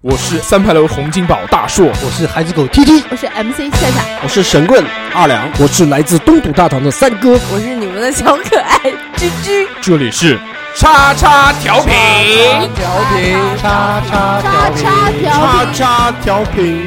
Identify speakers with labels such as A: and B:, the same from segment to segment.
A: 我是三牌楼洪金宝大硕，
B: 我是孩子狗 T T，
C: 我是 MC 夏夏，
B: 我是神棍二两，我是来自东土大唐的三哥。
C: 我是你们的小可爱居居。
A: 这里是叉叉调频。
B: 调频，叉叉
C: 叉叉调频，
B: 叉调频。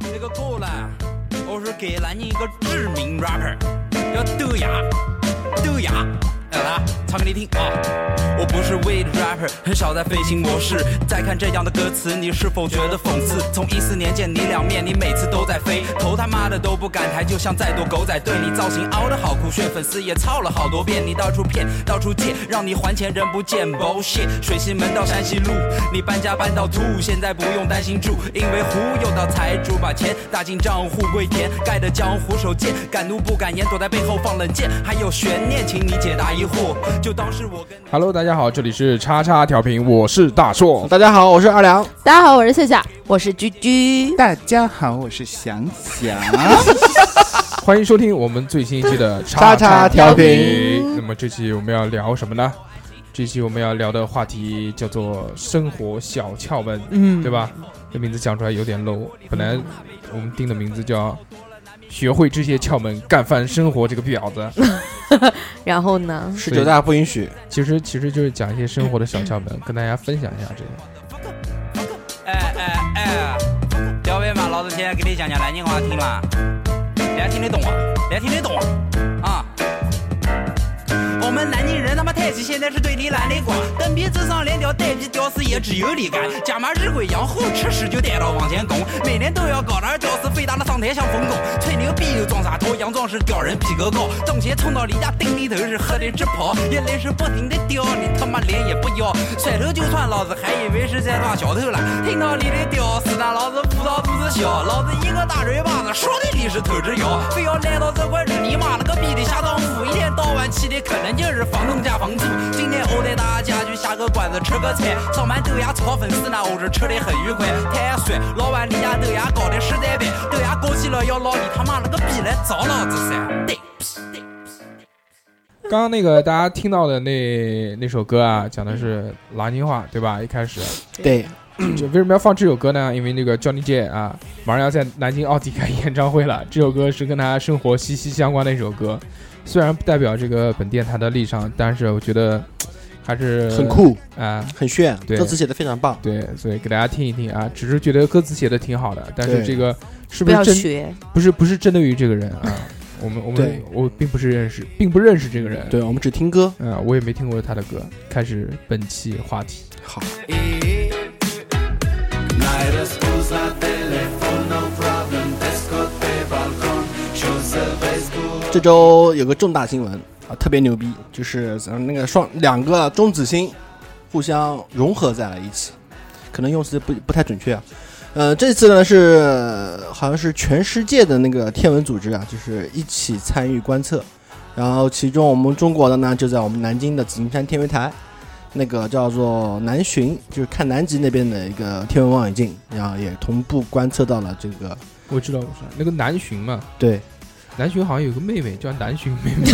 D: 这个够了，我是给南京一个知名 rapper，叫豆芽，豆芽，来来，唱给你听啊！我不是 weed rapper，很少在飞行模式。再看这样的歌词，你是否觉得讽刺？从一四年见你两面，你每次都在飞，头他妈的都不敢抬，就像再多狗仔对你造型凹的好酷炫，粉丝也操了好多遍，你到处骗，到处借，让你还钱人不见 bullshit。水西门到山西路，你搬家搬到吐，现在不用担心住，因为忽悠到财主把钱打进账户跪舔，盖的江湖手贱，敢怒不敢言，躲在背后放冷箭，还有悬念，请你解答疑惑，就当是我跟你。
A: Hello，大家好，这里是叉叉调频，我是大硕。
B: 大家好，我是二两。
C: 大家好，我是夏夏，我是居居。
E: 大家好，我是翔翔。
A: 欢迎收听我们最新一期的
B: 叉叉调频
A: 那么这期我们要聊什么呢？这期我们要聊的话题叫做生活小窍门，
B: 嗯
A: 对？吧？这名字讲出来有点 low，本来我们定的名字叫“学会这些窍门，干翻生活这个婊子
C: 然后呢？
B: 十九大不允许。”。
A: 其实其实就是讲一些生活的小窍门，跟大家分享一下这个。
D: 哎哎哎，要不嘛，老子现在给你讲讲南京话听啦，大家听得懂啊？大家听得懂啊？啊！我们南京人他妈太急，现在是对你懒得管。蹬鼻子上连条带皮屌丝也只有你敢。假马日鬼羊后吃屎就带到往前拱，每年都要搞点屌丝肥大的上台像冯巩，吹牛逼又装傻头，洋装是屌人比个高。中邪冲到你家顶你头是喝的直跑，眼泪是不停的掉，你他妈脸也不要。甩头就窜，老子还以为是在抓小偷了。听到你的屌丝呢，老子葡萄肚子小，老子一个大嘴巴子说的你是头之摇，非要赖到这块日你妈了个逼的下当铺，一天到晚气的可能就是房东加房租。今天我带大家去下个馆子吃个菜，上班豆芽炒粉丝呢，我是吃的很愉快。太帅，老板你家豆芽搞的实在白，豆芽过去了要捞你他妈了个逼来找老子噻！对。
A: 刚刚那个大家听到的那那首歌
B: 嗯
A: 啊，讲的是南京话，对吧？一开始
B: 对，
A: 就为什么要放这首歌呢？因为那个 Johnny J 啊，马上要在南京奥体开演唱会了。这首歌是跟他生活息息相关的一首歌，虽然不代表这个本电台的立场，但是我觉得嘖还是
B: 很酷，
A: 啊。
B: 很炫，
A: 对
B: 歌词写的非常棒。
A: 对，所以给大家听一听啊，只是觉得歌词写的挺好的，但是
B: 对
A: 这个是不
C: 不
A: 是
C: 要
A: 针
C: 学，
A: 不是不是针对于这个人啊？我们我们
B: 对
A: 我并不是认识，并不认识这个人。
B: 对，我们只听歌。
A: 啊、我也没听过他的歌。开始本期话题，
B: 好，这周有个重大新闻啊，特别牛逼，就是咱们那个双两个中子星互相融合在了一起，可能用词不不太准确啊。呃，这次呢是好像是全世界的那个天文组织啊，就是一起参与观测，然后其中我们中国的呢就在我们南京的紫金山天文台，那个叫做南巡，就是看南极那边的一个天文望远镜，然后也同步观测到了这个
A: 我知道我是那个南巡嘛，
B: 对，
A: 南巡好像有个妹妹叫南巡妹妹，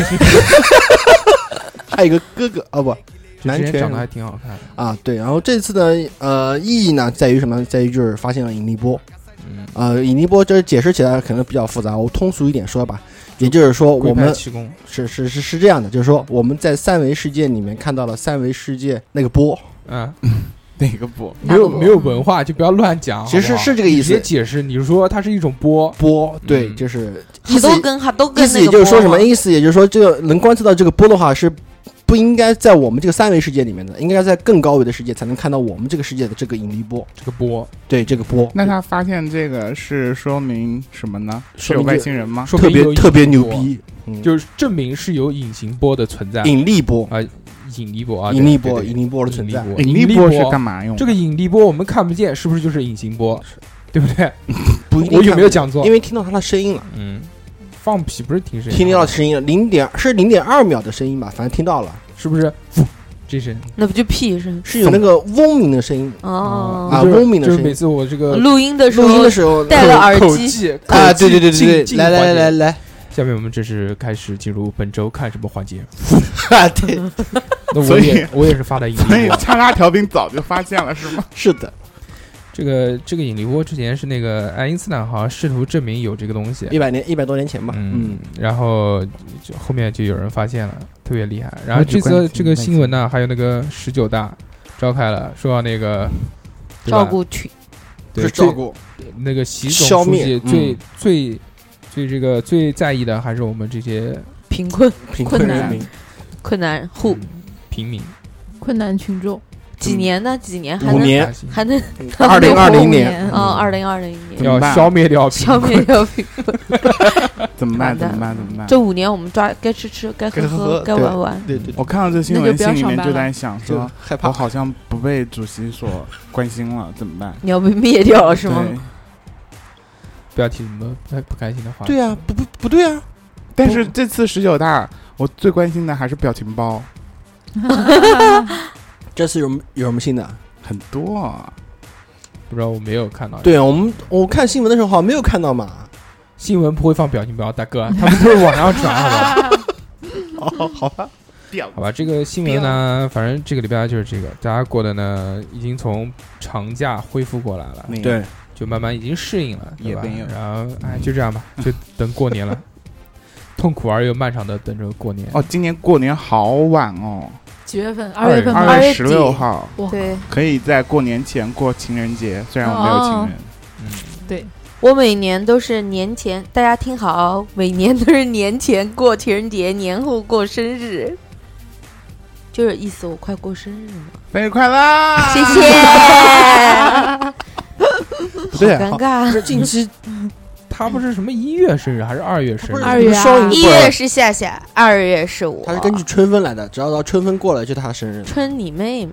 B: 还有一个哥哥哦不，南
A: 之前
B: 泉
A: 长得还挺好看的，
B: 啊，对，然后这次的呃意义呢，在于什么？在于就是发现了引力波。
A: 嗯，
B: 呃，引力波这解释起来可能比较复杂，我通俗一点说吧，也就是说我
A: 龟派
B: 们
A: 气功，
B: 是是是是这样的，就是说我们在三维世界里面看到了三维世界那个波，
A: 啊，
E: 哪个不？
A: 没有没有文化就不要乱讲，
B: 其
A: 好
B: 实
A: 不好
B: 是这个意
A: 直接
B: 思。
A: 解释，你说它是一种波，
B: 波对，
A: 嗯
B: 就是意
C: 哈
B: 思
C: 都跟哈都跟
B: 意思
C: 那
B: 也
C: 个
B: 就是说什么？
C: 波嘛
B: 意思也就是说，这个能观测到这个波的话是。不应该在我们这个三维世界里面的，应该在更高维的世界才能看到我们这个世界的这个引力波。
A: 这个波，
B: 对，这个波，
E: 那他发现这个是说明什么呢？是
B: 说
E: 有
B: 明这
E: 外星人吗？
A: 说
B: 特
A: 明有
B: 别
A: 隐
B: 特别
A: 形
B: 牛
A: 波，
B: 逼，嗯
A: 就是证明是有隐形波的存在，
B: 引力波
A: 啊，引力波啊，
B: 引
A: 对
B: 力波，
A: 对对
B: 引力波的存在。
A: 引
E: 引
A: 力
E: 力波是干嘛用？
A: 这个引力波我们看不见，是不是就是隐形波？对不对？
B: 不一定
A: 我有没有
B: 看
A: 讲
B: 不见
A: 错？
B: 因为听到他的声音了，
A: 嗯，放屁不是听声音吗，
B: 听到声音了，零点是零点二秒的声音吧，反正听到了，
A: 是不是？
B: 哦
A: 噗这声
C: 那不就屁声
B: 是有那个嗡鸣的声音。
C: 哦啊
B: 啊
A: 就是
B: 嗡鸣的
A: 就是
B: 声音
A: 每次我这个
C: 录音的时候
B: 录音的时候，
C: 戴了耳
A: 口
C: 机，
A: 技
B: 啊，对对对对对，
A: 进
B: 来来来来，
A: 进
B: 来，
A: 下面我们正式开始进入本周看什么环 节。
B: 啊， 对，
A: 那我
E: 所以
A: 也我也是发的引
E: 所以
A: 力波，
E: 叉叉调频早就发现了是吗？
B: 是的，
A: 这个这个引力波之前是那个爱因斯坦好像试图证明有这个东西，
B: 一百年一百多年前吧，
A: 嗯，然后就后面就有人发现了，特别厉害。然后
E: 我只
A: 这
E: 关
A: 次
E: 心
A: 这个新闻呢，还有那个十九大召开了，说要那个对吧
C: 照顾群
A: 对
B: 是
A: 最
B: 照顾，
A: 那个习
B: 消
A: 总书
B: 灭
A: 记
B: 嗯
A: 最最最这个最在意的还是我们这些
C: 贫困
B: 贫
C: 困
B: 困人
C: 难
B: 民，
C: 困难户。
B: 嗯
A: 平民。
F: 困难群众，
C: 几年呢？几年还
B: 五
C: 能
B: 年，
C: 还能
B: 二零二零年，嗯
F: 年
C: 啊？二零二零年
E: 怎
A: 要
E: 么办
A: 消灭掉贫
C: 消
A: 困
C: 灭掉贫 困。
E: 怎么办？
C: 完蛋
E: 怎么办？怎么办？
C: 这五年我们抓该吃吃，该喝
B: 该喝喝
C: 该
B: 对
C: 玩玩。
B: 对对对，
E: 我看到这新
F: 那
E: 闻，
F: 就不要
E: 心里面
F: 上班
E: 就
F: 了
E: 在想
B: 就
E: 说，
B: 害怕
E: 我，好像不被主席所关心了，怎么办？
C: 你要被灭掉了是吗？
E: 对，
A: 不要提什么不不开心的话。
B: 对啊，不不不对啊，
E: 但是这次十九大，我最关心的还是表情包，
B: 这次有什么有什么新的？
E: 很多啊。
A: 不知道我没有看到。
B: 对啊，我们我看新闻的时候好像没有看到嘛，
A: 新闻不会放表情包，大哥，他们都是网上传，好吧？
E: 哦，好吧，屌
A: 好吧，这个新闻呢，反正这个礼拜就是这个，大家过的呢已经从长假恢复过来了，
E: 那个，
B: 对，
A: 就慢慢已经适应了，对吧
E: 也没有？
A: 然后哎，就这样吧，就等过年 了，痛苦而又漫长的等着过年。
E: 哦，今年过年好晚哦，
F: 几月份？二月份吧？
E: 二
F: 月
E: 月
F: 底
E: 十六。号
F: 哇，
C: 对
E: 可以在过年前过情人节，虽然
C: 哦
E: 我没有情人。
A: 嗯，
F: 对，
C: 我每年都是年前，大家听好，每年都是年前过情人节，年后过生日，就是意思我快过生日了，
E: 生日快乐！
C: 啊谢谢。
B: 不对啊
C: 尴，尬，
B: 这近期
A: 他不是什么一月生日还是二月生日？
F: 二月啊
B: 双鱼
C: 一
B: 座
C: 月是夏夏，二月是我。
B: 它是根据春分来的，只要到春分过了就是他的生日，
C: 春你妹妹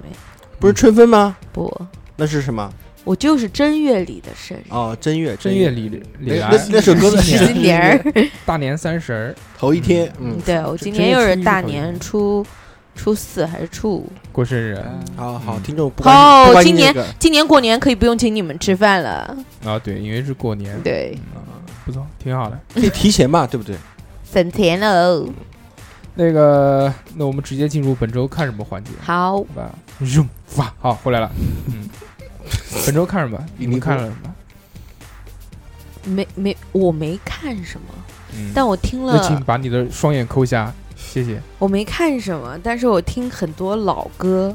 B: 不是春分吗？
C: 不，
B: 那是什么？
C: 我就是正月里的生日，
B: 哦，正月，
A: 正月里里
B: 那
A: 来
B: 那那首歌的
A: 新
B: 是
A: 年
C: 今年儿。
A: 大年三十儿
B: 头一天，嗯，
C: 对我今
A: 正月
C: 年又是
A: 初一
C: 大
A: 头一
C: 年
A: 天
C: 初初四还是初五？
A: 过生日
B: 好好，
A: 嗯
B: 听众不
C: 好
B: 关不关心
C: 今年
B: 这个
C: 今年过年可以不用请你们吃饭了，
A: 啊，对，因为是过年，
B: 嗯
C: 对，
A: 不错，挺好的。
B: 可以提前嘛，对不对？
C: 省钱喽。
A: 那个，那我们直接进入本周看什么环节，
C: 好，
A: 好吧？用哇，好，回来了。嗯，本周看什 么？你们看了什么？
C: 没没，我没看什么，
A: 嗯，
C: 但我听
A: 那请
C: 了，
A: 把你的双眼抠下，谢谢。
C: 我没看什么，但是我听很多老歌。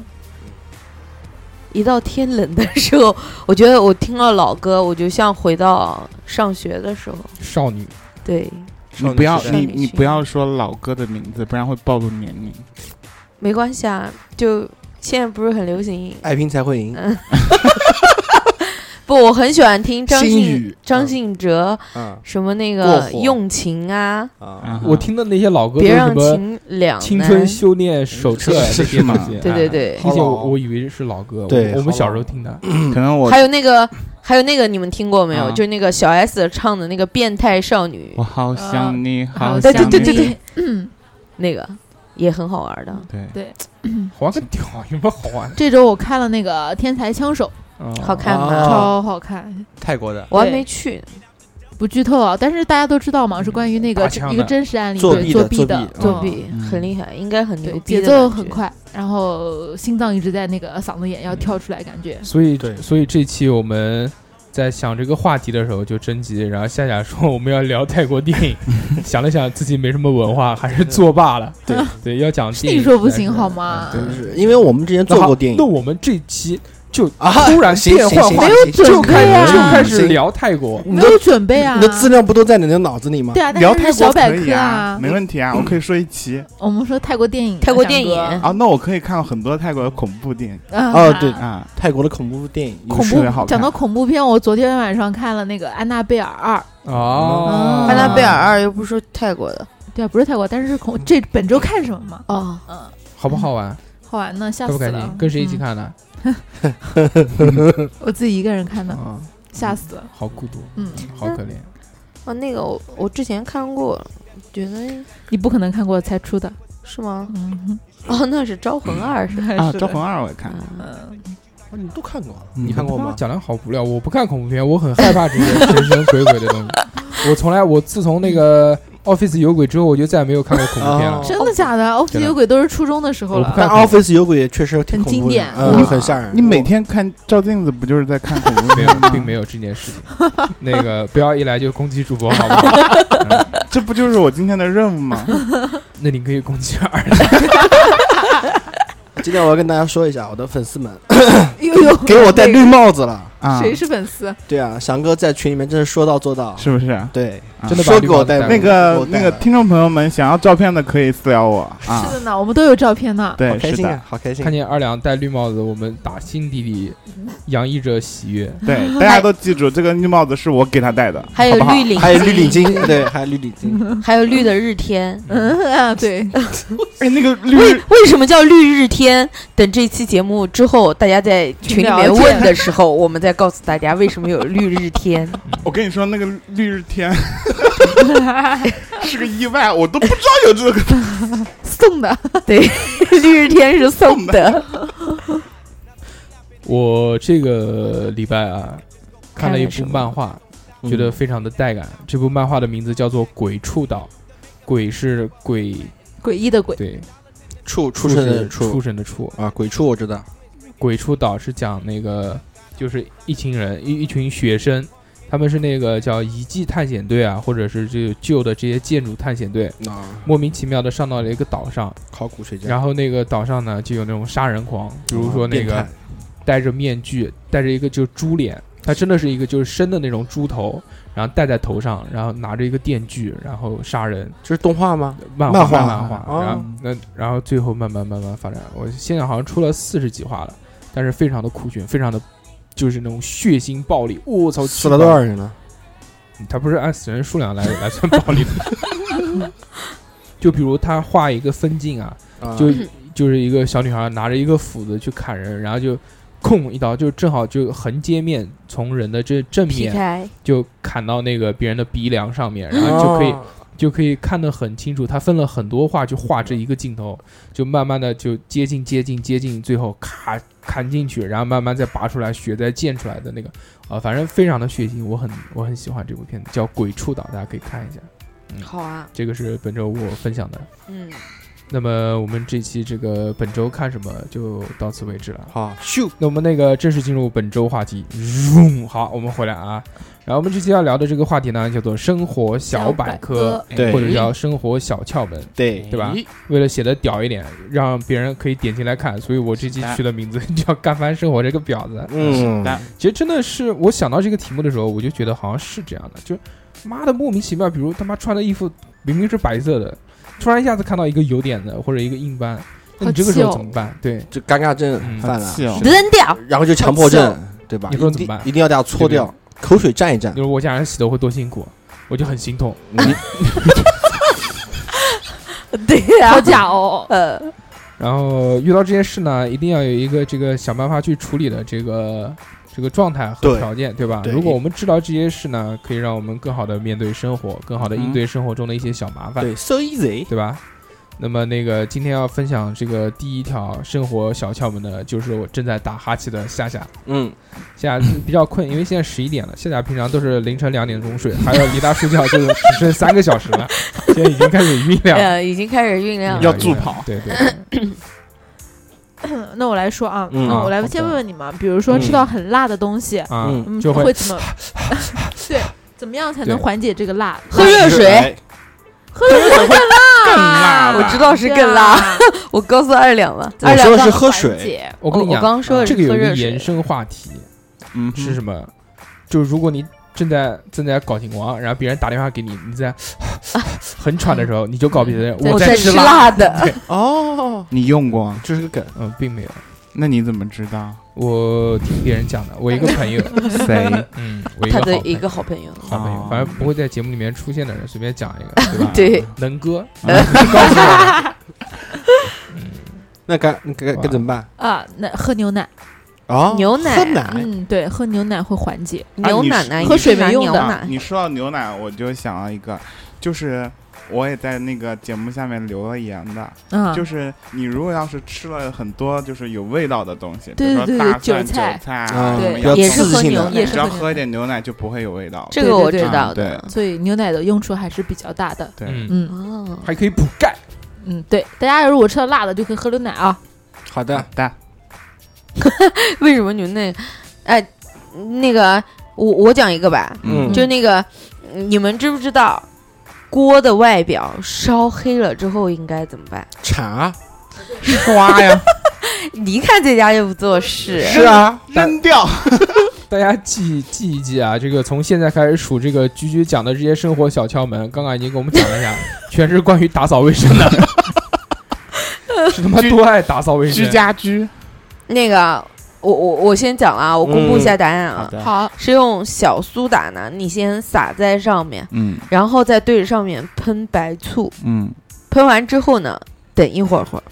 C: 一到天冷的时候，我觉得我听了老歌，我就像回到上学的时候。
A: 少女，
C: 对，
E: 你不要
B: 少
E: 你
B: 女
C: 时代
E: 你不要说老哥的名字，不然会暴露年龄。
C: 没关系啊，就现在不是很流行。
B: 爱拼才会赢，
C: 不，我很喜欢听张
B: 心
C: 信
B: 语、
C: 张
B: 嗯
C: 信哲
B: 啊
C: 什么那
B: 过
C: 个
B: 火
C: 用情啊，
E: 嗯
B: 啊，
A: 我听的那些老歌都是
C: 别
A: 什
C: 让
A: 么
C: 情两
A: 青
C: 难
A: 春修炼手册这些
E: 是是
A: 东
E: 吗
A: 西。
C: 对对对，
A: 这些
B: 好
A: 我
B: 老
A: 我以为是老歌，我
B: 对
A: 我们
B: 好
A: 小
B: 老
A: 时候听 的。
E: 可能我
C: 还有那个，还有那个，你们听过没有？
E: 啊
C: 就是那个小 S 唱的那个《变态少女
E: 我》，好想你，好
F: 好
E: 想
C: 呃对
E: 你
C: 对对
F: 像
C: 对
F: 那
C: 对，那个也很好玩的。
E: 对
A: 好玩个屌，有什么好玩？
F: 这周我看了那个《天才枪手
A: 啊
C: 好看吗
B: 啊
F: 超好看，
B: 泰国的
C: 我还没去呢，
F: 不剧透啊。但是大家都知道嘛，是关于那
A: 打
F: 个
A: 枪的
F: 一个真实案例，
B: 作
F: 对
B: 弊
F: 作
B: 的
F: 弊
B: 作
F: 的
B: 弊
F: 嗯
C: 作弊
E: 嗯
C: 很厉害，应该很牛
F: 对，
C: 逼
F: 节
C: 的
F: 奏
C: 感觉
F: 很。快，然后心脏一直在那个嗓子眼要跳出来，感觉
A: 所以
B: 对
A: 所以这期我们在想这个话题的时候就征集，然后夏夏说我们要聊泰国电影，想了想自己没什么文化，还是作罢了。
B: 对
A: 对，要讲
F: 自
A: 电
F: 己
A: 影
F: 说不
A: 才
F: 行
A: 是
F: 好吗？
A: 嗯
B: 就是因为我们之前
A: 那
B: 做
A: 好
B: 过电
A: 那
B: 影
A: 我们这期就
B: 啊，
A: 突然
B: 行
A: 变
B: 行
A: 换
B: 行
A: 话题，
B: 行行
A: 就开
F: 呀
A: 始就开始
B: 行
A: 聊泰国。
B: 你
F: 没
B: 的
F: 有准备啊
B: 你的资料不都在你的脑子里吗？
F: 对啊，但
E: 聊
F: 是
E: 泰
F: 是小
E: 国
F: 百
E: 可以
F: 科
E: 啊，没问题啊，我可以说一期
F: 我们说泰国电影啊，
C: 泰国电影
F: 翔
E: 啊。那我可以看很多泰国的恐怖电影
F: 哥啊
B: 哦对
E: 啊，
B: 泰国的恐怖电影，
E: 恐怖特别好看
F: 讲到恐怖片，我昨天晚上看了那个《安娜贝尔二》，
A: 哦，
F: 安娜贝尔
C: 二又不是泰国的
F: 对啊，不是泰国，但是是恐这本周看什么嘛？
C: 哦，
A: 好不好玩？
F: 好玩呢，吓
A: 开不
F: 死
A: 开
F: 了
A: 心？。跟谁一起
F: 嗯？
A: 看的？
F: 我自己一个人看的，
A: 啊，
F: 吓死了。
A: 好孤独，
F: 嗯，
A: 好可怜。
C: 啊，那个我我之前看过，觉得
F: 你不可能看过才出的。
C: 是吗？
F: 嗯，
C: 哦，那是《招魂二》是吧？
E: 啊，
F: 是
E: 《
F: 的
E: 招魂二》我也看了，
C: 嗯
F: 嗯，
B: 啊你都看过啊？
E: 嗯
B: 你看过
A: 他妈
B: 吗？
A: 讲的好无聊，我不看恐怖片，我很害怕这些神神鬼鬼的东西。我从来，我自从那个 Office 有鬼之后，我就再也没有看过恐怖片了
B: 哦。
F: 真的假的？《欧
A: 真
F: 菲
A: 的
F: 有鬼》都是初中的时候
A: 我不
F: 了。啊
A: 看
B: 但 Office 有鬼也确实挺
F: 很
B: 恐
F: 经
B: 怖的
F: 典，
B: 嗯，
F: 哇
B: 很吓人。
E: 你每天看照镜子不就是在看恐怖
A: 没
E: 片
A: 有，
E: 吗？
A: 并没有这件事情。那个不要一来就攻击主播，好不好？
E: 这不就是我今天的任务吗？
A: 那你可以攻击二。
B: 今天我要跟大家说一下，我的粉丝们
F: 呦呦，
B: 给我戴绿帽子了。
E: 啊，
F: 谁是粉丝？
B: 对啊，翔哥在群里面真是说到做到，
E: 是不是？
B: 对，
E: 啊
A: 真的把
B: 说给我
A: 绿
B: 戴
A: 帽子戴
E: 那
B: 嗯给我
E: 个
B: 戴
E: 那个
B: 了
E: 听众朋友们，想要照片的可以私聊我啊
F: 是。的呢，我们都有照 片呢。
E: 对
B: 好，开
E: 是
B: 心
E: 的
B: 啊，，好开心
A: 看。见二两戴绿帽子，我们打心底里洋溢着喜悦。
E: 对，大家都记住，这个绿帽子是我给他戴的，
C: 还有
E: 好不好
C: 绿领，
B: 还有绿领，巾， 对，还有绿领 巾，
C: 还有绿的日天。
F: 嗯啊，对，
E: 哎，那个绿
C: 为为什么叫绿日天？等这期节目之后，大家在群里面问的时候，我们再告诉大家为什么有绿日天。
E: 我跟你说，那个绿日天是个意外，我都不知道有这个。
F: 送的。
C: 绿日天是 送的。
A: 我这个礼拜啊，看了一部漫画，
B: 嗯
A: 觉得非常的带感。这部漫画的名字叫做《鬼畜岛》，鬼是鬼，
F: 诡异的鬼，
A: 对，
B: 畜畜
A: 畜
B: 生的
A: 是
B: 畜
A: 畜生的畜。
B: 啊，鬼畜我知道，
A: 鬼畜岛是讲那个，就是一群人，一一群学生，他们是那个叫遗迹探险队啊，或者是这个旧的这些建筑探险队，
B: 啊，
A: 莫名其妙的上到了一个岛上，
B: 考古学家，啊
A: 然后那个岛上呢就有那种杀人狂，比如说那
B: 哦变
A: 个
B: 态
A: 戴着面具，戴着一个就是猪脸，他真的是一个就是生的那种猪头，然后戴在头上，然后拿着一个电锯，然后杀人。
B: 这是动画吗？
A: 漫
B: 漫画
A: 画漫
B: 哦
A: 然后那然后最后慢慢慢慢发展，我现在好像出了四十几话了，但是非常的酷炫，非常的就是那种血腥暴力。我操，
B: 死了多少人了？
A: 他不是按死人数量来来算暴力的。 就比如他画一个分镜啊，
B: 啊
A: 就就是一个小女孩拿着一个斧子去砍人，然后就空一刀，就正好就横截面从人的这正
C: 劈
A: 面
C: 开，
A: 就砍到那个别人的鼻梁上面，然后啊就可以
B: 哦
A: 就可以看得很清楚。他分了很多画去画这一个镜头，就慢慢的就接近接近接近，最后咔砍进去，然后慢慢再拔出来，血再溅出来的那个，啊，反正非常的血腥，我很我很喜欢这部片子，叫《鬼畜岛》，大家可以看一下。
C: 好啊，
A: 这个是本周我分享的。
C: 嗯，
A: 那么我们这期这个本周看什么就到此为止了。
B: 好咻，
A: 那我们那个正式进入本周话题，嗡好，我们回来啊。然后我们这期要聊的这个话题呢，叫做生活小百科，
B: 百科对
A: 或者叫生活小窍门。
B: 对
A: 对吧？为了写的屌一点，让别人可以点进来看，所以我这期取的名字 叫“干翻生活”这个婊子。
B: 嗯，
E: 但
A: 其实真的是，我想到这个题目的时候，我就觉得好像是这样的，就妈的莫名其妙，比如他妈穿的衣服明明是白色的，突然一下子看到一个油点的或者一个硬斑，那你这个时候
F: 好气哦
A: 怎么办？对，
B: 就尴尬症
A: 嗯
B: 犯
E: 气
B: 了，
E: 哦，
C: 扔掉。
B: 然后就强迫症，对吧？
A: 你说
B: 一
A: 怎么
B: 定
A: 办
B: 一定要大家搓掉，口水蘸一蘸
A: 就。是我家人洗头会多辛苦，我就很心痛。
C: 对
F: 好
C: 呀，
F: 假哦。
C: 呃，
A: 然后遇到这些事呢，一定要有一个这个想办法去处理的这个这个状态和
B: 对
A: 条件，对吧？
B: 对
A: 如果我们知道这些事呢，可以让我们更好的面对生活，更好的应
E: 嗯
A: 对生活中的一些小麻烦，
B: 对，so easy，
A: 对吧？那么那个今天要分享这个第一条生活小窍门呢，就是我正在打哈欠的夏夏，
B: 嗯，
A: 夏夏比较困，因为现在十一点了，夏夏平常都是凌晨两点钟睡，还有离他睡觉就只剩三个小时了，现在已经开始酝酿了，
C: 呃，已经开始酝酿
E: 要
C: 了。
E: 助跑
A: 对对对，
F: 那我来说啊，
B: 嗯
F: 那我来先问问你们，比如说吃到很辣的东西，
A: 啊，
B: 嗯
F: 嗯，
A: 嗯就会
F: 会怎 么？ 对，怎么样才
A: 对
F: 能缓解这个辣？
C: 喝热水，
F: 喝热水会
E: 更辣了。
C: 哎我知道是更辣。，
F: 啊
C: 我告诉二两了，
B: 我
F: 对啊
B: 说的是喝水。
F: 二两知道
A: 我跟你
C: 哦我
A: 讲
C: 刚，刚说的
A: 这
C: 是
A: 个有
C: 喝
A: 一个
C: 热
A: 延
C: 水，
A: 伸话题
E: 嗯，
A: 是什么？就是如果你正在正在搞情况，然后别人打电话给你，你 在很喘的时候，你就告别人，
C: 嗯我
A: 在
C: 在
A: 吃
C: 吃
A: 辣。
C: 辣的。
B: 哦，
E: 你用过？
B: 这是个梗，
A: 嗯，并没有，
E: 那你怎么知道？缓
A: 我听别人讲的。我一个朋 友，
E: 谁？
A: 嗯，我一
C: 他
A: 个
C: 的
A: 好
C: 一个
A: 朋
C: 好朋友，？
A: 友好朋友，
E: 哦
A: 反正不会在节目里面出现的人，随便讲一个，对吧啊
C: 对，
A: 能哥，
E: 嗯
A: 告诉我。嗯
B: 那该该该怎么办
F: 啊，那喝牛奶，
B: 啊？
C: 牛奶
B: 喝
A: 哎
B: 奶，
F: 嗯，对，喝牛奶会缓解。
C: 牛
E: 你
C: 奶
E: 是
C: 奶
E: 你
C: 你
F: 喝
C: 是
F: 水
C: 拿
F: 没用
C: 牛
F: 的
E: 啊
C: 奶，
E: 你说到牛奶，我就想到一个，就是我也在那个节目下面留了言的，
F: 啊，
E: 就是你如果要是吃了很多就是有味道的东西，
F: 对
E: 比如
F: 对对
E: 说大蒜、
F: 韭
E: 韭
F: 菜
E: 菜啊，
B: 嗯
E: 什
B: 比较
E: 么
F: 对
E: 洋
C: 也
E: 葱
C: 是
B: 刺
C: 喝
B: 激性
C: 牛
B: 的，
C: 奶
F: 也，
E: 只
F: 是
E: 要
F: 喝
E: 喝一点牛奶就不会有味道了。
C: 这
F: 对
C: 个
F: 对
C: 我
F: 对
C: 知道
E: 对
C: 的。
F: 所以牛奶的用处还是比较大的。
E: 对，
A: 嗯，
F: 嗯
C: 哦，
A: 还可以补钙。
F: 嗯，对，大家如果吃到辣的，就可以喝牛奶啊。
B: 好的，
E: 但
C: 为什么你们那，哎，那个我我讲一个吧，
B: 嗯
C: 就那个你们知不知道锅的外表烧黑了之后应该怎么办？
B: 铲啊，
E: 刷呀，
C: 你一看这家又不做事，
B: 是啊，
E: 扔掉。
A: 大家记记一记啊，这个从现在开始数这个居居讲的这些生活小窍门，刚刚已经给我们讲了一下，全是关于打扫卫生的。是他妈多爱打扫卫生
E: 居，家居，
C: 那个我我我先讲了啊，我公布一下答案啊，
B: 的，
F: 好，
C: 是用小苏打呢，你先撒在上面，
E: 嗯
C: 然后再对着上面喷白醋，
E: 嗯，
C: 喷完之后呢，等一会儿会儿，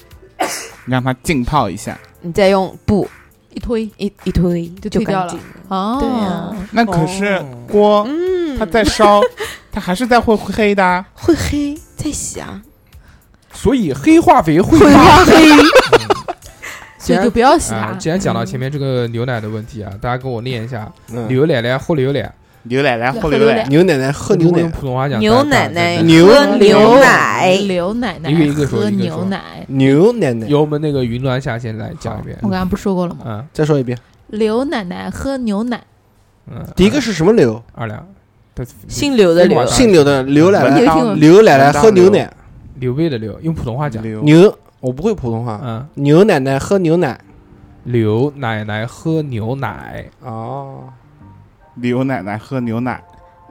E: 让它浸泡一下。
C: 你再用布
F: 一推
C: 一一推
F: 就
C: 就
F: 退掉
C: 干
F: 了
C: 净了。
F: 哦，
C: 对啊
E: 那可是
A: 哦
E: 锅，
C: 嗯，
E: 它在烧，它还是在会黑的啊。
C: 会黑，在想
A: 所以黑化肥会
C: 会
A: 发。
C: 发黑。
F: 所以就不要洗
A: 啊，
F: 它。
A: 既然讲到
F: 嗯
A: 前面这个牛奶的问题啊，大家跟我念一下：
B: 嗯
A: 牛奶奶喝牛奶，
E: 牛奶奶
F: 喝
E: 喝
F: 牛
E: 牛
F: 奶
E: 奶，
B: 牛奶奶喝牛
A: 如果用
B: 奶，
A: 普通话讲，
C: 牛
A: 大家
C: 奶奶
A: 大家
B: 牛
C: 喝牛奶，
F: 刘奶奶
A: 一个一个说
F: 喝
A: 一个
F: 牛
A: 说
F: 奶。
B: 牛奶奶，
A: 由我们那个云峦下先来讲一遍
F: 我。刚刚不说过了吗？
A: 嗯
B: 再说一遍，
F: 刘奶奶喝牛奶，
A: 嗯，
B: 第一个是什么刘？
A: 二两，
C: 姓刘的
A: 这个晚
C: 刘
A: 上，
B: 姓刘的刘奶
F: 有
B: 奶，
F: 听过
B: 呃啊刘奶奶喝牛奶，
A: 刘备的刘，用普通话讲，
E: 牛
B: 牛，我不会普通话，
A: 嗯，
B: 牛奶奶喝牛奶，
A: 刘奶奶喝牛奶，
B: 哦，
E: 牛奶奶喝牛 奶，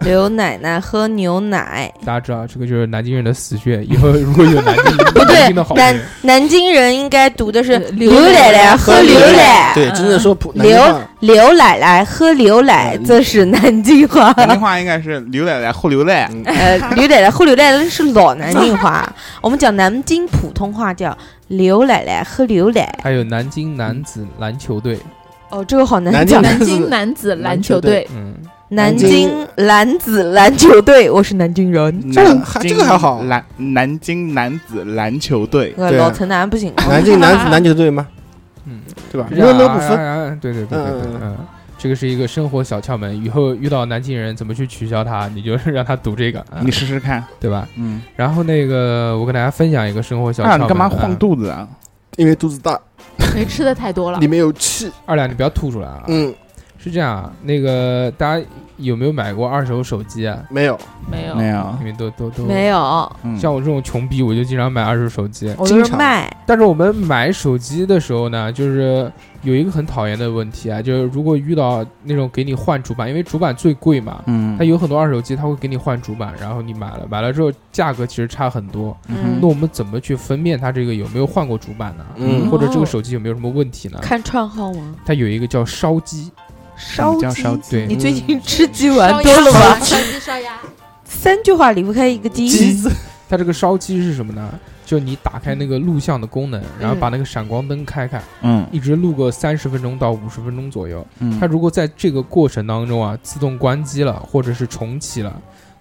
C: 刘奶奶喝牛奶。
A: 大家知道这个就是南京人的死穴。以后如果有南京
C: 不
A: 南京的好
C: 对，南
A: 人，
C: 南京人应该读的是
F: 呃
C: 刘
F: 刘奶
C: 奶奶
F: 奶
C: 喝
F: 喝
C: 牛
F: 牛
C: 奶，嗯
B: 对，真正说普南
C: 刘
B: 京话
C: 刘奶奶喝牛奶，
B: 嗯
C: 这是南京话。
E: 南京话应该是牛奶奶喝牛奶，
C: 呃，刘奶奶喝牛奶那是老南京话，我们讲南京普通话叫刘奶奶喝牛奶。
A: 还有南京男子篮球队，
C: 哦，这个好难
B: 南
C: 讲
B: 京。
F: 南京男子篮球队，
A: 嗯，
C: 南
B: 南
C: 京
B: 京
C: 男子篮球队，我是南京人。
B: 这个
E: 南
B: 还
E: 京
B: 这个还好
E: 南南京男子篮球队，
C: 呃
B: 对啊
C: 老城南不行，
B: 南京男 子篮球队吗？
A: 嗯，
B: 对吧？
A: 就这
B: 热
A: 样
B: 热不
E: 哎
A: 啊
B: 分，
A: 啊啊对对对对对
B: 嗯
A: 嗯，
B: 嗯，
A: 这个是一个生活小窍门，以后遇到南京人怎么去取消他，你就让他读这个，嗯
E: 你试试看。
A: 对吧？
E: 嗯，
A: 然后那个，我跟大家分享一个生活小窍
E: 啊，
A: 门，
E: 你干嘛
A: 嗯
E: 晃？肚子啊？
B: 因为肚子大，
F: 因为吃的太多了
B: 里。面有气，
A: 二两，你不要吐出来啊！
B: 嗯，
A: 是这样啊，那个大家有没有买过二手手机啊？
B: 没有，
F: 没有，
E: 没
B: 嗯
E: 有
A: 你，们都都都
C: 没有，
E: 嗯
A: 像我这种穷逼，我就经常买二手手机。
C: 我都
B: 经
C: 是
B: 常
C: 卖。
A: 但是我们买手机的时候呢，就是有一个很讨厌的问题啊，就是如果遇到那种给你换主板，因为主板最贵嘛，
E: 嗯
A: 它，有很多二手机，它会给你换主板，然后你买了，买了之后价格其实差很多。
C: 嗯
A: 那我们怎么去分辨它这个有没有换过主板呢？
B: 嗯
A: 或者这
F: 哦
A: 个手机有没有什么问题呢？
C: 看串号吗？
A: 它有一个叫烧机，
C: 烧
E: 叫
C: 鸡
E: 烧
A: 对
C: 你
B: 嗯
C: 最近吃鸡
F: 烧
C: 玩多
F: 鸭
C: 了吧？
F: 烧鸡烧鸭，
C: 三句话离不开一个鸡。
B: 子，
A: 它这个烧机是什么呢？就你打开那个录像的功能，然后把那个闪光灯开开，
E: 嗯
A: 一直录个三十分钟到五十分钟左右。
E: 嗯
A: 它如果在这个过程当中啊自动关机了，或者是重启了，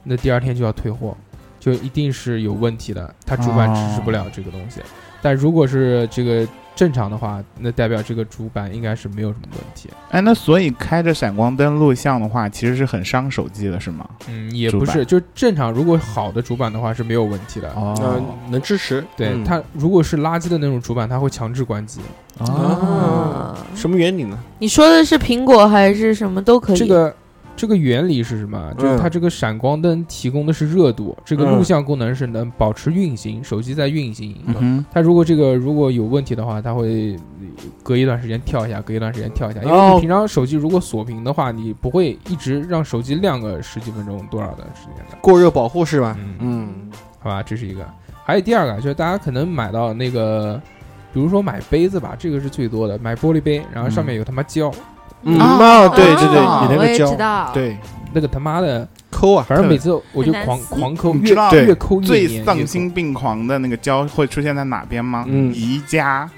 A: 那第二天就要退货，就一定是有问题的。它主板支持不了这个东西。
E: 哦
A: 但如果是这个正常的话，那代表这个主板应该是没有什么问题。
E: 哎，那所以开着闪光灯录像的话，其实是很伤手机的，是吗？
A: 嗯，也
E: 主
A: 不
E: 板
A: 是，就正常。如果好的主板的话是没有问题的。
E: 哦，
B: 嗯，能支持，
A: 对
B: 嗯
A: 它，如果是垃圾的那种主板，它会强制关机。
B: 啊哦
C: 啊
B: 什么原理呢？
C: 你说的是苹果还是什么都可以？
A: 这个这个原理是什么？啊就是它这个闪光灯提供的是热度，这个
B: 嗯
A: 录像功能是能保持运行，手机在运行。
E: 嗯哼，
A: 它如果这个如果有问题的话，它会隔一段时间跳一下，隔一段时间跳一下。因为
B: 哦
A: 你平常手机如果锁屏的话，你不会一直让手机亮个十几分钟多少的时间的。
B: 过热保护是吧？
A: 嗯，
B: 嗯，
A: 好吧，这是一个。还有第二个，就是大家可能买到那个，比如说买杯子吧，这个是最多的，买玻璃杯，然后上面有他妈胶，
B: 嗯，
F: 哦
B: 哦，对对对，
F: 哦
B: 你那
F: 我也
B: 个
F: 知
B: 胶，
F: 道，，
B: 对，
E: 啊
A: 那个他妈的，
B: 抠啊，
A: 反正
E: 特
A: 每次我就
F: 很难
A: 狂
F: 撕
A: 狂抠，
E: 你
A: 越
E: 知道
A: 越抠越
E: 最
A: 黏
E: 丧心病狂的那个胶会出现在哪边吗？
B: 嗯
E: 宜家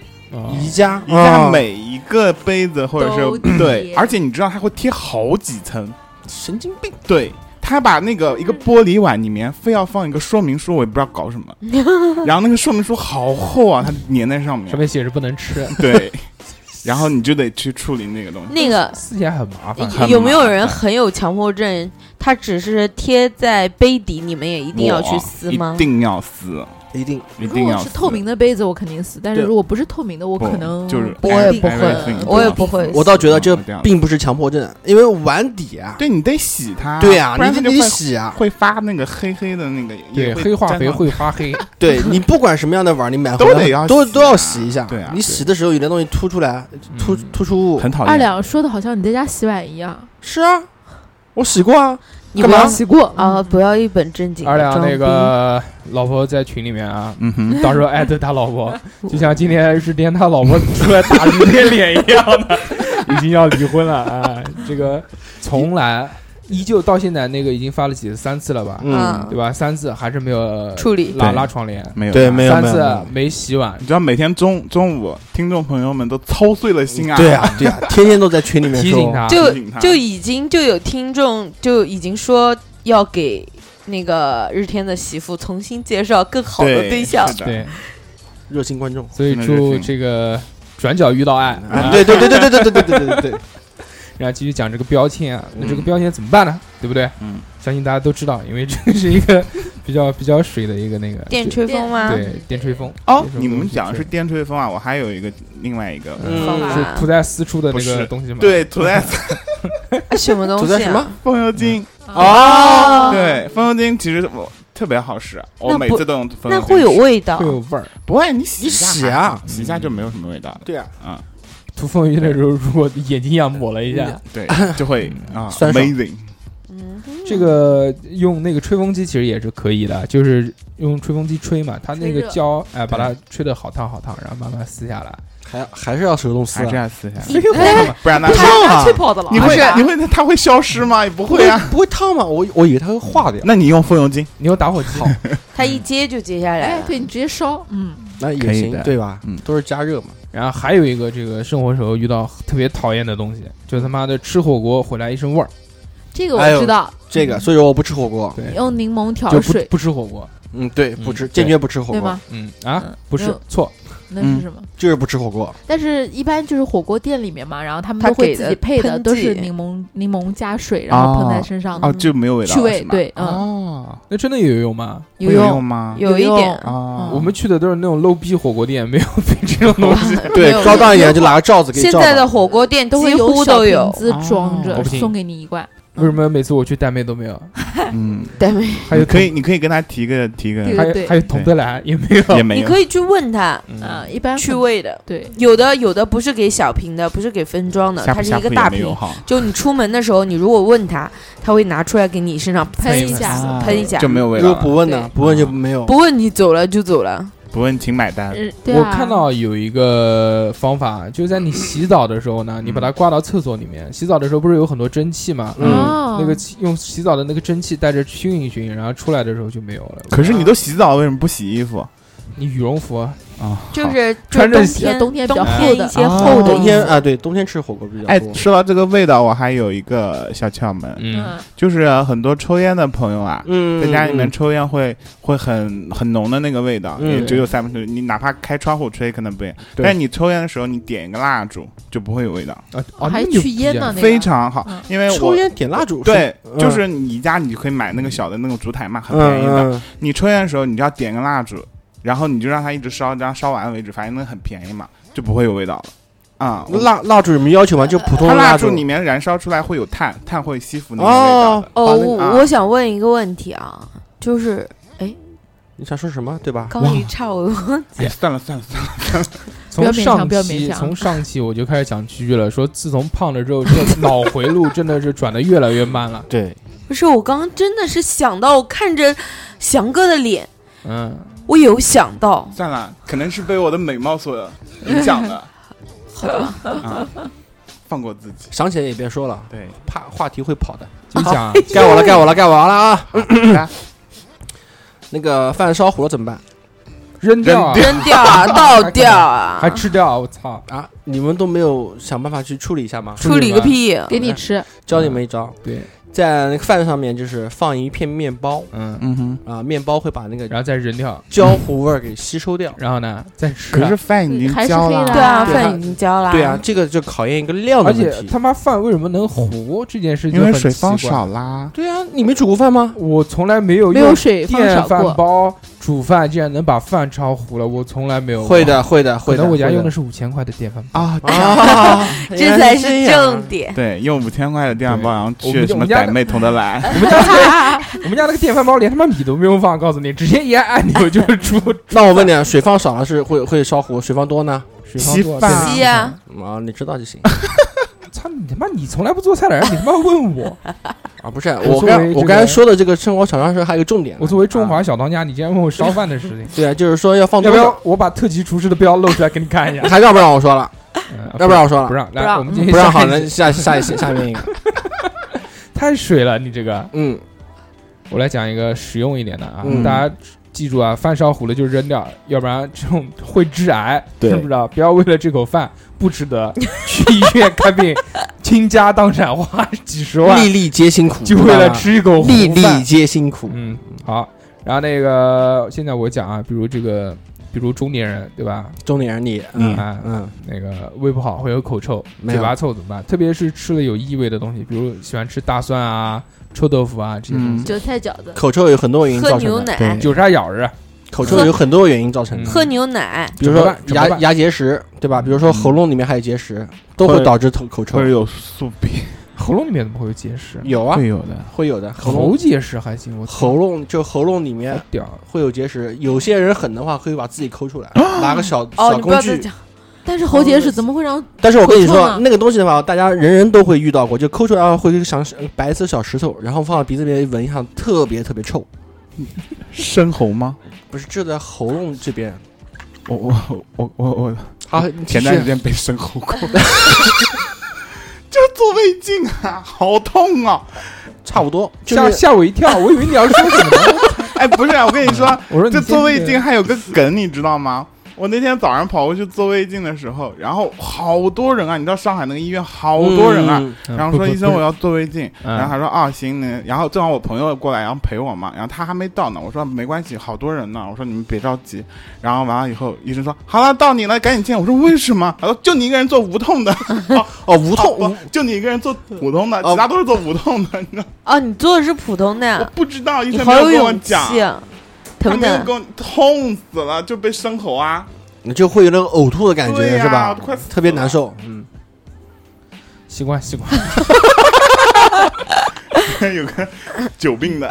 B: 宜家，
E: 哦宜家
B: 啊，
E: 每一个杯子或者
F: 都
E: 是
F: 贴
E: 对，而且你知道它会贴好几层，
B: 神经病，
E: 对。他把那个一个玻璃碗里面非要放一个说明书，我也不知道搞什 么。然后那个说明书好厚啊，它粘在上
A: 上
E: 面。
A: 面写着不能吃，
E: 对，然后你就得去处理那个东西。
C: 那个
A: 撕起来很麻烦。
E: 很
C: 有没有
E: 麻
C: 人
E: 烦
C: 很有强迫症？他只是贴在杯底，你们也一
E: 一
C: 定要去撕吗
E: 一？定要撕，
B: 一定
E: 一
F: 如
E: 定
F: 果
E: 要撕。
F: 是透明的杯子，我肯定撕；但是
B: 对
F: 如果不是透明的，我
E: 不
F: 可能
E: 就是
F: 我
E: 哎
F: 也不
E: 哎
F: 会，
E: 哎
C: 我也不会
B: 我倒觉得这
E: 嗯这样
B: 并不是强迫症，因为碗底啊，
E: 对你得洗它，
B: 对啊，
E: 不然
B: 你
E: 它
B: 得
E: 就
B: 得
E: 会
B: 洗啊，
E: 会发那个黑黑的那个，
A: 对，
E: 也
F: 嗯
A: 黑化
E: 粘
A: 肥
E: 上
A: 会发黑，
B: 对你不管什么样的碗，你买回
E: 都
B: 来
E: 得要
B: 都
E: 洗
B: 都要
E: 啊
B: 洗一下，
E: 对啊
B: 你洗的时候有点东西凸出来，突
A: 嗯
B: 突出物
E: 很讨厌。
F: 二两说的好像你在家洗碗一样，
B: 是啊，我洗过啊，
C: 你
B: 干
C: 不
B: 嘛
C: 要
F: 洗过
C: 啊，不要一本正经
A: 二
C: 的
A: 两
C: 装
A: 那
C: 逼。
A: 个老婆在群里面啊，
E: 嗯哼，
A: 到时候艾特他老婆，就像今天日天他老婆出来打日天脸一样的， 已经要离婚了啊！这个从来依旧到现在那个已经发了几次三次了吧，
C: 嗯
A: 对吧？三次还是没有
C: 处理
A: 拉
E: 对
A: 拉窗帘，
E: 没有
B: 对
E: 啊
B: 没有
A: 三次没洗碗，
E: 你知道每天中中午，听众朋友们都操碎了心啊，
B: 对啊，对啊，天天都在群里面
A: 提
B: 说
A: 醒，他，
C: 就
E: 提醒他
C: 就已经就有听众就已经说要给那个日天的媳妇重新介绍更好的
E: 对
C: 对象。
E: 是的
A: 对，
B: 热心观众。
A: 所以
E: 真的是
A: 祝
E: 挺
A: 这个转角遇到爱，
B: 啊，
A: 啊
B: 对对对对对对对对对对对，
A: 然后继续讲这个标签啊，那这个
E: 嗯
A: 标签怎么办呢？对不对？
E: 嗯，
A: 相信大家都知道，因为这个是一个 比较比较水的一个那个
C: 电吹风吗？
A: 对电吹风
E: 哦
A: 这，种
E: 你们
A: 东西
E: 讲的
A: 吹
E: 是电吹风啊，我还有一个另外一个，
B: 嗯
C: 方法
A: 是涂在私处的
E: 不
A: 那个
E: 是
A: 东西吗？，
E: 对，涂在
C: 啊什么东
B: 走
C: 西、啊？
B: 在什么？
E: 风油精，嗯
B: 哦，
E: 对，风油精其实我特别好使，我
C: 那
E: 每
C: 不
E: 次都用风油
C: 那
E: 精。
C: 会有味道
A: 会。有味儿。
E: 不会？你洗一下
B: 你洗啊
E: 还好，洗一下就没有什么味道了。
B: 对啊，
E: 啊，
A: 涂风油精的时候，如果眼睛一样抹了一下，
E: 对，就会啊
B: 酸爽
E: ，amazing，
C: 嗯，
A: 这个用那个吹风机其实也是可以的，就是用吹风机吹嘛，它那
F: 吹
A: 个
F: 热
A: 胶哎，把它吹得好烫好烫，然后慢慢撕下来。
B: 还还是要手动撕
E: 还
B: 啊
E: 这，样撕一下，
A: 哎呦
F: 哎
E: 不然呢
B: 不？是烫啊
F: 吹泡的了，
E: 你会
F: 是
E: 你会它会消失吗？也不会啊。
B: 不会烫吗？我我以为它会化掉，
E: 那你用风油精，
A: 你用打火机，
C: 它一接就接下来
F: 哎
C: 了，，
F: 对你直接烧，嗯，
B: 那
E: 可
B: 也
E: 以
B: 行
E: 的，
B: 对吧
E: 嗯？
B: 都是加热嘛，
A: 然后还有一个这个生活时候遇到特别讨厌的东西，就他妈的吃火锅回来一身味儿，
F: 这个
B: 哎
F: 我
B: 呦
F: 知道，
B: 这个，所以说我不吃火锅，
A: 对，
F: 用柠檬调
A: 就不
F: 水，
A: 不吃火锅，
B: 嗯，对，
A: 嗯
B: 不吃，
A: 对
B: 坚决不吃火
F: 对
B: 锅，
F: 吗？
A: 嗯啊
F: 嗯，
A: 不是
F: 嗯
A: 错，
F: 那是什么？
B: 就是不吃火锅，
F: 但是，一般就是火锅店里面嘛，然后他们
C: 他
F: 都会
C: 给
F: 自
C: 的
F: 己配的
C: 喷
F: 都是
C: 剂
F: 柠檬柠檬加水，然后喷在身上的
E: 哦，就没有味道
F: 去
E: 了，
F: 味
E: 是，吗，
F: 对，嗯，
E: 哦，
A: 啊那真的有用吗？
E: 会有
F: 用，
E: 吗？
C: 有一
F: 用
C: 点
E: 啊哦
F: 嗯
A: 我们去的都是那种 low 逼火锅店，没有 这种东西。
B: 对
F: 没有，
B: 高档一点就拿个罩子给你
C: 现
B: 罩
C: 在的
B: 上，
C: 火锅店
F: 都会
C: 几乎
F: 小
C: 都有
F: 瓶，子装
A: 哦我
F: 着，
A: 不信
F: 送给你一罐。
A: 为什么每次我去带妹都没有？
E: 嗯，
C: 对没
A: 还有
E: 你可以，你可以跟他提个提个，
F: 对
A: 还有
F: 对
A: 还有董德莱也没有
E: 也。没
C: 你
E: 有嗯
C: 可以去问他
A: 嗯
F: 啊，一般
C: 去
F: 很
C: 味的，
F: 对，
C: 有的有的不是给小瓶的，不是给分装的，
E: 下
C: 它是
E: 下
C: 一个
E: 铺也
C: 大
E: 没有
C: 瓶。
E: 哈，
C: 就你出门的时候，你如果问他，他会拿出来给你身 上
F: 喷一
A: 一
F: 下
E: 啊
C: 喷一下
E: 就，没有味
B: 如
E: 道
B: 果
E: 了。
B: 不问呢，不问就没有
C: 不，问你走了就走了。
E: 不问请买
C: 嗯
E: 单，
F: 呃对
A: 我
F: 啊
A: 看到有一个方法，就是在你洗澡的时候呢，你把它挂到厕所里面。洗澡的时候不是有很多蒸汽吗？
B: 嗯
F: 哦
A: 那个气用洗澡的那个蒸汽带着熏一熏，然后出来的时候就没有了。
E: 可是你都洗澡，为什么不洗衣服
A: 你羽绒服
E: 啊？
C: 就是就
A: 穿着
C: 冬
A: 洗
C: 天
F: 冬天比
C: 冬
F: 较
C: 天
F: 厚的
C: 一些
E: 啊
C: 厚的
B: 冬
C: 衣
B: 天
C: 服
B: 啊，对，冬天吃火锅比较
E: 哎，
B: 多，
E: 说到这个味道，我还有一个小窍门，
A: 嗯，
F: 嗯，
E: 就是很多抽烟的朋友啊，
B: 嗯，
E: 在家里面
B: 嗯
E: 抽烟会会很很浓的那个味道，
B: 嗯
E: 也只有三分之一。你哪怕开窗户吹可能不一样，
B: 对
E: 但你抽烟的时候你点一个蜡烛就不会有味道，
A: 啊啊，
F: 还
A: 那就
F: 去烟
A: 不一
F: 呢
A: 样，
F: 那个
E: 非常好
F: 嗯。
E: 因为我
B: 抽烟点蜡烛，
E: 对，
B: 嗯
E: 就是你宜家你就可以买那个小的那种烛台嘛，很便宜的。
B: 嗯嗯，
E: 你抽烟的时候，你就要点个蜡烛，然后你就让它一直烧，然后烧完为止，反正那很便宜嘛，就不会有味道了。啊、我
B: 蜡烛有什么要求吗？就普通
E: 它
B: 的
E: 蜡
B: 烛
E: 烛里面燃烧出来会有碳，碳会吸附那个味道
B: 哦
E: 的。，
C: 哦，
B: 把那个
C: 我
E: 啊
C: 我想问一个问题啊，就是
B: 你想说什么对吧？
C: 刚一岔我
E: 哎算了算了算了，
A: 从上
F: 不要勉强不要
A: 期
F: 勉强
A: 从上期我就开始讲蛐蛐了，说自从胖了之后，这个脑回路真的是转的越来越慢了。
B: 对，
C: 不是我刚刚真的是想到，我看着翔哥的脸，
A: 嗯，
C: 我有想 到，
E: 算了，可能是被我的美貌所影响了。
C: 好吧，
E: 啊，放过自己。
B: 想起来也别说了，
E: 对，
B: 怕话题会跑的。
A: 就讲
B: 该我了， 该我了，该我了啊！
E: 好的
B: 那个饭烧糊了怎么办？
A: 扔掉啊，
C: 扔掉啊，倒掉啊
A: 还，吃掉啊，我操！
B: 啊，你们都没有想办法去处理一下吗？
C: 处理个屁！啊
F: 给
A: 哎
F: 你吃，
B: 教你们一招，
A: 对，
B: 在那个饭上面就是放一片面包
A: 嗯，
E: 嗯哼，
B: 啊，面包会把那个
A: 然后再扔掉，
B: 焦糊味儿给吸收掉。
A: 然后呢再吃
E: 可
A: 啊。
E: 是饭已经
F: 还是
E: 焦
F: 黑
E: 了，
F: 的
C: 对啊，
B: 对
C: 饭已经焦了。
B: 对啊，，这个就考验一个量的
A: 而
B: 问题。
A: 且他妈饭为什么能糊这件事情
E: 因为
A: 很
E: 水放
A: 奇怪，
E: 少啦。
B: 对啊，你没煮过饭吗？
A: 我从来没有
F: 没
A: 用
F: 有水放
A: 电
F: 少
A: 饭
F: 过。
A: 煲煮饭竟然能把饭炒糊了，我从来没有。
B: 会，的，会的，
A: 可
B: 会的。
A: 能我家
B: 会
A: 用的是五千块的电饭煲。
E: 啊，
B: 啊，
C: 这才是正点。
E: 对，用五千块的电饭煲，然后
A: 我们
E: 去什
A: 我
E: 么
A: 们家
E: 傣妹同得来，
A: 我们家那个我们家那个电饭煲连他妈米都没有放，告诉你，直接一按按钮就是出
B: 那我问你，啊，水放少了是会会烧糊，水放多呢？
A: 水放多少
E: 稀
A: 对
C: 稀啊
B: 嗯啊，你知道 就行
A: 操你他妈！你从来不做菜的人，你他妈问 我？
B: 啊。不是，
A: 我
B: 我
A: 作为
B: 刚
A: 这个
B: 我刚才说的这个生活小常识还有个重点呢。
A: 我作为中
B: 啊，
A: 华小当家，你竟然问我烧饭的事情，
B: 对啊，就是说 要放
A: 要
B: 多
A: 不
B: 少，
A: 要我把特级厨师的标露出来给你 看一下？
B: 还让不让我说了？
A: 嗯
B: 啊要不让我说
A: 不
B: 了？
A: 让？来，
C: 让
A: 我们今天
B: 不让好，
A: 了
B: 那，下下一下下面一个，
A: 太水了，你这个。
B: 嗯，
A: 我来讲一个实用一点的啊，
B: 嗯
A: 大家记住啊，饭烧糊了就扔掉，要不然这种会致癌，
E: 对
A: 知不知道？不要为了这口饭不值得去医院看 病，倾家荡产花几十万，
B: 粒粒皆辛苦，
E: 嗯
A: 就为了吃一口糊
B: 粒粒
A: 饭。
B: 皆辛苦。
A: 嗯，好。然后那个现在我讲啊，比如这个，比如中年人对吧？
B: 重点是你，
E: 嗯
A: 啊，
B: 嗯，
A: 那个胃不好会有口臭，
B: 没
A: 嘴
B: 有
A: 巴臭怎么办？特别是吃了有异味的东西，比如喜欢吃大蒜啊、臭豆腐啊这些东西，
E: 嗯
F: 韭菜饺子，
B: 口臭有很多原因
C: 喝
B: 造
C: 牛
B: 成的，
C: 奶，
A: 九砂咬啊日，
B: 口臭有很多原因造成
A: 嗯
B: 的，
C: 喝牛奶，
B: 比如
A: 怎么
B: 说
A: 办怎么嗯
B: 牙
A: 办
B: 牙结石，对吧？比如说喉咙里面还有结石，都
E: 会
B: 会导致口口臭
E: 或。者有宿便，
A: 喉咙里面怎么会有结石？
B: 有啊，
E: 会有的。
B: 会有的，喉
A: 喉哎
B: 咙
A: 结石还行，我
B: 喉咙就喉咙里面
A: 好屌，
B: 会有结石，有些人狠的话可以把自己抠出来，拿个小
C: 哦，
B: 小
C: 你不要
B: 工具。
C: 再讲，啊
F: 但是喉结石怎么会让
B: 但是我跟你
F: 口臭
B: 说
F: 呢，
B: 那个东西的话，大家人人都会遇到过，就抠出来会像白色小石头，然后放到鼻子里面闻一下，特别特别臭。
E: 生喉吗？
B: 不是，就在喉咙这边。
E: 我我我我我
B: 好，
A: 嗯
E: 前段时间被生喉 过，就是做胃镜啊，好 痛啊！
B: 差不多，就
A: 吓
B: 是
A: 吓我一 跳，我以为你要说什么。
E: 哎，不是啊，我跟你 说，
A: 我说你
E: 这做胃
A: 先
E: 镜还有个梗，你知道吗？我那天早上跑过去做胃镜的时候，然后好多人啊，你知道上海那个医院好多人啊，
B: 嗯
A: 嗯
E: 然后
A: 不
E: 说
A: 不
E: 医生
A: 不
E: 我要做胃镜，
A: 嗯
E: 然后他说啊行，那然后正好我朋友过来，然后陪我嘛，然后他还没到呢，我说哎没关系，好多人呢，我说你们别着急，然后完了以后医生说好了到你了，赶紧进，我说为什么？他说就你一个人做无痛的，
B: 哦，无痛
E: 哦不就你一个人做普通的，
B: 哦
E: 其他都是做无痛的，你知道？
C: 哦，你做的是普通的
E: 我
C: 呀，
E: 不知道医
C: 啊你
E: 生没
C: 好
E: 有
C: 有
E: 跟我
C: 勇气
E: 讲，
C: 啊，
E: 他
C: 疼不
E: 没有
C: 疼？
E: 跟我痛死了，就被生喉啊，
B: 无嗯就会有那种呕吐的感觉，
E: 对呀
B: 是吧
E: 快死了？
B: 特别难受。嗯，
A: 习惯习惯。
E: 有个久病的，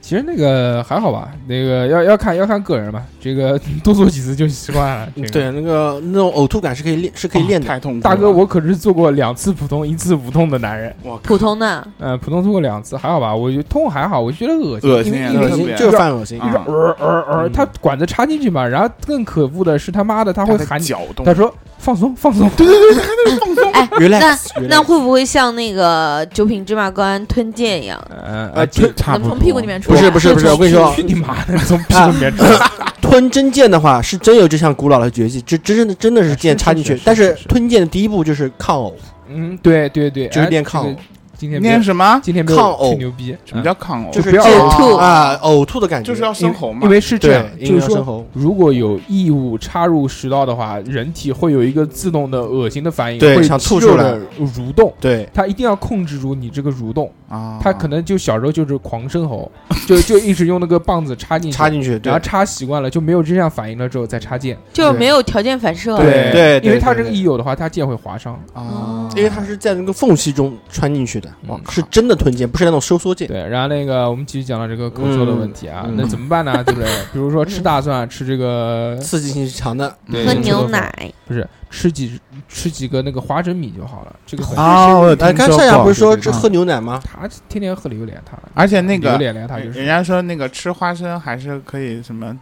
A: 其实那个还好吧，那个要要看要看个人吧，这个 多做几次就习惯了。这
E: 嗯
A: 个，
B: 嗯对，那个那种呕吐感是可以练，是可以
C: 哦
B: 练的。
E: 太痛苦了。
A: 大哥，我可是做过两次普通，一次无痛的男人。
E: 我靠
C: 普通的，
A: 嗯，普通做过两次，还好吧，我觉得痛还好，我觉得恶心，
E: 恶
A: 因
E: 心
A: 为
E: 啊
A: 因为
B: 恶
E: 特
B: 心
E: 别
B: 就是犯恶心，嗯
E: 啊
A: 呃呃呃，他管子插进去嘛，然后更可恶的是他妈的他会
E: 他
A: 喊你，
E: 搅动
A: 他，说放松放 松，
E: 对对对，他那个放松。
C: 哎，那
B: relax，
C: 那会不会像那个九品芝麻官吞剑一样，
A: 嗯
B: 呃
A: 呃，
B: 吞
E: 差
F: 能
E: 不
F: 从
E: 多
F: 屁股里面出
B: 不
F: 来？
B: 是不是不是，我跟你说
A: 去，你妈的，从屁股里面出来。
B: 吞真剑的话是真有这项古老的绝技，这真真的真的是剑插进去
A: 是是是。
B: 但是
A: 是是
B: 吞剑的第一步就是抗呕，
A: 嗯，对对对，
B: 就是
A: 哎
B: 练抗
A: 这
B: 呕
A: 个，今天没有
E: 念什么？
A: 今天没有
B: 抗呕
A: 吹牛逼，嗯
E: 什么叫抗呕？哦
B: 就是
A: 不要
B: 借
A: 呕
C: 吐
B: 啊，呕吐的感觉，
E: 就是要
A: 因
E: 生
A: 为
E: 喉嘛？
A: 因为是这
B: 对
A: 样，，
B: 因
A: 就
B: 为
A: 是
B: 要生
A: 说，
B: 喉。
A: 如果有异物插入食道的话，人体会有一个自动的恶心的反应，
B: 对
A: 会
B: 想吐
A: 肌肉
B: 出来
A: 的蠕动。
B: 对，
A: 它一定要控制住你这个蠕动，
E: 啊，
A: 它可能就小时候就是狂生喉，就 就一直用那个棒子插进去，
B: 插进去，对
A: 然后插习惯了就没有这项反应了之后再插剑，
C: 就是
B: 对
C: 没有条件反射？
B: 对对
A: 因为它这个
B: 对
A: 一有的话，它剑会划伤。
F: 哦
E: 啊，
B: 因为它是在那个缝隙中穿进去的，
A: 我靠
B: 是真的吞剑，不是那种收缩剑。
A: 对，然后那个我们继续讲到这个口臭的问题啊，
B: 嗯嗯
A: 那怎么办 呢？对不对？比如说吃大蒜，吃这个
B: 刺激性强的
A: 对
C: 喝
A: 这个
C: 牛
A: 粉
C: 奶，
A: 不是吃几吃几个那个花生米就好了。这个粉，
E: 啊，我有
B: 哎，
E: 听
B: 刚
E: 说
B: 夏夏
E: 过
B: 不是说
E: 对
B: 这
E: 对对
B: 喝牛奶吗？
A: 他天天喝榴莲他，
E: 而且那
A: 榴
E: 个哎
A: 莲来他
B: 哎
A: 就是
E: 人家说那个吃花生还是可以什么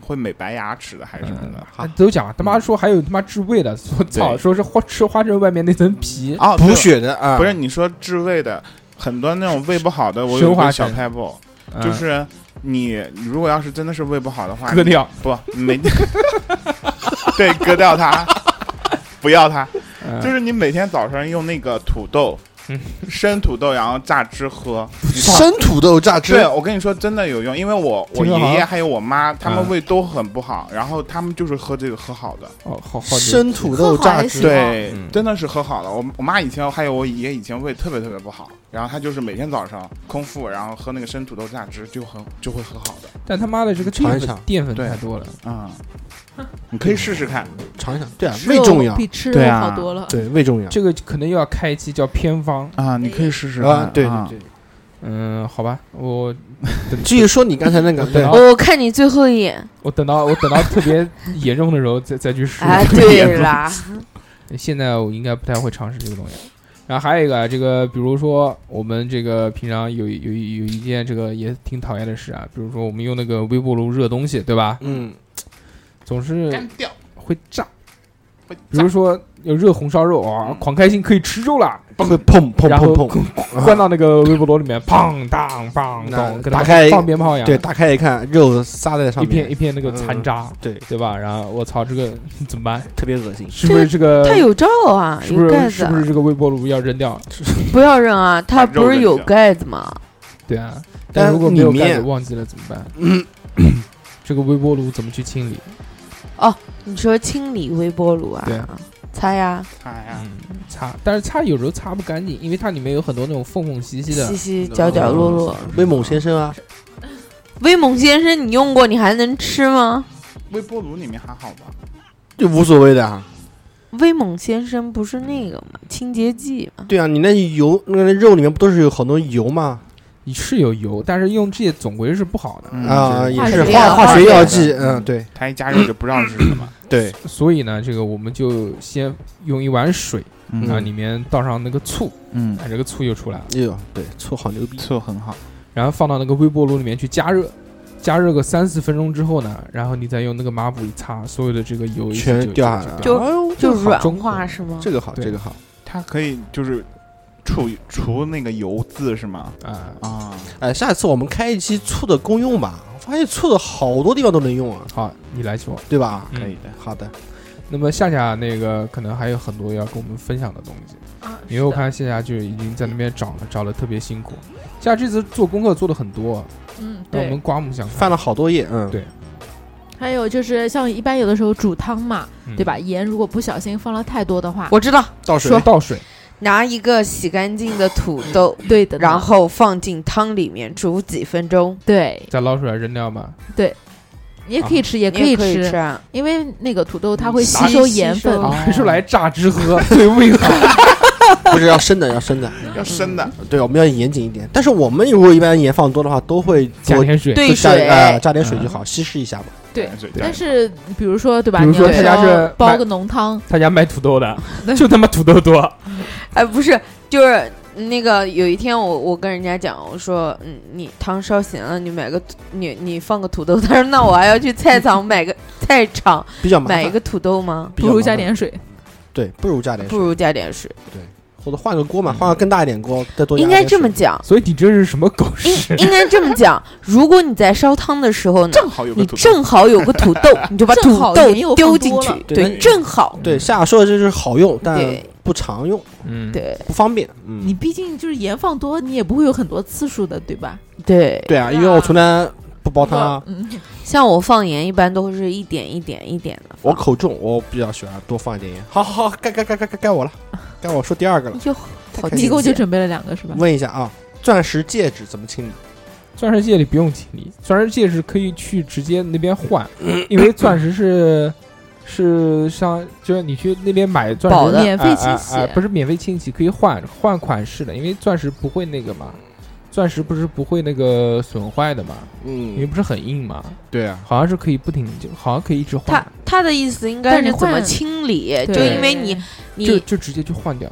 E: 会美白牙齿的，还是什么的。
B: 哎
A: 啊都讲他妈说还有他妈治胃的，说操
E: 对
A: 说是花吃花生外面那层皮，
E: 哦，
B: 补
E: 对
B: 血的啊，
E: 不是你说治胃的，很多那种胃不好的，我
A: 生
E: 有
A: 化
E: 个小
A: 成
E: p e b b
A: 嗯
E: 就是你你如果要是真的是胃不好的话，
A: 割掉。
E: 不每对割掉它，不要它。就是你每天早上用那个土豆
A: 嗯，
E: 生土豆然后榨汁喝。
B: 生土豆榨汁
E: 对，，我跟你说真的有用，因为我
A: 听
E: 我
A: 说好像
E: 爷爷还有我妈，他们
A: 嗯
E: 胃都很不好，然后他们就是喝这个喝好的。
A: 哦，好好
B: 生土豆榨
E: 哎
B: 汁，
E: 对，
G: 嗯
E: 真的是喝好了。我我妈以前还有我爷以前胃特别特别不好，然后她就是每天早上空腹，然后喝那个生土豆榨汁就很就会很好的。
A: 但他妈的这个淀
B: 尝一
A: 粉
B: 尝
A: 淀粉
E: 对
A: 太多了，
E: 啊、 你可以试试看。
B: 尝一尝。对啊，
F: 吃
B: 胃
F: 肉
B: 重要，
F: 比吃
E: 对
F: 肉
E: 啊
F: 好多了。
B: 对胃重要
A: 这个可能又要开一期叫偏方。
E: 啊，你可以试试
B: 啊
E: 看。，
B: 对
E: 啊
B: 对对。
A: 嗯，好吧，我
B: 至于说你刚才那个，对
A: 然，后
C: 哦我看你最后一眼，
A: 我等到我等到特别严重的时候再再 去试。
C: 哎，对啦，
A: 现在我应该不太会尝试这个东西。然后还有一个啊，这个比如说我们这个平常有有有一件这个也挺讨厌的事啊，比如说我们用那个微波炉热东西，对吧？
B: 嗯，
A: 总是
E: 干掉
A: 会炸。
E: 会
A: 比如说有热红烧肉啊，哇
E: 嗯
A: 狂开心可以吃肉啦，
B: 会砰砰
A: 然后
B: 砰砰，
A: 关到那个微波炉 里面，砰当砰
B: 啊那
A: 当，跟
B: 打
A: 他
B: 开
A: 放鞭炮一样，
B: 对，打开一看，肉撒在上
A: 一
B: 面，
A: 片一片那个残渣，
B: 嗯对，
A: 对吧？然后我操，这个 怎么办？
B: 特别恶心。
A: 是不是这个？
C: 它有罩啊，
A: 呃是不
C: 有
A: 是
C: 盖子
A: 是
C: 啊
A: 不，是这个微波炉要扔掉？
C: 不要扔啊，它
E: 把肉
C: 不是
E: 扔
C: 有
E: 掉
C: 盖子吗？
A: 对啊，
B: 但
A: 但如果没有
B: 里
A: 盖
B: 面嗯
A: 子忘记了怎么办？ 这个微波炉怎么去清理？
C: 你说清理微波炉啊
A: 对啊？
C: 擦呀，
E: 哎呀，
A: 嗯擦，但是擦有时候擦不干净，因为它里面有很多那种缝缝隙隙的
C: 洗。洗角角落落。
B: 威猛先生啊，
C: 威猛先生，你用过，你还能吃吗？
E: 微波炉里面还好吧？
B: 就无所谓的啊。
C: 威猛先生不是那个吗？清洁剂吗？
B: 对啊，你那油那个肉里面不都是有很多油吗？
A: 你是有油，但是用这些总归是不好的。
E: 嗯
B: 啊，
E: 是
B: 也
C: 化
B: 是
C: 学
B: 化
C: 药
B: 化学
E: 剂
B: 药
E: 的
B: 剂，
E: 嗯
B: 嗯，对
E: 它一加热就不知道是什么。
B: 对，
A: 所以呢，这个我们就先用一碗水，然后
E: 嗯
A: 里面倒上那个醋，
E: 嗯，
A: 哎，这个醋就出来了，
B: 哟，对，醋好牛逼，
E: 醋很好。
A: 然后放到那个微波炉里面去加热，加热个三四分钟之后呢，然后你再用那个抹布一擦，所有的这个油一起
B: 全
A: 就
B: 掉下来了，
C: 就
B: 哎呦
C: 就软
A: 中
C: 化
A: 国
C: 是吗？
B: 这个好，
A: 对
B: 这个好。
E: 它可以就是除除那个油渍是吗？
A: 啊。
E: 啊，
B: 哎，下次我们开一期醋的功用吧，我发现醋的好多地方都能用啊，
A: 好，你来说。
B: 对吧？
A: 嗯
E: 可以的。
B: 好的，
A: 那么夏夏那个可能还有很多要跟我们分享的东西，
F: 啊
A: 因为我看夏夏就已经在那边找了，找了特别辛苦。夏夏这次做功课做的很多，
F: 嗯，
A: 让我
F: 对
A: 们。刮目相看。
B: 翻了好多页，嗯，
A: 对
F: 还有就是像一般有的时候煮汤嘛，
A: 嗯
F: 对吧？？盐如果不小心放了太多的话，
C: 我知道，
B: 倒水
A: 说倒水，
C: 拿一个洗干净的土豆，
F: 对的呢。
C: 然后放进汤里面煮几分钟，
F: 对，
A: 再捞出来扔掉嘛。
F: 也可以吃，也
C: 也
F: 可以
C: 可以
F: 吃，
C: 啊。
F: 因为那个土豆它会
C: 吸
F: 吸收
C: 吸
F: 盐分
C: 收。
A: 拿出来榨汁喝，对胃好。
B: 不是要生的，要生的，
E: 要生的，
B: 对，我们要严谨一点。但是我们如果一般盐放多的话，都会
A: 加
B: 多
A: 点水。
C: 对
B: 就加
C: 水嗯
B: 啊，加点水就好，稀释一下嘛。
F: 对
E: 哦对
F: 但是比如说，对吧？
A: 比如
F: 你
A: 说
F: 有
A: 他
F: 时
A: 家
F: 候
A: 是
F: 煲
A: 买
F: 个浓汤，
A: 他家卖土豆的， 就他妈土豆多。
C: 哎，不是，就是那个有一天我我跟人家讲，我说，嗯，你汤烧咸了，你买个土你你放个土豆。他说， 那我还要去菜场买个菜场
B: 比较麻
C: 买一
B: 烦，
C: 个土豆吗？
B: 比
F: 不
B: 较
F: 如
B: 麻
F: 加
B: 烦
F: 点水。
B: 对，不如加点
C: 不
B: 水，
C: 如加点水，
B: 或者换个锅嘛，换个更大一点锅，再多加
C: 应该
B: 点
C: 这么
B: 水
C: 讲，
A: 所以你这是什么狗屎？
C: 应该这么讲。如果你在烧汤的时候呢，
E: 正好有
C: 你
E: 个土豆。
C: 正好有个土豆，你就把
F: 正
C: 土
F: 好盐
C: 豆
F: 又放
C: 丢进
F: 多
C: 去
F: 了，
B: 对
C: 对，正好，
B: 对，夏夏说的就是好用，但
C: 嗯对
B: 不常用，
A: 嗯，
C: 对
B: 不方便。嗯，
F: 你毕竟就是盐放多，你也不会有很多次数的，对吧？
C: 对。
B: 对啊，因为我从来不煲汤啊，
F: 嗯，
C: 像我放盐一般都是一点一点一点的
B: 我
C: 放。
B: 口重，我比较喜欢多放一点盐。好好好，该该该该该该 我了，该我说第二个了。
C: 哟，哎好
B: 开
F: 一
B: 心
F: 共就
C: 这
F: 准备了两个，是吧？
B: 问一下啊，钻石戒指怎么清理？
A: 钻石戒指不用清理，钻石戒指可以去直接那边换，因为钻石是是像就是你去那边买钻
C: 保
A: 石
C: 的
F: 免费清洗
A: 哎哎哎不是免费清洗，可以换换款式的，因为钻石不会那个嘛，钻石不是不会那个损坏的嘛，因为
B: 嗯，
A: 不是很硬嘛，
E: 对啊，
A: 好像是可以不停，就好像可以一直
C: 他
A: 换，
C: 他的意思应
F: 但
C: 该
F: 是
C: 是怎么
F: 换
C: 清理，就
F: 对
C: 因为你
A: 就
C: 你
A: 就直接就换掉。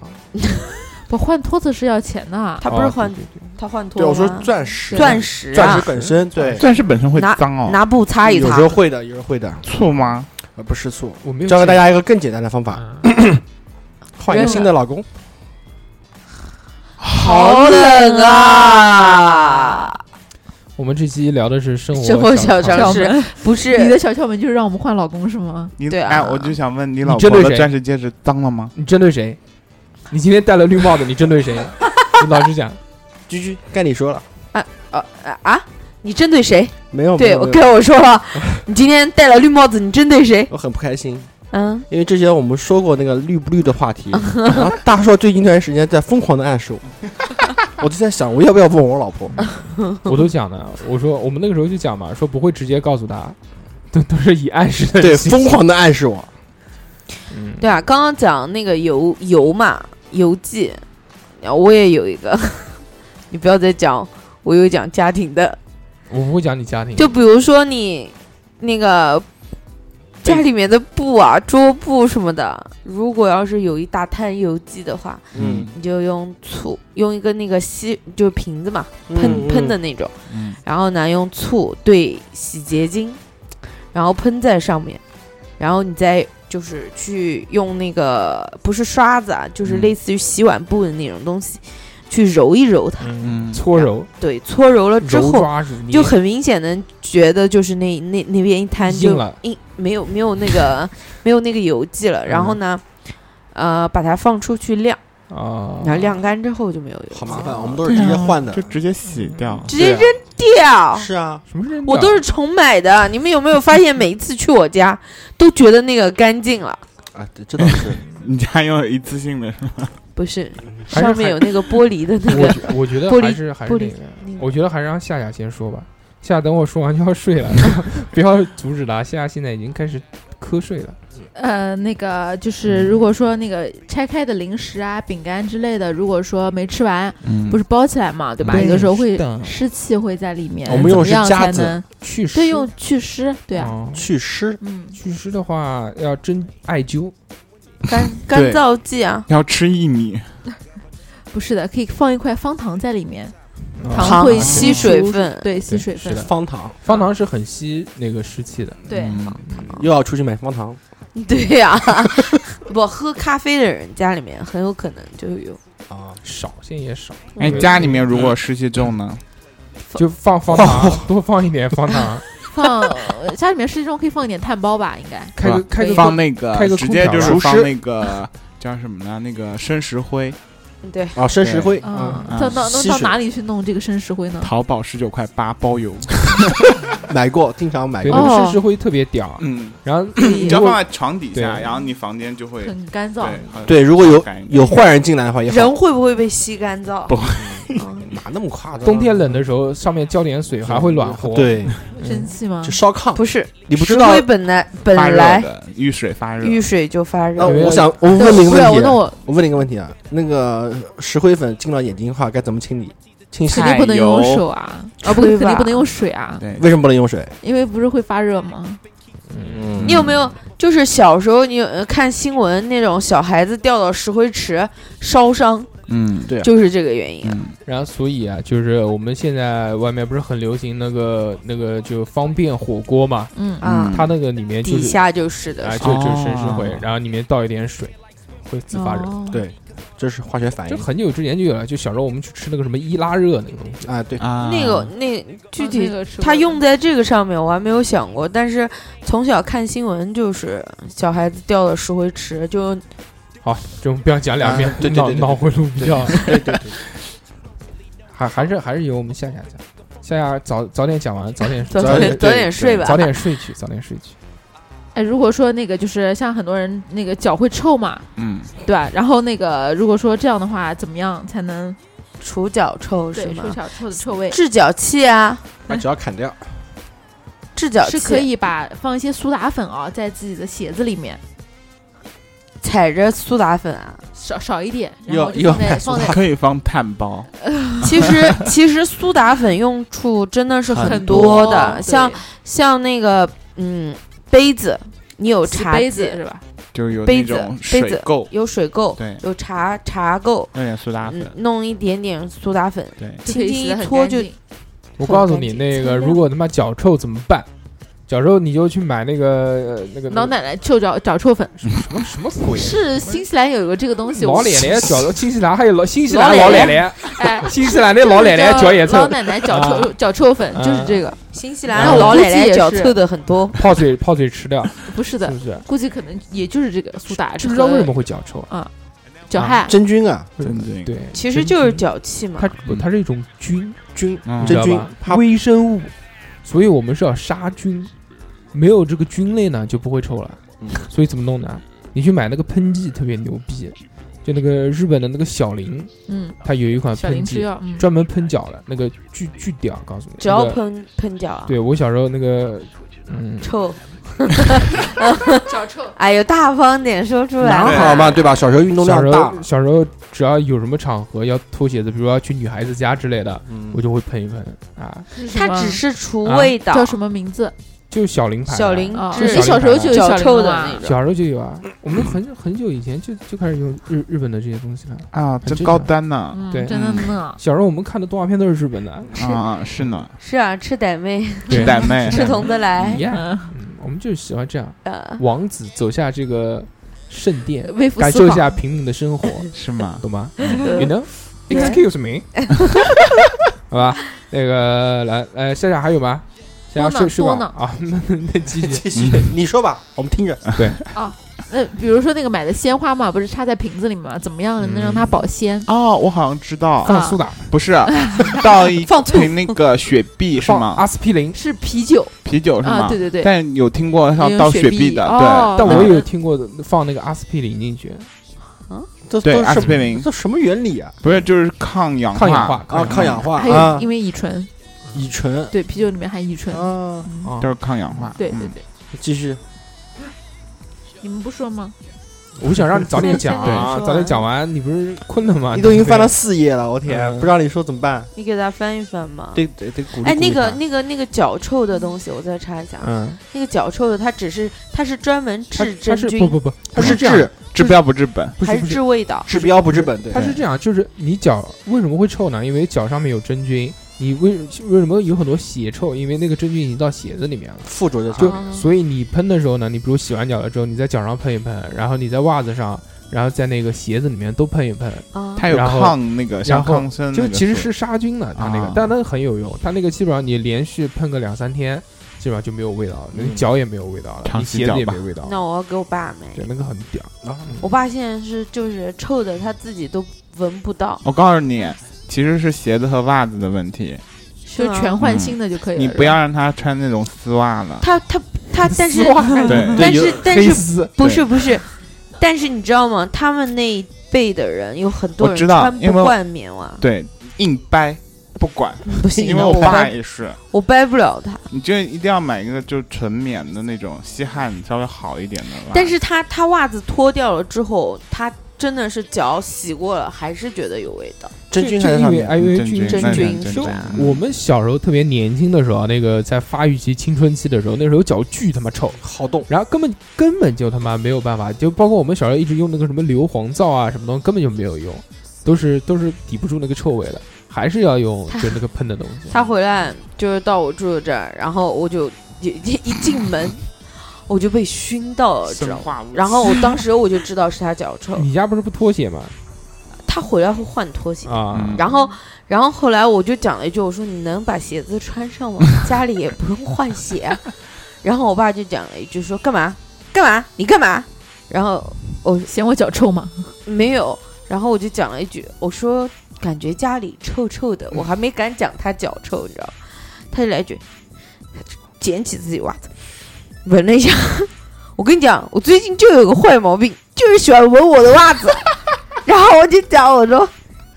F: 不换托子是要钱的，
C: 他不是
A: 哦
C: 换
A: 对对对
C: 他换脱
B: 啊对，我说
C: 吗
B: 钻石，
C: 啊钻石
B: 钻
C: 啊
B: 石，本身对，
E: 钻石本身会
C: 拿
E: 脏哦，
C: 拿布擦一
B: 有
C: 擦
B: 时，候会的，有时候会的，
E: 醋吗？
B: 呃，不吃醋。
A: 我没有
B: 教给大
A: 家
B: 家一个更简单的方法，换一个
F: 扔了
B: 新的老公。
C: 啊好冷啊！
G: 我们这期聊的是生活
C: 生活小
G: 小常
F: 小
C: 常识
F: 门，
C: 不
F: 你
C: 是
F: 的小窍门就是让我们换老公是吗？
E: 你
C: 对啊
E: 哎，我就想问你老
A: 你针
E: 婆
A: 对
E: 的
A: 谁
E: 钻石戒指脏了吗？
A: 你针对谁？你今天戴了绿帽子，你针对 谁？你老实讲，
B: 居居，该你说了，
C: 啊啊？你针对谁？
B: 没哦有，没
C: 对，
B: 有
C: 我
B: 没有
C: 跟我 说了，你今天戴了绿帽子，你针对谁？
B: 我很不开心，
C: 嗯，
B: 因为之前我们说过那个绿不绿的 话题，然后大硕最近一段时间在疯狂的暗示我，我就在想我要不要问我老婆，
A: 我都讲了，我说我们那个时候就讲嘛，说不会直接告诉他，都都是以暗示的
B: 对，
A: 形式
B: 疯。狂的暗示我，
A: 嗯，
C: 对啊，刚刚讲那个游游嘛，游记，啊我也有一个， 你不要再讲，我有讲家庭的，
A: 我不会讲你家庭，
C: 就比如说你那个家里面的布啊、桌布什么的，如果要是有一大滩油迹的话，
B: 嗯，
C: 你就用醋，用一个那个吸，就是瓶子嘛，喷、
B: 嗯
C: 喷的，那种，
E: 嗯
C: 然后呢用醋兑洗洁精，然后喷在上面，然后你再就是去用那个不是刷子啊，就是
E: 嗯
C: 类似于洗碗布的那种东西，去揉一揉它，
A: 嗯，搓揉、
C: 对，搓揉了之
A: 揉
C: 后。
A: 抓揉捏
C: 就很明显的觉得就是那那那边一摊就
A: 硬了
C: 硬没有没有那个没有那个油迹了。然
A: 嗯
C: 后呢，呃，把它放出去晾，
A: 啊，
C: 然后晾干之后就没有油迹
B: 好
C: 了。
B: 麻烦，我们都是直接换的
E: 就，直接洗掉。
C: 直接 扔
B: 对
C: 掉
B: 啊。是啊，
A: 什么人？
C: 我都是重买的，你们有没有发现，每一次去我家都觉得那个干净了？
B: 啊，这这倒 是，
E: 你家用一次性的，
C: 不是，
A: 嗯还是
C: 上面有那个玻璃的那
A: 我
C: 个
A: 觉我觉得
C: 玻璃
A: 还是还是
C: 玻
A: 那
C: 璃
A: 个，
C: 那个。
A: 我觉得还是让夏夏先说吧。夏夏等我说完就要睡了， 不要阻止他。夏夏现在已经开始瞌睡了。
F: 呃，那个就是如果说那个拆开的零食啊、饼干之类的，如果说没吃完，
E: 嗯
F: 不是包起来嘛，对吧？
A: 对
F: 有的时候会
A: 是的
F: 湿气会在里面，
B: 我们用哦的是
F: 哎怎么样
B: 夹
F: 才
B: 子
F: 能
A: 去湿
F: 对用祛湿，对啊，
A: 哦
B: 去湿，
F: 嗯，
A: 祛湿的话要真艾灸，
C: 干干燥剂啊，
E: 要吃薏米，
F: 不是的，可以放一块方糖在里面，
A: 啊
C: 会
F: 会
C: 吸
F: 除
C: 水分
F: 对，吸
A: 对
F: 水
A: 是
F: 分
A: 的，
B: 方糖，
A: 方糖是很吸那个湿气的。
F: 对，
E: 嗯
B: 又要出去买方糖，
C: 对呀、不喝咖啡的人家里面很有可能就有。
B: 啊，
A: 少，现在也少。
C: 嗯
E: 哎，
A: 对
E: 家里面如果湿气重呢？
A: 就放方糖，多放一点方糖，
F: 放家里面湿气重可以放一点碳包吧，应该
A: 开
E: 是
A: 个
E: 吧
A: 开
C: 哎
A: 个
E: 放那个
A: 开个
E: 直接
A: 空调
E: 就是
B: 除
E: 放
B: 湿
E: 那个叫什么呢？那个生石灰，
C: 对，
B: 啊，生石灰，
F: 啊
B: 啊，，
E: 嗯
F: 到到那
B: 吸
F: 到
B: 水
F: 哪里去弄这个生石灰呢？
E: 淘宝十九块八包邮。
B: 买过，经常买
A: 对，
B: 过，
A: 那个
F: 哦
A: 生石灰特别 屌。
E: 嗯，
A: 然后
E: 你
A: 如
E: 只要放
A: 果
E: 在床底下，
A: 对
E: 然后你房间就会
F: 很干燥
E: 对，很
B: 对，如果有
E: 干净
B: 有坏人进来的话也好，
C: 人会不会被吸干燥？
E: 不
C: 嗯
B: 啊哪那么夸张？
A: 冬天冷的时候，上面浇点水还会暖和。，
B: 对，
F: 生气吗
B: 就？烧炕，
C: 不是，
B: 你不知
C: 石
B: 道
C: 灰本来本
E: 发热
C: 来
E: 的遇水发热，
C: 遇水就发
B: 那
C: 热，
A: 对
B: 呃我想，我问你一个
F: 对啊我
B: 问题
F: 那，我
B: 我问你一个问题啊，那个石灰粉进了眼睛的话，该怎么清理？清洗
F: 肯定不能
E: 油
F: 用手啊，啊不，
C: 吹
F: 肯
C: 吧
F: 定不能用水 啊，
E: 对，
B: 为什么不能用水？
F: 因为不是会发热吗？
B: 嗯
C: 你有没有就是小时候你有呃看新闻那种小孩子掉到石灰池烧伤，
E: 嗯
B: 对啊
C: 就是这个原因啊。
A: 然后所以啊，就是我们现在外面不是很流行那个那个就方便火锅嘛，
F: 嗯
C: 啊
A: 它那个里面就
C: 底
A: 是
C: 下就是哎
A: 啊
C: 的，
A: 就就生石灰
E: 哦，
A: 然后里面倒一点水，会自发热。
F: 哦
B: 对，这是化学反
A: 就
B: 应
A: 很久之前就有了，就小时候我们去吃那个什么伊拉热那个东西，
B: 啊，对，
E: 啊
C: 那个那具体
F: 哦那个是
C: 他
F: 我
C: 用在这个上面，我还没有想过。但是从小看新闻，就是小孩子掉了石灰池，就
A: 就不要讲两遍
B: 啊，对对
A: 脑
B: 对对
A: 脑回路比较
B: 对对对，
A: 还还是还是由我们夏夏讲，夏夏早早点讲完，早点
C: 早
B: 早
C: 点
B: 点
C: 早点睡吧。
A: 早点睡去，早点睡去。
F: 哎，如果说那个就是像很多人那个脚会臭嘛，
E: 嗯，
F: 对吧？然后那个如果说这样的话，怎么样才能
C: 除脚臭是
F: 对
C: 吗
F: 出？小臭的臭味？
C: 治脚气啊，
B: 把只要砍掉，
C: 治脚啊气
F: 是可以把放一些苏打粉啊，在自己的鞋子里面
C: 踩着苏打粉啊。
F: 少少一点，然
B: 又
F: 后
B: 又
F: 放在
B: 买苏
F: 放
B: 打
F: 在
E: 可以放碳包，
C: 其实其实苏打粉用处真的是
E: 很
C: 多
E: 多
C: 的，
F: 对
C: 像像那个嗯杯子，你有
F: 洗
C: 茶
F: 杯子
C: 几
F: 是吧？
E: 就是有
C: 杯
E: 那
C: 子
E: 种
C: 杯
E: 水
C: 子
E: 垢，
C: 有水垢
E: 对，
C: 有茶茶垢，
E: 有点苏打
C: 嗯，
E: 粉，
C: 弄一点点苏打粉，
E: 对，
F: 就可以
C: 轻轻
F: 洗
C: 一
F: 得很
C: 搓
F: 干
C: 就
F: 净
A: 我告诉
C: 干
A: 你，
C: 净
A: 那个
C: 清亮
A: 如果他妈脚臭怎么办？小时候你就去买那个呃那个
F: 老奶奶臭脚脚臭粉
A: 什么什么鬼，
F: 是新西兰有个这个东西，
A: 老
F: 我
A: 奶奶脚新西兰还有老新西兰
F: 老
A: 老
F: 奶
A: 奶
F: 奶
A: 奶，
F: 哎，
A: 新西兰那老奶奶
F: 叫
A: 脚也臭
F: 老，奶奶脚臭脚臭粉就是这个，
C: 新西
A: 然
C: 兰
A: 后
C: 老
F: 我估
C: 奶
F: 计
C: 奶
F: 也
C: 脚
F: 是
C: 臭的很多，
A: 泡嘴泡嘴吃掉，
F: 不是
A: 是
F: 的
A: 不，是？
F: 估计可能也就是这个苏打，
A: 知不知道为什么会脚臭啊？
F: 脚汗？
B: 真菌啊，
E: 真菌
A: 对，
C: 其实就是
A: 真菌
C: 脚气嘛
A: 它。不，它是一种菌，
B: 菌
E: 嗯
A: 知
B: 真
A: 道
B: 菌
A: 吧，微生物，所以我们是要杀菌，没有这个菌类呢就不会臭了
B: 嗯。
A: 所以怎么弄呢？你去买那个喷剂特别牛逼，就那个日本的那个小林，
F: 嗯，
A: 它有一款
F: 小
A: 喷
F: 林吃
A: 剂
F: 药，嗯，
A: 专门喷脚的，那个巨巨屌，告诉你，
C: 只要
A: 那个。
C: 喷喷脚啊，
A: 对我小时候那个， 嗯，
C: 臭。
F: 脚臭，
C: 哎呦，大方点说出来
B: 哪
C: 嘛。
B: 好嘛，对吧？小时候运动
A: 小时
B: 量大
A: 候，小时候只要有什么场合要脱鞋子，比如说要去女孩子家之类的，
B: 嗯
A: 我就会喷一喷啊，
C: 它只是除味道，
F: 叫什么名字？
A: 就小林牌的
C: 小林
F: 啊，
C: 制
F: 你
A: 是
F: 小时候就有
C: 脚臭
F: 林
C: 的
F: 啊
C: 那种。
A: 小时候就有啊，我们 很很久以前就就开始用日日本的这些东西了。
E: 啊，
A: 正
E: 真
A: 常
E: 高端呢，
F: 嗯
A: 对
F: 真的 呢，
A: 小时候我们看的动画片都是日本
C: 哎
A: 的，
E: 啊啊是呢，
C: 是啊，吃傣妹，
A: 对
E: 傣妹，
C: 吃同得来
A: 一。样，
F: 嗯，
A: 嗯我们就是喜欢这样。
C: 呃，
A: 王子走下这个圣殿，
F: 微服
A: 感
F: 私
A: 受一
F: 访
A: 下平民的生活，
E: 是吗？
A: 懂吗？You know, excuse me，好吧，那个来来，夏夏还有吗？夏夏
F: 多呢
A: 睡睡吧
F: 多呢
A: 啊，那那那继续。
B: 继 续，你说吧，我们听着。
F: 那比如说那个买的鲜花嘛，不是插在瓶子里嘛？怎么样能让它保
G: 嗯
F: 鲜？
E: 哦，我好像知道，
F: 啊
A: 放苏打，
E: 不是倒一
C: 放醋
E: 瓶那个雪碧是
A: 放
E: 吗？
A: 阿司匹林。
F: 是啤酒
E: 啤酒是
G: 嗯
F: 啊，
E: 吗
F: 对？对对，
E: 但有听过要
F: 用
E: 倒
F: 雪
E: 雪
F: 碧
E: 碧的，
F: 哦
E: 对，
A: 但我
E: 嗯
A: 有听过的放那个阿司匹林进
B: 啊
A: 去，
B: 这
E: 对
B: 都
E: 阿
B: 是
E: 司匹林
B: 这什么原理啊？
E: 不是就是抗氧
A: 抗氧化
B: 啊，抗氧化
F: 还有
B: 啊，
F: 因为乙醇，
B: 乙醇
F: 对，啤酒里面含乙醇。
B: 啊，
A: 啊
E: 就，是抗氧化，
F: 对
E: 嗯
F: 对对，
B: 继续。
F: 你们不说吗？
C: 嗯
A: 我想让你早点讲
C: 对
A: 啊，早点讲完，你不是困了吗？
B: 你都已经翻了四页了，我天，
A: 嗯
B: 不让你说怎么办？
C: 你给它翻一翻嘛。
B: 得得得鼓励。
C: 哎，
B: 鼓
C: 那
B: 励
C: 个
B: 他
C: 那个那个脚臭的东西，我再查一下。啊。
B: 嗯，
C: 那个脚臭的，它只是它是专门
A: 它
C: 治
A: 它
C: 真
A: 是
C: 菌
A: 不，不不，
B: 不
A: 它
B: 是
A: 这样
B: 治
E: 治标不治本，
A: 不
C: 还
A: 是不
C: 治
A: 是，
C: 味道。
B: 治标不治本，对
A: 它。是这样，就是你脚为什么会臭呢？因为脚上面有真菌，你为为什么有很多血臭？因为那个真菌已经到鞋子里面了。
B: 附着就
A: 就
B: 行。
A: 所以你喷的时候呢，你比如洗完脚了之后，你在脚上喷一喷，然后你在袜子上，然后在那个鞋子里面都喷一喷，
C: 啊，
E: 它有
A: 然后
E: 抗那个像
A: 然后
E: 抗生那
A: 就
E: 个素，
A: 其实是杀菌的，它那个
E: 啊，
A: 但它很有用，它那个基本上你连续喷个两三天，基本上就没有味道了，那个
B: 嗯
A: 脚也没有味道了，
E: 长
A: 你
E: 期
A: 鞋子
E: 脚
A: 也
E: 吧
A: 没味道了，
C: 那我要给我爸买。
A: 对，那个很屌。
C: 我爸现在是就是臭的，他自己都闻不到，
E: 我告诉你，其实是鞋子和袜子的问题，
F: 就全换新的就可以了。
G: 嗯
E: 你不要让他穿那种丝袜了。
C: 他 他他，但是
E: 对
C: 但
B: 有
C: 是但
A: 黑
C: 是
A: 丝，
C: 不是不是，但是你知道吗？他们那一辈的人有很多
E: 我
C: 人
E: 知道
C: 穿
E: 因
C: 不
E: 为我
C: 惯棉袜，
E: 对，硬掰不 管，
C: 不行的，
E: 因为我
C: 我
E: 爸
C: 掰
E: 也啊是，
C: 我掰不了它。
E: 你就一定要买一个就纯棉的那种吸汗稍微好一点的袜。
C: 但是他他袜子脱掉了之后，他真的是脚洗过了，还是觉得有味道。
B: 真菌
A: 就
B: 还在
A: 因
B: 上
A: 为
B: 面。
A: 哎，因为
E: 真菌
A: 菌
C: 真
E: 那
C: 菌
E: 真
C: 是
E: 菌
C: 吧
E: 嗯
A: 我们小时候特别年轻的时候啊，那个在发育期、青春期的时候，那时候脚巨他妈臭，
B: 好动，
A: 然后根本根本就他妈没有办法，就包括我们小时候一直用那个什么硫磺皂啊什么东西，根本就没有用，都是都是抵不住那个臭味的，还是要用
C: 他
A: 就那个喷的东西。
C: 他回来就是到我住的这儿，然后我就一一一进门，我就被熏到了，知道
E: 生
C: 吗？
E: 化物，嗯
C: 然后我当时我就知道是他脚臭，
A: 你家不是不脱鞋吗？
C: 嗯他回来会换拖鞋。
A: 啊
E: 嗯，
C: 然后，然后后来我就讲了一句，我说你能把鞋子穿上吗？家里也不用换鞋。 然后我爸就讲了一句说干嘛干嘛你干嘛？然后我
F: 嫌我脚臭吗？
C: 没有，然后我就讲了一句，我说感觉家里臭臭的，我还没敢讲他脚臭，你知道吗？他就来一句，捡起自己袜子，闻了一下。 我跟你讲，我最近就有个坏毛病，就是喜欢闻我的袜子。然后我就讲，我说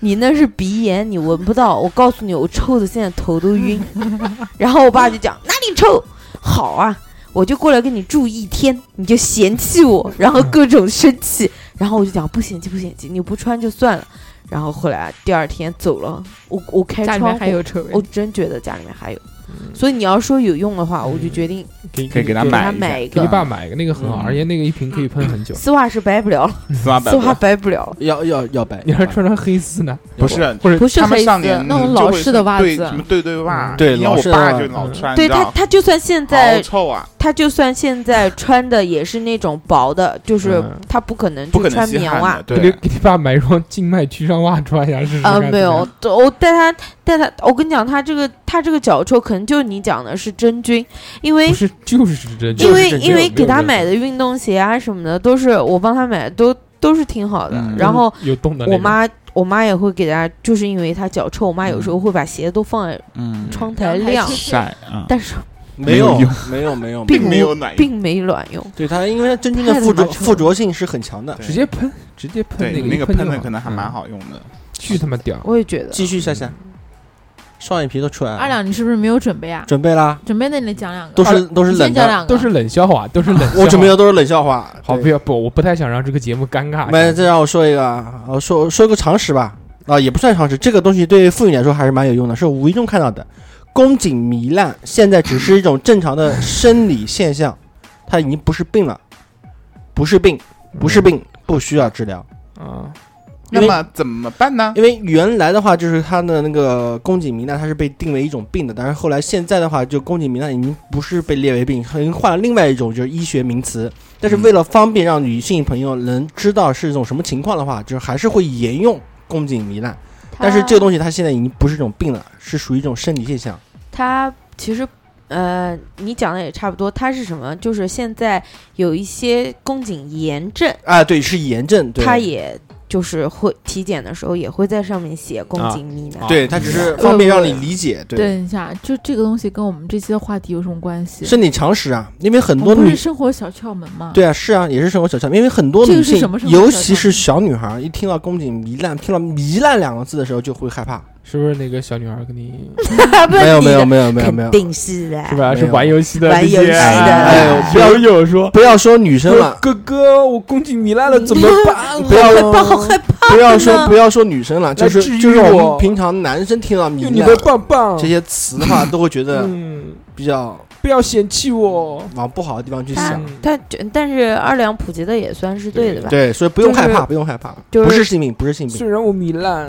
C: 你那是鼻炎，你闻不到。我告诉你，我臭的现在头都晕。然后我爸就讲哪里臭，好啊，我就过来跟你住一天，你就嫌弃我，然后各种生气。然后我就讲不嫌弃不嫌弃，你不穿就算了。啊然后后来第二天走了，我我开
F: 家里
C: 窗
F: 面还
C: 户，
F: 有臭味
C: 哦我。真觉得家里面还有。所以你要说有用的话，我就决定
A: 给
E: 可以给他
A: 给
C: 给他
E: 买
C: 买一
A: 给
C: 个
A: 你。爸买一个那个很好，
E: 嗯
A: 而且那个一瓶可以喷很久。
C: 丝袜是白不了了，
E: 丝袜白
C: 丝袜白不了了。
B: 要要要白，
A: 你还
B: 要白
A: 穿上黑丝呢？
E: 不是
A: 或者
C: 不是
E: 他们
C: 黑
E: 上
C: 丝
E: 年
F: 那种
E: 就
F: 老
E: 会
F: 式的袜
E: 对
F: 子
E: 什么对嗯对袜，
B: 对
E: 因为
B: 老
E: 我
B: 式的
E: 爸
B: 袜
E: 就
B: 子
E: 老
A: 嗯
E: 穿，你
C: 对
E: 知道
C: 他，他就算现在
E: 好臭啊，
C: 他就算现在穿的也是那种薄的，就是
A: 嗯
C: 他不可能
E: 不可
C: 去穿
E: 能吸
C: 棉
E: 汗
C: 袜
E: 的，。
A: 给你
E: 对，
A: 给你爸买一双静脉曲张袜穿一下试试
C: 啊，
A: 看
C: 没有，，我带他带他，我跟你讲，他这个他这个脚臭，可能就是你讲的是真菌，因为
A: 不是就是这，
C: 哎因为
A: 就是这
C: 因为给他
A: 没有没有
C: 买。的运动鞋啊什么的，都是我帮他买的，都都是挺好的。
E: 嗯
C: 然后
A: 有动的那
C: 我
A: 种，
C: 妈我妈也会给他，就是因为他脚臭，我妈有时
B: 嗯
C: 候会把鞋都放在
E: 嗯
C: 窗台晾，
E: 晒啊，
C: 但是
B: 没
E: 有
B: 有
E: 用
B: 没有没有没
C: 并
B: 有，
E: 没有
C: 无
E: 卵用
C: 并没卵用。
B: 对它因为真菌的
C: 太他
B: 附着
C: 妈臭了
B: 附着性是很强的。
E: 对
A: 直接喷，直接喷
E: 对
A: 那个
E: 那
A: 一
E: 个
A: 喷就
E: 喷的
A: 好
E: 可能还蛮，
A: 嗯
E: 好用的，
A: 巨他妈屌！
C: 我也觉得，
B: 继续下下，双眼皮都出来了，
F: 二两，你是不是没有准备啊？
B: 准备啦，
F: 准备那你讲两个，
B: 都是都是
F: 你先
B: 冷
F: 讲
B: 的，
F: 两
C: 嗯
F: 个，
A: 都是冷笑话，都 是冷笑话。
B: 我准备的都是冷笑话。
A: 好，不要不，我不太想让这个节目尴尬。
B: 没，再让我说一个啊，我说说个常识吧，啊，也不算常识，这个东西对于妇女来说还是蛮有用的，是我无意中看到的。宫颈糜烂现在只是一种正常的生理现象，它已经不是病了，不是病，不是病，不需要治疗。
A: 啊，
E: 那
B: 因为
E: 么怎么办呢？
B: 因为原来的话就是它的那个宫颈糜烂，它是被定为一种病的，但是后来现在的话，就宫颈糜烂已经不是被列为病，已经换了另外一种就是医学名词。但是为了方便让女性朋友能知道是一种什么情况的话，就是还是会沿用宫颈糜烂。
F: 它。
B: 但是这个东西它现在已经不是一种病了，是属于一种生理现象。
C: 它其实，呃，你讲的也差不多。它是什么？就是现在有一些宫颈炎症，
B: 啊，对，是炎症，对，
C: 它也就是会体检的时候也会在上面写宫
A: 啊
C: 颈糜烂。
A: 啊
B: 对，它只是方便让你理解，对，
F: 等一下，就这个东西跟我们这期的话题有什么关系？
B: 生理常识啊，因为很
F: 我
B: 多
F: 们不
B: 女
F: 是生活小窍门吗？
B: 对啊，是啊，也是生活小窍门，因为很多
F: 这个
B: 女
F: 是
B: 性
F: 什么生，活
B: 尤
F: 小
B: 其
F: 窍
B: 是
F: 门
B: 小女孩儿，一听到宫颈糜烂，听到“糜烂”两个字的时候，就会害怕。
A: 是不是那个小女孩跟 你
C: 不是
B: 没有，
C: 你
B: 没
C: 的
B: 有，没有，没有，没
C: 肯
B: 有。
C: 定是的。
A: 是吧？
B: 没
A: 是
B: 有
A: 玩游戏的
C: 玩
A: 那些啊
C: 游戏的
B: 哎 呦不要
A: 友友说
B: 不要说女生了，
A: 哥哥，我宫颈糜烂了怎么办？
B: 不要
C: 我好害怕，
B: 不要说不要说女生了，就
A: 来
B: 是
A: 治
B: 就
A: 愈
B: 是我
A: 我
B: 们平常男生听到“
A: 用
B: 糜
A: 你的
B: 烂
A: 棒棒”
B: 这，些词的话，都会觉得
A: 嗯，
B: 比较
A: 不要嫌弃我。
B: 往不好的地方去
C: 啊
B: 想。
A: 嗯
C: 但但是二两普及的也算是对的吧？
B: 对，所以不用
C: 就是
B: 害怕，不用害怕，
C: 就
B: 不
C: 是
B: 是性病，不是性病。
A: 虽然我糜烂，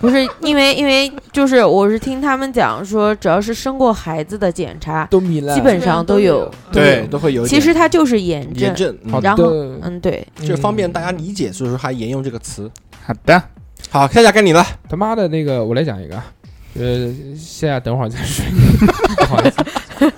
C: 不是因为因为就是我是听他们讲说，只要是生过孩子的检查，
A: 都糜烂，
C: 基本上都有。
B: 对，都会有一
C: 其
B: 点
C: 实它就是炎症
B: 炎。症，嗯
A: 好
C: 然后
A: 的，
C: 嗯，对，
B: 这方便大
A: 家。
B: 家理解，所以说还沿用这个词。
E: 好的，
B: 好，下下该你了。
A: 他妈的那个，我来讲一个，啊，呃，夏夏等会儿再 睡，不好意思。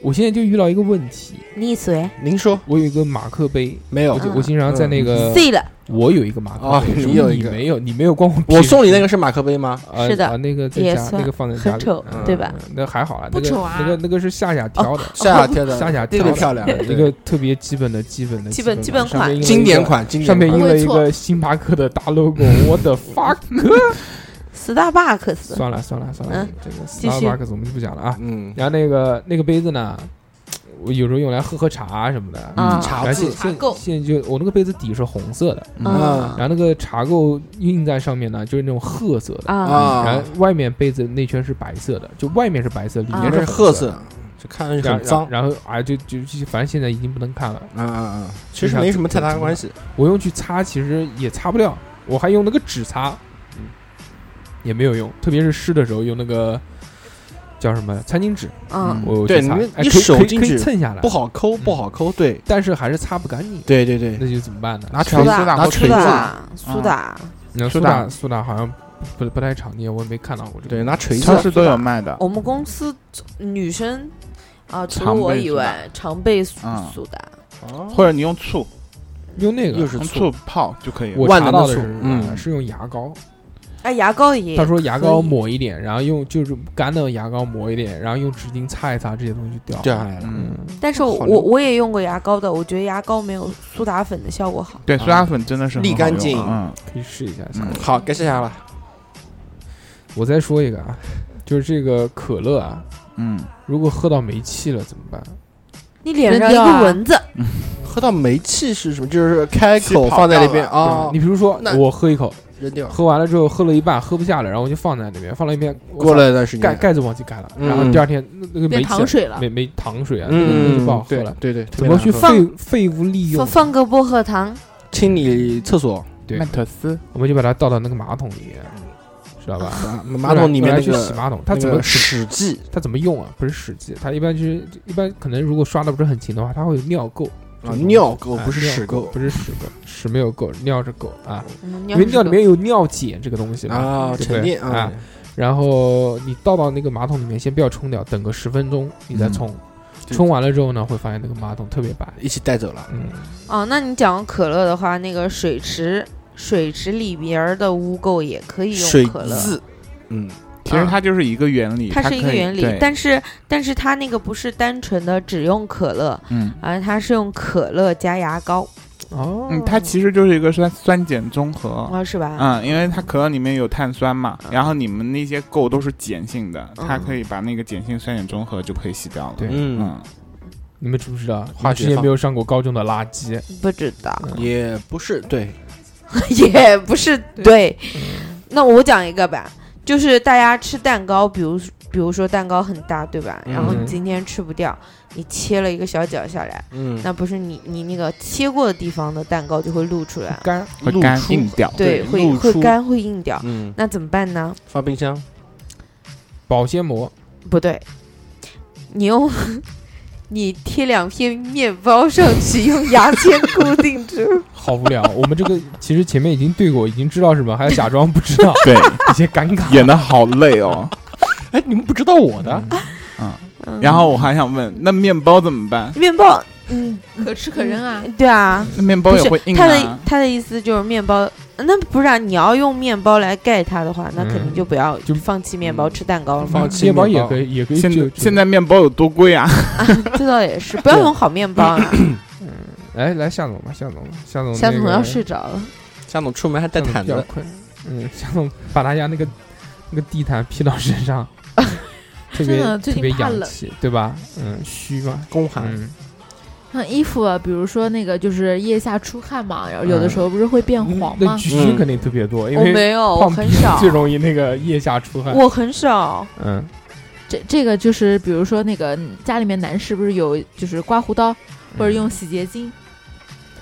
A: 我现在就遇到一个问题，
C: 溺水
B: 您说
A: 我有一个马克杯，
B: 没有
A: 我？就
C: 嗯
A: 我经常在那个，
C: 碎了，
A: 我有一个马克
B: 嗯啊
A: 杯，
B: 你有一个
A: 你没有，你没有光我屁
B: 我送你那
A: 事
B: 个是马克杯吗？
A: 啊
C: 是的
A: 啊那个在
C: 也
A: 家
C: 算
A: 那个放在家
C: 很
A: 里
C: 丑
A: 嗯
C: 对吧
A: 嗯那还好啦，
F: 不
A: 那个
F: 丑啊
A: 那个那个是夏夏挑的，
B: 夏天的
A: 夏夏
B: 特
A: 挑
B: 别
A: 的
B: 哦漂亮，
A: 一个特别基本的基本的
C: 基本
A: 基
C: 基本款
B: 经典。款，经典
A: 上面
B: 款
A: 印了一个上面印了一
F: 不会
A: 个星巴克的大 logo，我的 fuck！
C: 死大 bug 死。
A: 算了算了算了
C: 嗯，
A: 这个
C: 继续
A: Starbucks 我们就不讲了啊。
B: 嗯，
A: 然后那个那个杯子呢，我有时候用来喝喝茶什么的。
C: 啊嗯
B: 茶
A: 然后现
B: 渍，
A: 现现在就我那个杯子底是红色的，
B: 啊
A: 然后那个茶垢印在上面呢，就是那种褐色的。
C: 啊，
B: 啊
A: 然，后外面杯子那圈是白色的，就外面是白色，
C: 啊
A: 里
B: 里
A: 面
B: 面是
A: 是
B: 褐
A: 褐
B: 色。，就看上去
A: 然
B: 很脏
A: 后。然后啊，就就就反正现在已经不能看了。
B: 啊啊啊！其实没什么太大关系。
A: 我用去擦，其实也擦不掉，我还用那个纸擦，嗯也没有用。特别是湿的时候，用那个叫什么餐巾纸，
C: 嗯，
A: 我
B: 对
A: 去擦
B: 你，
A: 哎
B: 你
A: 可以
B: 手
A: 可以
B: 巾
A: 可以
B: 纸
A: 蹭下来
B: 不，好
A: 嗯
B: 抠，不好抠。对，
A: 但是还是擦不干净。
B: 对对对，
A: 那就怎么办呢？
E: 拿
C: 苏
E: 锤子
C: 打，
E: 然后
B: 锤
C: 苏
E: 锤
B: 子
C: 打，苏打，
A: 那
E: 苏
A: 苏
E: 打
A: 打苏打好像不不太常见，我也没看到过这个。
B: 对，拿锤
E: 超
B: 子。
E: 市都有卖的，
C: 我们公司女生啊，除了
E: 常备
C: 我以
E: 苏打
C: 外，常备苏
E: 嗯
C: 苏打。
E: 或者你用醋，
A: 用那
B: 又
A: 个，
B: 是
E: 用
B: 醋
E: 醋，泡就可以了。
A: 我
B: 万
A: 查
B: 能的
A: 到的
B: 醋
A: 是
B: 嗯
A: 是用牙膏，
C: 哎，牙膏也
A: 他说牙膏
C: 可以
A: 抹一点，然后用就是干的牙膏抹一点，然后用纸巾擦一擦，这些东西就
B: 掉
A: 掉
B: 下
A: 了。
B: 来了。
E: 嗯，
A: 嗯，
C: 但是我
B: 好牛
C: 我我也用过牙膏的，我觉得牙膏没有苏打粉的效果好。
E: 对，苏打粉真的是很
B: 沥
E: 好用
B: 干净
E: 嗯，
A: 可以试一下。下
E: 嗯
A: 次
B: 好，该下下了。
A: 我再说一个啊，就是这个可乐啊，
E: 嗯，
A: 如果喝到没气了怎么办？
C: 你脸上
F: 扔
C: 一
F: 掉啊
C: 个蚊子，
B: 喝到煤气是什么？就是开口放在那边
E: 气
B: 啊
C: 哦
A: 你。比如说
B: 那
C: 嗯
A: 我喝一口，
B: 扔掉。
A: 喝完了之后喝了一半喝不下了，然后我就放在那边，放了一边，我
B: 过
A: 操
B: 了一段时
A: 盖
B: 间，
A: 盖子忘记盖了，
B: 嗯
A: 然后第二天那那个
F: 变
A: 没
F: 糖水了
A: 没没糖水啊，那个
B: 嗯
A: 就不好，喝
B: 对
A: 了。
B: 对对，
A: 怎么去
B: 特别难喝
A: 废废物利用
C: 放？放个薄荷糖，
B: 清理厕所？
A: 对
E: 曼特斯，
A: 我们就把它倒到那个马桶里面，知道吧？
B: 啊 马桶里面
A: 用来
B: 那
A: 去洗
B: 个
A: 马桶，它怎么
B: 那个屎迹？
A: 它怎么用啊？不是屎迹，它一般就是一般可能如果刷的不是很勤的话，它会有尿垢
B: 啊，尿垢
A: 哎
B: 不是
A: 尿
B: 屎
A: 垢，
B: 垢
A: 不是屎垢，屎没有垢，尿是垢啊，
C: 嗯
A: 因为尿里面有尿碱这个东西嘛
B: 啊，
A: 对不对
B: 沉淀
A: 啊
B: 啊，。
A: 然后你倒到那个马桶里面，先不要冲掉，等个十分钟你
B: 嗯
A: 再冲。冲完了之后呢，会发现那个马桶特别白。
B: 一起带走了。
A: 嗯，
C: 哦，那你讲可乐的话，那个水池水池里边儿的污垢也可以
B: 水
C: 用可乐，
B: 渍，嗯，
E: 其实它就是一个原理，
C: 它是一个
E: 可以
C: 原理
E: 对，
C: 但是但是它那个不是单纯的只用可乐，
E: 嗯
C: 而它是用可乐加牙膏，
A: 哦，
E: 嗯，它其实就是一个酸酸碱中和。
C: 啊是吧？
E: 嗯，因为它可乐里面有碳酸嘛，然后你们那些垢都是碱性的，它
C: 嗯
E: 可以把那个碱性酸碱中和就可以洗掉了。
A: 对
B: 嗯，
E: 嗯，
A: 你们知不知道？
B: 放
A: 花之前没有上过高中的垃圾，
C: 不知道，
B: 也不是对，
C: 也不是对。那我讲一个吧，就是大家吃蛋糕，比如比如说蛋糕很大，对吧？然后你
A: 嗯
C: 今天吃不掉，你切了一个小角下来，
B: 嗯，
C: 那不是你你那个切过的地方的蛋糕就会露出来，啊
A: 干
E: 会
B: 露
E: 干
B: 出
E: 硬掉。
C: 对，
B: 对
C: 会
B: 露
C: 会
B: 出
C: 干会硬掉。
B: 嗯，
C: 那怎么办呢？
B: 放冰箱，
A: 保鲜膜，
C: 不对，你用 你贴两片面包上去，用牙签固定住。
A: 好无聊。我们这个其实前面已经对过，已经知道什么，还要假装不知道，
E: 对，
A: 有些尴尬。
E: 演的好累哦。
A: 哎，你们不知道我的，
C: 嗯
E: 然后我还想问，那面包怎么办？
C: 面包，嗯，
F: 可吃可扔啊。
C: 对啊，
E: 那面包
C: 不
E: 也
C: 是
E: 会硬
C: 他的
E: 啊？
C: 他的意思就是面包，那不是啊？你要用面包来盖它的话，那肯定就不要
A: 就
C: 放弃面包吃蛋糕了嘛。
B: 放弃
A: 面包也
B: 面包
A: 可以，也可以就。
E: 现在
A: 就
E: 现在面包有多贵啊？
C: 这倒也是，不要用好面包啊。
A: 哎，来夏总吧，夏总，夏总，
F: 夏总要睡着了，
B: 夏总出门还带
A: 夏
B: 毯
A: 总比较
B: 子，
A: 困。嗯，夏总把他家那个那个地毯披到身 上，特别
F: 真的最
A: 特
F: 近
A: 别
F: 怕
A: 洋
F: 冷
A: 气，对吧？嗯，虚嘛。
B: 宫寒，
A: 嗯，
F: 像衣服啊，比如说那个就是腋下出汗嘛，然后
B: 嗯
F: 有的时候不是会变黄
A: 那
F: 吗？
A: 橘橘肯定特别多，因
C: 我
A: 为
C: 没
F: 哦
C: 有，我
A: 胖
C: 很
A: 皮
C: 少
A: 最，容易那个腋下出汗。
C: 我很少。
A: 嗯，
F: 这这个就是比如说那个家里面男士不是有就是刮胡刀或者用洗洁精，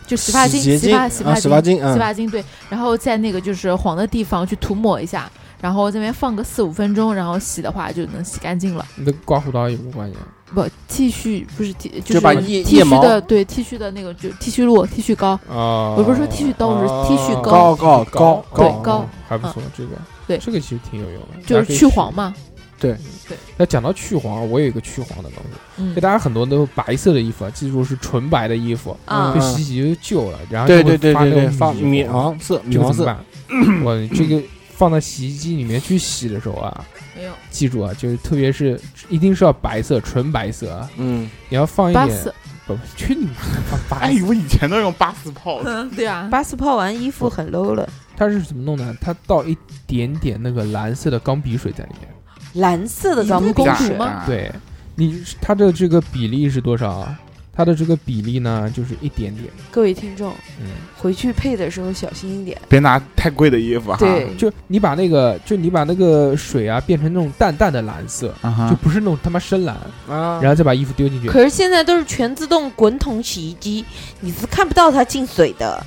F: 就洗发精、
B: 嗯洗洁
F: 洗
B: 精
F: 发
B: 啊，
F: 洗发
B: 洗
F: 精
B: 发、精啊
F: 洗，发精对，然后在那个就是黄的地方去涂抹一下，然后这边放个四五分钟，然后洗的话就能洗干净了。
A: 嗯那刮胡刀有什么关系啊？
F: 不，T 恤不是 T
B: 就是把腋
F: T
B: 腋
F: 恤
B: 毛
F: 的对 T 恤的那个就 T 恤露、T 恤膏，
A: 哦
F: 我不是说剃须刀我是剃须
A: 哦
F: 膏
B: 高高
F: 对
A: 高嗯
F: 高嗯
A: 还不错，这个
F: 对
A: 这个其实挺有用的，
F: 就是去黄
A: 嘛。
F: 嘛。
A: 那讲到去黄，啊我有一个去黄的东西，
F: 嗯
A: 就，大家很多都白色的衣服，啊，记住是纯白的衣服，
C: 啊
A: 被洗洗就旧了，然后
B: 嗯对
A: 就会
B: 对对
A: 发
B: 对
A: 那
B: 对，
A: 种
B: 放
A: 米
B: 米黄色，米
A: 这个
B: 黄
A: 怎么
B: 色，
A: 办？我这个放在洗衣机里面去洗的时候啊，
F: 没有
A: 记住啊，就是特别是一定是要白色，纯白色啊，
B: 嗯，
A: 你要放一
F: 八
A: 点
F: 四，
A: 不去你妈的放白
E: 哎，我以前都用八四 泡的，
F: 对啊，
C: 巴斯泡完衣服很 low 了，
A: 它是怎么弄的？它倒一点点那个蓝色的钢笔水在里面。
C: 蓝色的
F: 你
C: 咱
F: 不
C: 们
F: 是
C: 公
F: 公
C: 主
F: 主吗
E: 啊，
A: 对，你它的这个比例是多少啊？它的这个比例呢，就是一点点，
C: 各位听众，
A: 嗯，
C: 回去配的时候小心一点。
G: 啊
E: 别拿太贵的衣服哈。
C: 对，
A: 就你把那个，就你把那个水啊变成那种淡淡的蓝色，
E: 啊
A: 就
E: 哈，
A: 不是那种他妈深蓝，
B: 啊
A: 然，后再把衣服丢进去
C: 可是现在都是全自动滚筒洗衣机，你是看不到它进水的。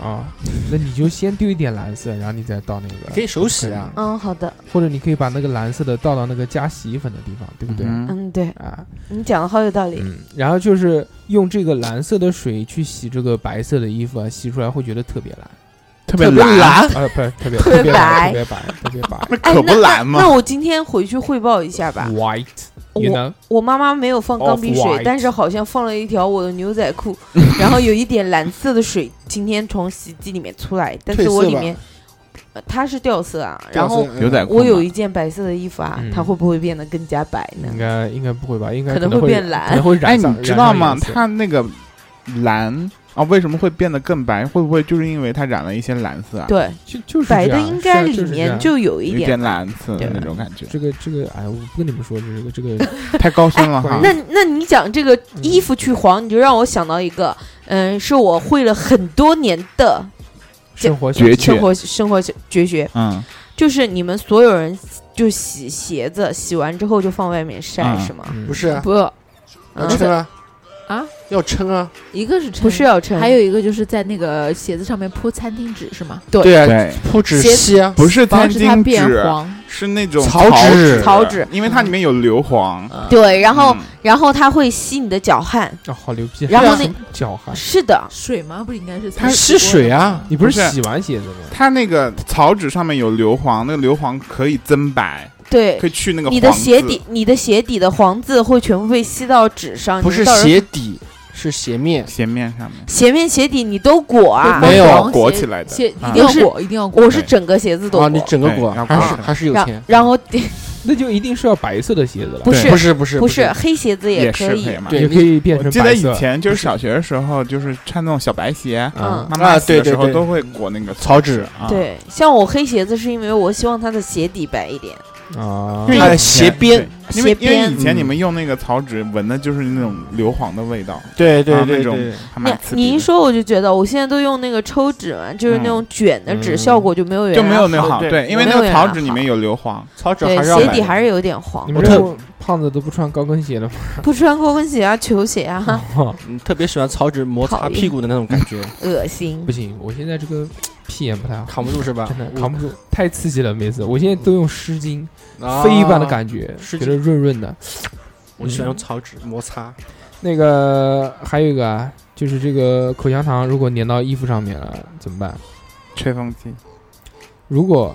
A: 啊，那你就先丢一点蓝色，然后你再倒那
B: 可
A: 个，
B: 以手洗啊，
C: 嗯，好的，
A: 或者你可以把那个蓝色的倒到那个加洗衣粉的地方，对不对？
E: 嗯
C: 嗯，对
A: 啊，
C: 你讲的好有道理。
A: 嗯，然后就是用这个蓝色的水去洗这个白色的衣服啊，洗出来会觉得特别蓝，
E: 特
B: 特别
E: 别
B: 蓝，
A: 啊，不是特别
C: 特别
A: 特别
C: 白
A: 特别白，特别白
E: 那
C: 哎，
E: 可不
C: 那
E: 蓝
C: 那。
E: 嘛。
C: 那我今天回去汇报一下
A: 哦
C: 吧。
A: ，white，you
C: 我
A: know，
C: 我妈妈没有放钢笔
A: Off-white
C: 水，但是好像放了一条我的牛仔裤，然后有一点蓝色的水今天从洗衣机里面出来，但
B: 褪
C: 是
B: 色
C: 我里
B: 吧
C: 面、呃它是掉色啊，然后。
E: 牛仔裤嘛，
C: 我有一件白色的衣服啊，
A: 嗯
C: 它会不会变得更加白呢
A: 应？该应该不会吧？应该
C: 可能
A: 会
C: 会变蓝
A: 可能会染
E: 哎，
A: 上。
E: 你知道吗
A: 染？上颜色
E: 它那个蓝啊，为什么会变得更白？会不会就是因为它染了一些蓝色啊？，
C: 对，
A: 就就是
C: 白
A: 这
C: 的
A: 样
C: 应该
A: 是啊
C: 里
A: 就是这
C: 面
A: 样
C: 就有一
E: 有
C: 点
E: 点蓝色的那种感 觉，
A: 这个这个，哎，我不跟你们说这个这个
E: 太高 深了哈
A: 啊。
C: 那那你讲这个衣嗯服去黄，你就让我想到一个，嗯，是我会了很多年的这
A: 生活小
E: 绝
A: 技
C: 生活生活绝学，
E: 嗯，
C: 就是你们所有人就洗鞋子，洗完之后就放外面晒、
E: 嗯
C: 是吗？
A: 嗯
B: 不是啊
F: 不啊，
B: 要
C: 嗯
F: 这
B: 撑啊，
F: 啊
B: 要撑啊，
F: 一个是撑
C: 不是，要撑，
F: 还有一个就是在那个鞋子上面铺餐巾纸是吗？
C: 对
B: 对啊，
E: 对，
B: 铺纸
C: 鞋
B: 吸啊，
E: 不是
F: 防
E: 餐
F: 止它
E: 巾
F: 变
E: 纸，
F: 黄。
E: 是那种
B: 草
E: 纸，
B: 纸
C: 草纸
E: 因为它里面有硫磺。
F: 嗯
C: 对，然后、
E: 嗯
C: 然后它会吸你的脚汗，
A: 啊，好牛逼！
C: 然
B: 后
A: 还
C: 那
A: 有什么脚汗，
C: 是的，
F: 水吗？不应该是
E: 它
B: 是水啊
A: 你不
E: 不
A: 是
E: 是
A: 洗完鞋子吗？
E: 它那个草纸上面有硫磺，那个硫磺可以增白，
C: 对
E: 可，以去那个
C: 你的
E: 黄
C: 鞋
E: 渍
C: 底，你的鞋底的黄渍会全部被吸到纸上，
B: 不
C: 啊你
B: 是
C: 到时候
B: 鞋底，是鞋面，
E: 鞋面上面
C: 鞋面鞋底你都裹啊，
B: 没有
E: 裹起来的
F: 鞋一定
E: 啊
F: 要
C: 就是
F: 裹，一定要裹。
C: 我是整个鞋子都
B: 啊，
C: 裹，
B: 你整个
E: 对
B: 裹
E: 要，
B: 还
E: 裹
B: 是
E: 起来
B: 还是有
C: 然
B: 钱，
C: 然后
A: 那就一定是要白色的鞋子了，
C: 不是
B: 不是不是
C: 不是黑鞋子
E: 也是
C: 可
E: 可
C: 以
G: 啊
E: 以，嘛。
B: 对
A: 也可以变
E: 我
A: 成
E: 记得
A: 白
E: 以
A: 色。
E: 前就是小学的时候，就是穿那种小白鞋，
C: 嗯
A: 啊，
E: 妈妈
B: 啊
E: 洗
B: 对
E: 的
B: 对
E: 时候
B: 对
E: 都会裹那个
B: 草纸
E: 啊。，
C: 对，像我黑鞋子是因为我希望它的鞋底白一点，
A: 啊，
E: 因为
B: 它的
E: 以前
B: 鞋边
E: 对因
C: 鞋
E: 为因为
C: 边
E: 以前你
B: 嗯
E: 们用那个草纸闻的就是那种硫磺的味道，
B: 对对
E: 啊
B: 对
E: 那种
B: 对，
E: 还
C: 你
E: 蛮刺
C: 你
E: 鼻
C: 一
E: 的。
C: 说我就觉得，我现在都用那个抽纸嘛，就是那种卷的纸，
A: 嗯
C: 效果就没有原来
E: 就没有那
C: 好
E: 好，
B: 对
E: 对，因为
C: 没
E: 那
C: 有
E: 个
C: 原
E: 草
C: 来
E: 纸里
C: 好
E: 面有硫磺，
B: 草纸
C: 对
B: 还，是要
C: 鞋
B: 买
C: 底
B: 的
C: 还是有点黄
A: 你。们
B: 我
A: 这
B: 特
A: 胖子都不穿高跟鞋了吗？
C: 不穿高跟鞋啊，球鞋啊，
B: 嗯特别喜欢草纸摩擦
C: 讨厌
B: 屁股的那种感觉，
C: 恶心
A: 不。行，我现在这个屁眼不太好，
B: 扛不住是吧
A: 真的？
B: 嗯
A: 扛不住，太刺激了，每次。我现在都用湿巾，
B: 啊
A: 飞一般的感觉，
B: 湿
A: 觉得润润的。
B: 我就喜欢用草纸摩擦，
A: 那个还有一个啊，就是这个口香糖如果粘到衣服上面了怎么办？
E: 吹风机
A: 如果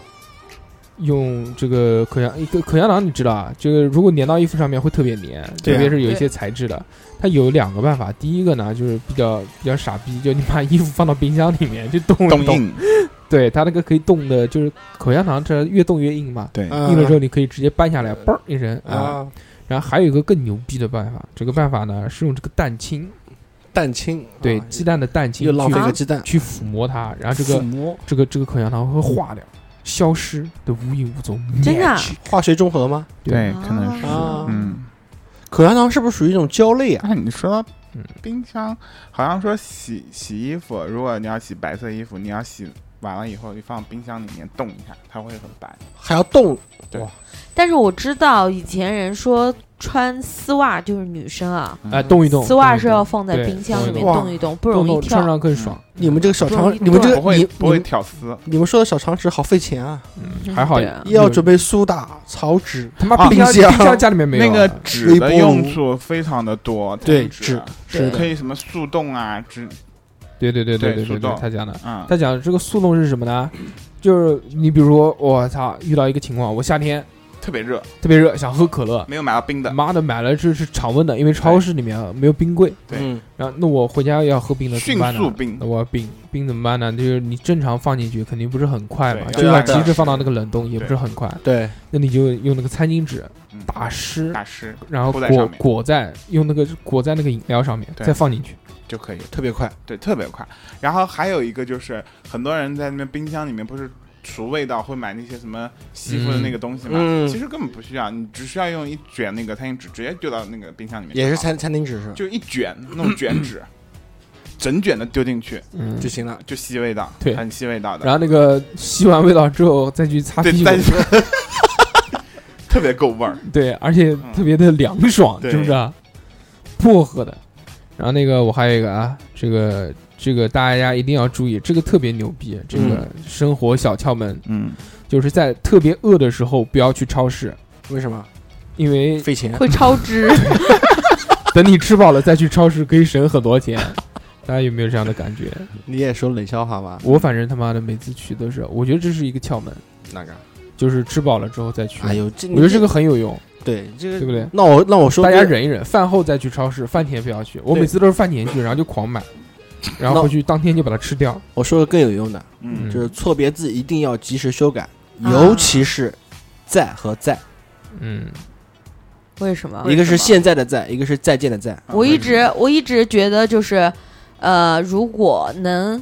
A: 用这个口香一个口香糖，你知道啊，这个如果粘到衣服上面会特别粘，
B: 对
A: 特
B: 啊
A: 别是有一些材质的，它有两个办法。第一个呢，就是比较比较傻逼，就你把衣服放到冰箱里面去冻
E: 冻
A: 一冻，
E: 硬，
A: 对它那个可以冻的，就是口香糖这越冻越硬嘛，
E: 对，
A: 硬的时
B: 候
A: 候你可以直接掰下来，嘣儿一声啊。
B: 嗯啊，
A: 然后还有一个更牛逼的办法，这个办法呢是用这个蛋清，
B: 蛋清
A: 对
B: 啊
A: 鸡蛋的蛋清
B: 又浪费
A: 去
B: 个鸡蛋，
A: 去抚摸它，然后这
B: 抚
A: 个
B: 摸
A: 这个这个口香糖会化掉，消失的无影无踪，
C: 真的啊
A: Magic
B: 化学中和吗？
E: 对，可能是，
B: 啊，
E: 嗯。
B: 口香糖是不是属于一种胶类啊？
E: 那你说到
A: 嗯
E: 冰箱，好像说洗洗衣服，如果你要洗白色衣服，你要洗完了以后，你放冰箱里面冻一下，它会很白。
B: 还要冻
C: 但是我知道以前人说穿丝袜就是女生啊，
E: 嗯
A: 哎，动一动，
C: 丝袜
A: 动一
C: 是
A: 动
C: 要放在
A: 对
C: 冰箱里
B: 动
C: 面
B: 一动
C: 冻一冻，不
A: 动
C: 容
A: 一
C: 易
A: 动穿
C: 跳。
A: 上更爽。
B: 你们这个小
C: 不
B: 肠
C: 容，易
B: 你们这
A: 呃
B: 个
E: 不会
B: 你
E: 不会
B: 你
E: 挑丝，
B: 你们说的小肠纸好费钱啊！
C: 嗯
A: 还好
C: 对啊
B: 又要准
A: 备
B: 备苏打、草纸，
A: 他妈
B: 啊
A: 冰箱
B: 冰箱
A: 冰箱家里面没有
E: 那
A: 啊
E: 个纸
B: 微
E: 的
B: 波
E: 用
B: 炉
E: 处非常的多，
B: 对
E: 纸
B: 纸
C: 是的
E: 可以什么速冻啊，纸
A: 对对对对
E: 对
A: 对
E: 速
A: 对，
E: 冻
A: 他讲的，
E: 啊，
A: 他讲的这个速冻是什么呢？就是你比如说，我操，遇到一个情况，我夏天
E: 特别热，
A: 特别热，想喝可乐，
E: 没有买到冰的，
A: 妈的买了这是常温的，因为超市里面啊没有冰柜，
E: 对
B: 嗯，
A: 然后那我回家要喝冰的怎
E: 迅
A: 么办
E: 速
A: 呢？
E: 冰
A: 那，我要冰冰怎么办呢？就是你正常放进去肯定不是很快嘛，
E: 对
A: 就
B: 要
A: 算
B: 按照
A: 极致放到那个冷冻也不
E: 对
A: 是很快，
B: 对，
A: 那你就用那个餐巾纸
E: 嗯
A: 打湿，
E: 打湿
A: 然后
E: 铺在
A: 裹
E: 上面
A: 裹在用那个裹在那个饮料上面，
E: 对
A: 再放进去。
E: 就可以了，
B: 特别快。
E: 对，特别快。然后还有一个就是，很多人在那边冰箱里面不是除味道会买那些什么吸附的那个东西嘛，
B: 嗯嗯
E: 其实根本不需要，你只需要用一卷那个餐巾纸直接丢到那个冰箱里面就好，
B: 也是餐餐巾纸是吧？
E: 就一卷那种卷纸，整卷的丢进去
A: 嗯
B: 就，行了。
E: 就吸味道，
A: 对
E: 很吸味道的，
A: 然后那个吸完味道之后再去擦
E: 对
A: 屁，股
E: 但，是 特别够味儿，
A: 对，而且特别的凉爽，
E: 对
A: 是不是啊？薄荷的。然后那个我还有一个啊，这个这个大家一定要注意，这个特别牛逼，这个生活小窍门
E: 嗯，
A: 就是在特别饿的时候不要去超市，
B: 为什么
A: 因为
B: 费钱？
C: 会超支，
A: 等你吃饱了再去超市可以省很多钱。大家有没有这样的感觉？
B: 你也说冷笑话吧？
A: 我反正他妈的每次去都是，我觉得这是一个窍门，
B: 哪个？
A: 就是吃饱了之后再去。
B: 哎呦，这
A: 我觉得这个很有用，
B: 对这
A: 对不
B: 个，
A: 对？
B: 那我那我说
A: 大家
B: 这个
A: 忍一忍，饭后再去超市，饭前不要去。我
B: 对
A: 每次都是饭前去，然后就狂买，然后回去当天就把它吃掉。
B: 我说个更有用的，
E: 嗯
A: 嗯
B: 就是错别字一定要及时修改，
C: 啊
B: 尤其是“在”和“在
A: 嗯，
C: 为什么”，？
B: 一个是
E: 啊为什么啊
B: 现在的“在”，一个是再见的“在
C: 我一直我一直觉得就是，呃，如果能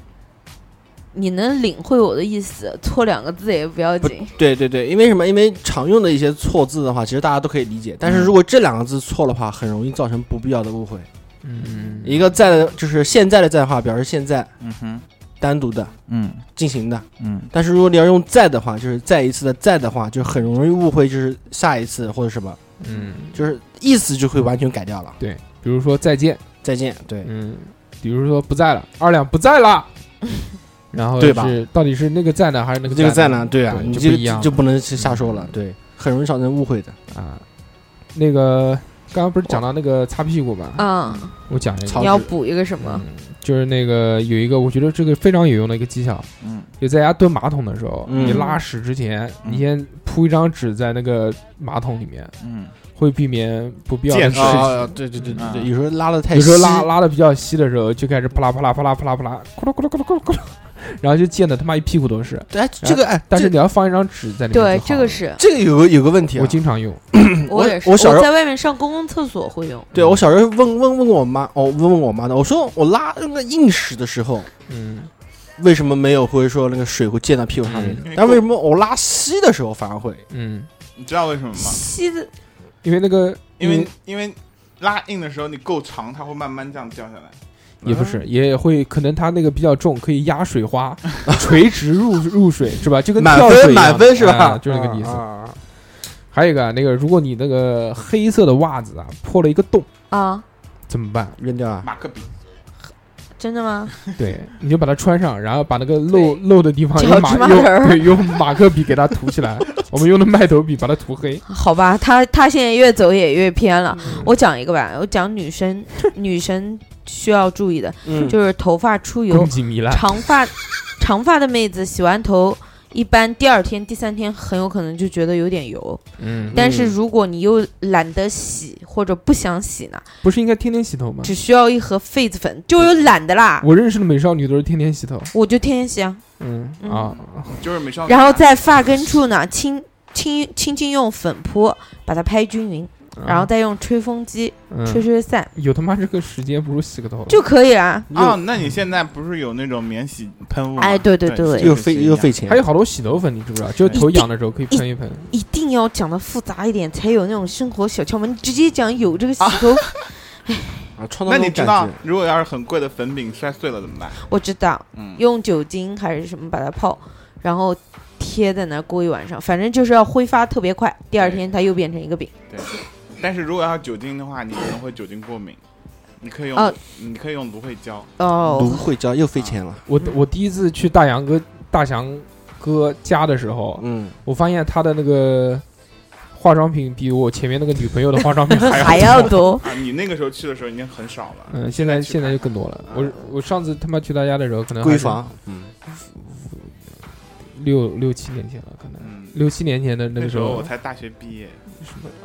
C: 你能领会我的意思，错两个字也不要紧”。。
B: 对对对，因为什么？因为常用的一些错字的话，其实大家都可以理解，但是
E: 嗯
B: 如果这两个字错的话，很容易造成不必要的误会。
A: 嗯，
B: 一个在的就是现在的在的话，表示现在；
E: 嗯哼，
B: 单独的
E: 嗯
B: 进行的。
E: 嗯
B: 但是如果你要用再的话，就是再一次的再的话，就很容易误会，就是下一次或者什么，
A: 嗯，
B: 就是意思就会完全改掉了。
A: 对，比如说再见，
B: 再见，对，
A: 嗯，比如说不在了，二两不在 了，然后
B: 对吧
A: 是到底是那个在呢，还是那个
B: 这个在呢，
A: 对
B: 对啊，你
A: 就
B: 这
A: 不
B: 个
A: 一样
B: 就不嗯能去瞎说了，对，很容易造成误会的。
A: 啊？那个刚刚不是讲到那个擦屁股
B: 啊
A: 吗？
C: 嗯，
A: 我讲一
B: 操
A: 个，
C: 你要补一个什么
A: 嗯？，就是那个有一个，我觉得这个非常有用的一个技巧，
E: 嗯
A: 就在家蹲马桶的时候，
B: 嗯
A: 你拉屎之前，
E: 嗯
A: 你先铺一张纸在那个马桶里面，
E: 嗯
A: 会避免不必要的
E: 溅
A: 事
E: 水
A: 情。
B: 啊，对对对对对，
E: 嗯
B: 有时候拉的太
A: 有时候
B: 稀
A: 拉拉的比较稀的时候，就开始啪啦啪啦啪啦啪啦啪啦，咕噜咕噜咕噜咕噜咕噜，然后就溅的他妈一屁股都是。
B: 哎，这个哎，
A: 但是
B: 这
A: 你要放一张纸
B: 嗯
A: 在里面就好了。
C: 对，这个是
B: 这个有个有个问题啊
A: 我，经常用。
B: 嗯我
C: 也是，
B: 我
C: 我
B: 小时候
C: 在外面上公共厕所会用，
B: 对我小时候问问问过我妈，哦，问问我妈的，我说我拉那个硬屎的时候，
A: 嗯，
B: 为什么没有会说那个水会溅到屁股上面的？但为什么我拉稀的时候反而会？
A: 嗯，
E: 你知道为什么吗？
C: 吸的
A: 因为那个
E: 因为因为拉硬的时候你够长，它会慢慢这样掉下来。
A: 也不是，也会可能它那个比较重，可以压水花， 垂直入入水是吧？就跟
B: 满
A: 跳水
B: 分
A: 一样
B: 满分是吧
A: 哎就是那个意思。
B: 啊啊
A: 还有一个啊，那个如果你那个黑色的袜子啊破了一个洞，
C: 啊，
A: 怎么 办？
B: 扔掉啊！
E: 马克笔，
C: 真的吗？
A: 对，你就把它穿上，然后把那个漏漏的地方
C: 脚
A: 用
C: 趾
A: 马
C: 麻
A: 用
C: 人儿
A: 对用马克笔给它涂 起来。我们用的麦头笔把它涂黑。
C: 好吧，他他现在越走也越偏了。
A: 嗯
C: 我讲一个吧，我讲女生 女生需要注意的，
B: 嗯，
C: 就是头发出油
A: 攻，击糜烂，
C: 长发长发的妹子洗完头。一般第二天、第三天很有可能就觉得有点油，
A: 嗯，
C: 但是如果你又懒得洗或者不想洗呢，
A: 不是应该天天洗头吗？
C: 只需要一盒痱子粉，就是懒得啦，
A: 我认识的美少女都是天天洗头。
C: 我就天天洗啊。
A: 嗯
C: 嗯
A: 啊，
E: 就是美少女。
C: 然后在发根处呢，轻轻轻轻用粉扑把它拍均匀，
B: 嗯
C: 然后再用吹风机
A: 嗯
C: 吹吹散
A: 有他妈这个时间，不如洗个头了。
C: 就可以了。
E: 哦，那你现在不是有那种免洗喷雾吗？
C: 哎对对对
B: 又费又费。钱，
A: 还有好多洗头粉，你知不知道？就是头痒的时候可以喷一喷。
C: 一定要讲的复杂一点，才有那种生活小窍门。你直接讲有这个洗头，
B: 啊，创造
E: 那
B: 那
E: 你
B: 种
E: 知
B: 感
E: 道
B: 觉。，
E: 如果要是很贵的粉饼摔碎了怎么办？
C: 我知道，
E: 嗯，
C: 用酒精还是什么把它泡，然后贴在那儿过一晚上，反正就是要挥发特别快，第二天它又变成一个饼。
E: 但是如果要酒精的话，你可能会酒精过敏。你可以用，
C: 哦
E: 你可以用芦荟胶。
B: 芦
C: 哦，
B: 荟胶又费钱了，
A: 我
C: 嗯
A: 我第一次去大杨哥大强哥家的时候，
B: 嗯，
A: 我发现他的那个化妆品比我前面那个女朋友的化 妆品还
C: 还
A: 要
C: 要
A: 多。
C: 多。
E: 啊，你那个时候去的时候已经很少了。
A: 嗯，现在现在就更多了。我我上次他妈去他家的时候，可能
B: 闺房，嗯，
A: 六六七年前了，可能
E: 嗯，
A: 六七年前的那
E: 那
A: 个
E: 时
A: 时
B: 哎
E: 候
A: 候
E: 我才大学毕业。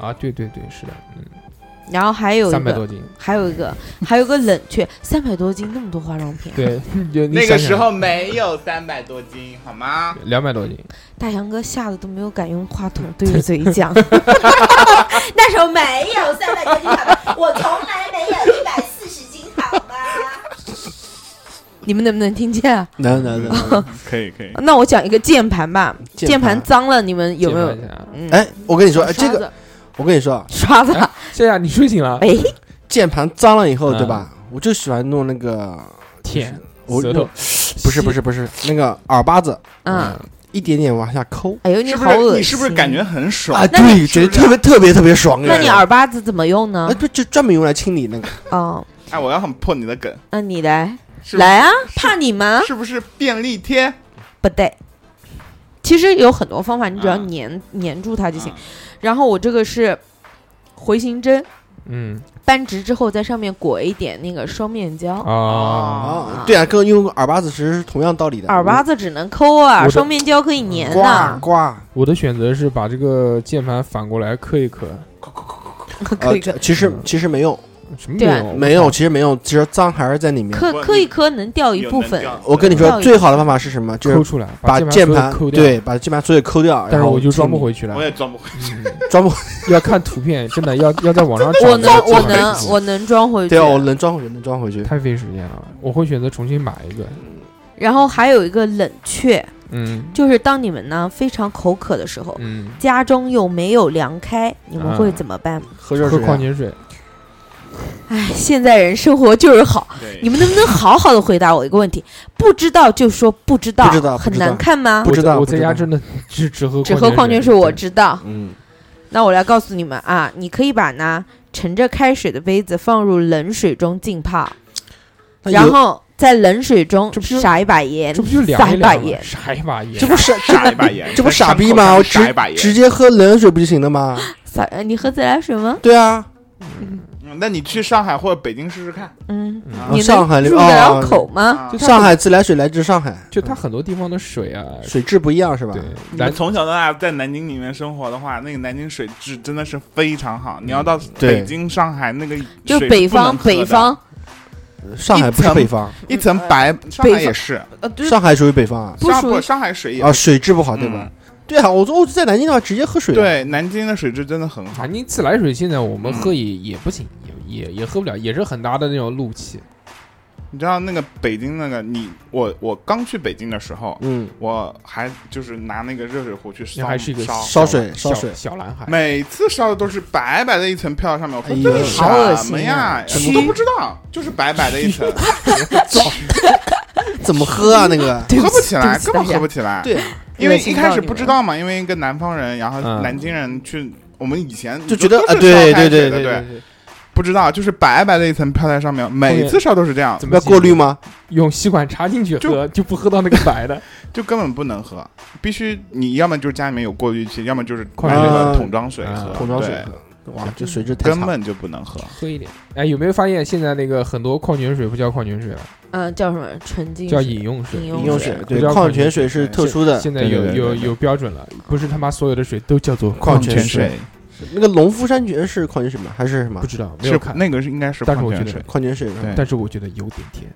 A: 啊，对对对，是的，嗯，
C: 然后还有一
A: 三百多
C: 个，
A: 斤，
C: 还有一个，还有一个冷却，三百多斤那么多化妆品啊，
A: 对，就
E: 那个时候没有三百多斤，好吗？
A: 两百多斤，
C: 大强哥吓得都没有敢用话筒对着嘴 讲。 那时候没有三百多斤好吗？我从来没有一百四十斤好吗？你们能 不能听见啊？
B: 能能能，
E: 可以可以，
C: 那我讲一个键盘吧，
B: 嗯键
C: 键盘
B: 盘
C: 脏了，你们有没有
A: 键？盘侠
C: 嗯，
B: 哎，我跟你说，
E: 呃
B: 哎，这
C: 刷
B: 个
C: 子，
B: 我跟你说，啊，
C: 刷子，
A: 哎夏夏，你睡醒了？
C: 哎，
B: 键盘脏了以后，
A: 嗯
B: 对吧？我就喜欢弄那个，
A: 舔
B: 我
A: 舌头，
B: 不是不是不是，那个耳巴子，
C: 嗯，
B: 一点点往下抠
C: 哎呦，
E: 是不
C: 好恶
E: 是？
C: 心！
E: 你是不是感觉？很爽
B: 啊，？
C: 那
B: 对，
C: 你
B: 觉得特别特别特别爽。
C: 那你
B: 哎
C: 耳巴子怎么用呢
B: 哎，？不就专门用来清理那个？
C: 哦，
E: 哎，我要很破你的梗，
C: 那你来，
E: 是不
C: 来啊，怕你吗？
E: 是不是便利贴？
C: 不对。其实有很多方法，你只要
E: 啊
A: 嗯
C: 粘粘住它就行
E: 啊。
C: 然后我这个是回形针，
A: 嗯
C: 扳直之后在上面裹一点那个双面胶。
A: 啊，
B: 啊，对啊，跟用耳巴子其实是同样道理的。
C: 哦耳巴子只能抠啊，
A: 我的
C: 双面胶可以粘
B: 刮
C: 的，
B: 刮，
A: 我的选择是把这个键盘反过来磕一磕，
C: 可
B: 呃
C: 以 可，
B: 其实
A: 嗯
B: 其实没用，
A: 什么没
C: 对啊
A: 有
B: 没有，，其实没用，其实脏还是在里面。
C: 磕磕一磕能掉一
E: 有
C: 部
E: 能
C: 分
E: 这。样子
B: 我跟你说
C: 嗯，
B: 最好的方法是什么？就
A: 抠
B: 是
A: 出来，
B: 把键
A: 键
B: 盘
A: 所有抠掉，
B: 对，把键盘所有抠掉，
A: 但
B: 然
A: 是
B: 后
A: 我就装不
B: 清理
A: 回去了
E: 我，也装不回去。
A: 嗯
B: 装不回。
A: 要看图片，真的 要要在网上找
C: 我
A: 那
C: 能
A: 个
C: 我
A: 键盘
C: 能
A: 机
C: 我能装回去
B: 对。啊，我能装回去，能装回去。
A: 太费时间了，我会选择重新买一个，
C: 然后还有一个冷却，
A: 嗯
C: 就是当你们呢非常口渴的时候，
A: 嗯，
C: 家中又没有凉开，你们会
A: 嗯
C: 怎么办？
B: 喝热
A: 喝
B: 水啊
A: 矿，泉水，
C: 哎，现在人生活就是好，
E: 对
C: 你们能不能好好的回答我一个问题？不知道就说不知道，
B: 不知道不
C: 很
B: 知道
C: 难看吗？
B: 不知道
A: 我
B: 不
A: 在
B: 知
A: 家
B: 道
A: 真的只只喝
C: 只喝矿泉水，我知道。
B: 嗯，
C: 那我来告诉你们啊，你可以把呢盛着开水的杯子放入冷水中浸泡，
B: 那
C: 然
B: 有
C: 后在冷水中
A: 这不就
C: 撒一把盐，
A: 这不就
C: 撒
A: 凉
C: 一
A: 一
C: 把
A: 凉吗？
C: 盐。
A: 啥一把盐
B: 这？不傻
E: 傻一把盐，
B: 这不傻逼
E: 在
B: 吗？
E: 伤
B: 我
E: 口
B: 直
E: 上傻一把盐。
B: 直接喝冷水不就行了吗？
C: 撒，呃你喝自来水吗？
B: 对啊，
E: 嗯那你去上海或者北京试试看。
C: 嗯，
E: 啊
C: 你
B: 上海
C: 能
B: 那
C: 入
B: 边
C: 得了
B: 哦
C: 口吗？
E: 啊
A: 就它
B: 上海自来水来自上海，
A: 就它很多地方的水啊，
B: 水质不一样是吧
A: 对？，
E: 我
A: 南
E: 哎从小到大在南京里面生活的话，那个南京水质真的是非常好。你要到
B: 对
E: 北京、上海那个
C: 就
E: 水
C: 北
E: 是不能
C: 方，
E: 喝
C: 北
E: 的
C: 方，
B: 上海不是北方，
E: 一层白，上海也是，
C: 呃，对，
B: 上海属于北方啊，
C: 不
E: 上
C: 属于
E: 上海水也
B: 啊，水质不好
E: 好
B: 对吧？？对啊，我说我在南京的话直接喝水
E: 嗯
B: 啊，
E: 对，南京的水质真的很好
A: 南。京啊自来水现在我们
E: 嗯
A: 喝也也不行，也也也喝不了，也是很大的那种怒气。
E: 你知道那个北京那个你我我刚去北京的时候，
B: 嗯，
E: 我还就是拿那个热水壶去烧，
A: 那还是一个
E: 烧，
B: 烧水
A: 小
B: 烧水
A: 小蓝海，
E: 每次烧的都是白白的一层飘到上面，我说
B: 哎呦
E: 这是
C: 好恶
E: 什么
C: 心
E: 呀
C: 啊？
E: 我都不知道，就是白白的一层，
B: 怎么喝啊？那个
E: 喝不起来，
C: 对不起
E: 根本
C: 大家
E: 喝不起来。
B: 对啊，
E: 因为
C: 恶
E: 一
C: 心
E: 开
C: 到
E: 始
C: 你
E: 不知
C: 们
E: 道嘛，因为一个南方人，然后
A: 嗯
E: 南京人去，我们以前
B: 就觉得
E: 都
B: 啊，
E: 是
B: 对
E: 烧开
B: 对
E: 水
B: 对
E: 的
B: 对
E: 对，，不知道就是白白的一层飘在上面，每次烧都是这样，
A: 怎么
B: 要过滤吗？
A: 用吸管插进去喝，就不喝到那个白的。
E: 就根本不能喝，必须你要么就是家里面有过滤器，要么就是
A: 矿
B: 泉
E: 买
B: 水
E: 那个
B: 喝
E: 桶装水
A: 啊
E: 喝，
B: 桶装水
E: 对，
B: 喝，哇，这水质太
E: 根
B: 差了。
E: 本就不能喝。
A: 喝一点。哎，有没有发现现在那个很多矿泉水不叫矿泉水了，啊
C: 嗯，叫什么纯净
A: 叫
C: 水
A: 饮用水？
C: 饮
B: 饮
C: 饮
B: 用
C: 用
B: 水
C: 水
B: 对
A: 不叫
B: 矿
A: 矿
B: 泉
A: 泉
B: 水
A: 水
B: 是特殊的，
A: 现在有
E: 对对对
A: 有
E: 对对
A: 有标准了，不是他妈所有的水都叫做
B: 矿泉
E: 泉
B: 水那个农夫山泉是矿泉水吗？还是什么
A: 不？知道没有
E: 是哎
A: 看，
E: 那个是应该是
A: 但是
E: 矿
A: 我觉
E: 泉
A: 得
E: 水，
B: 矿泉水吧
E: 对
A: 但是我觉得有点甜。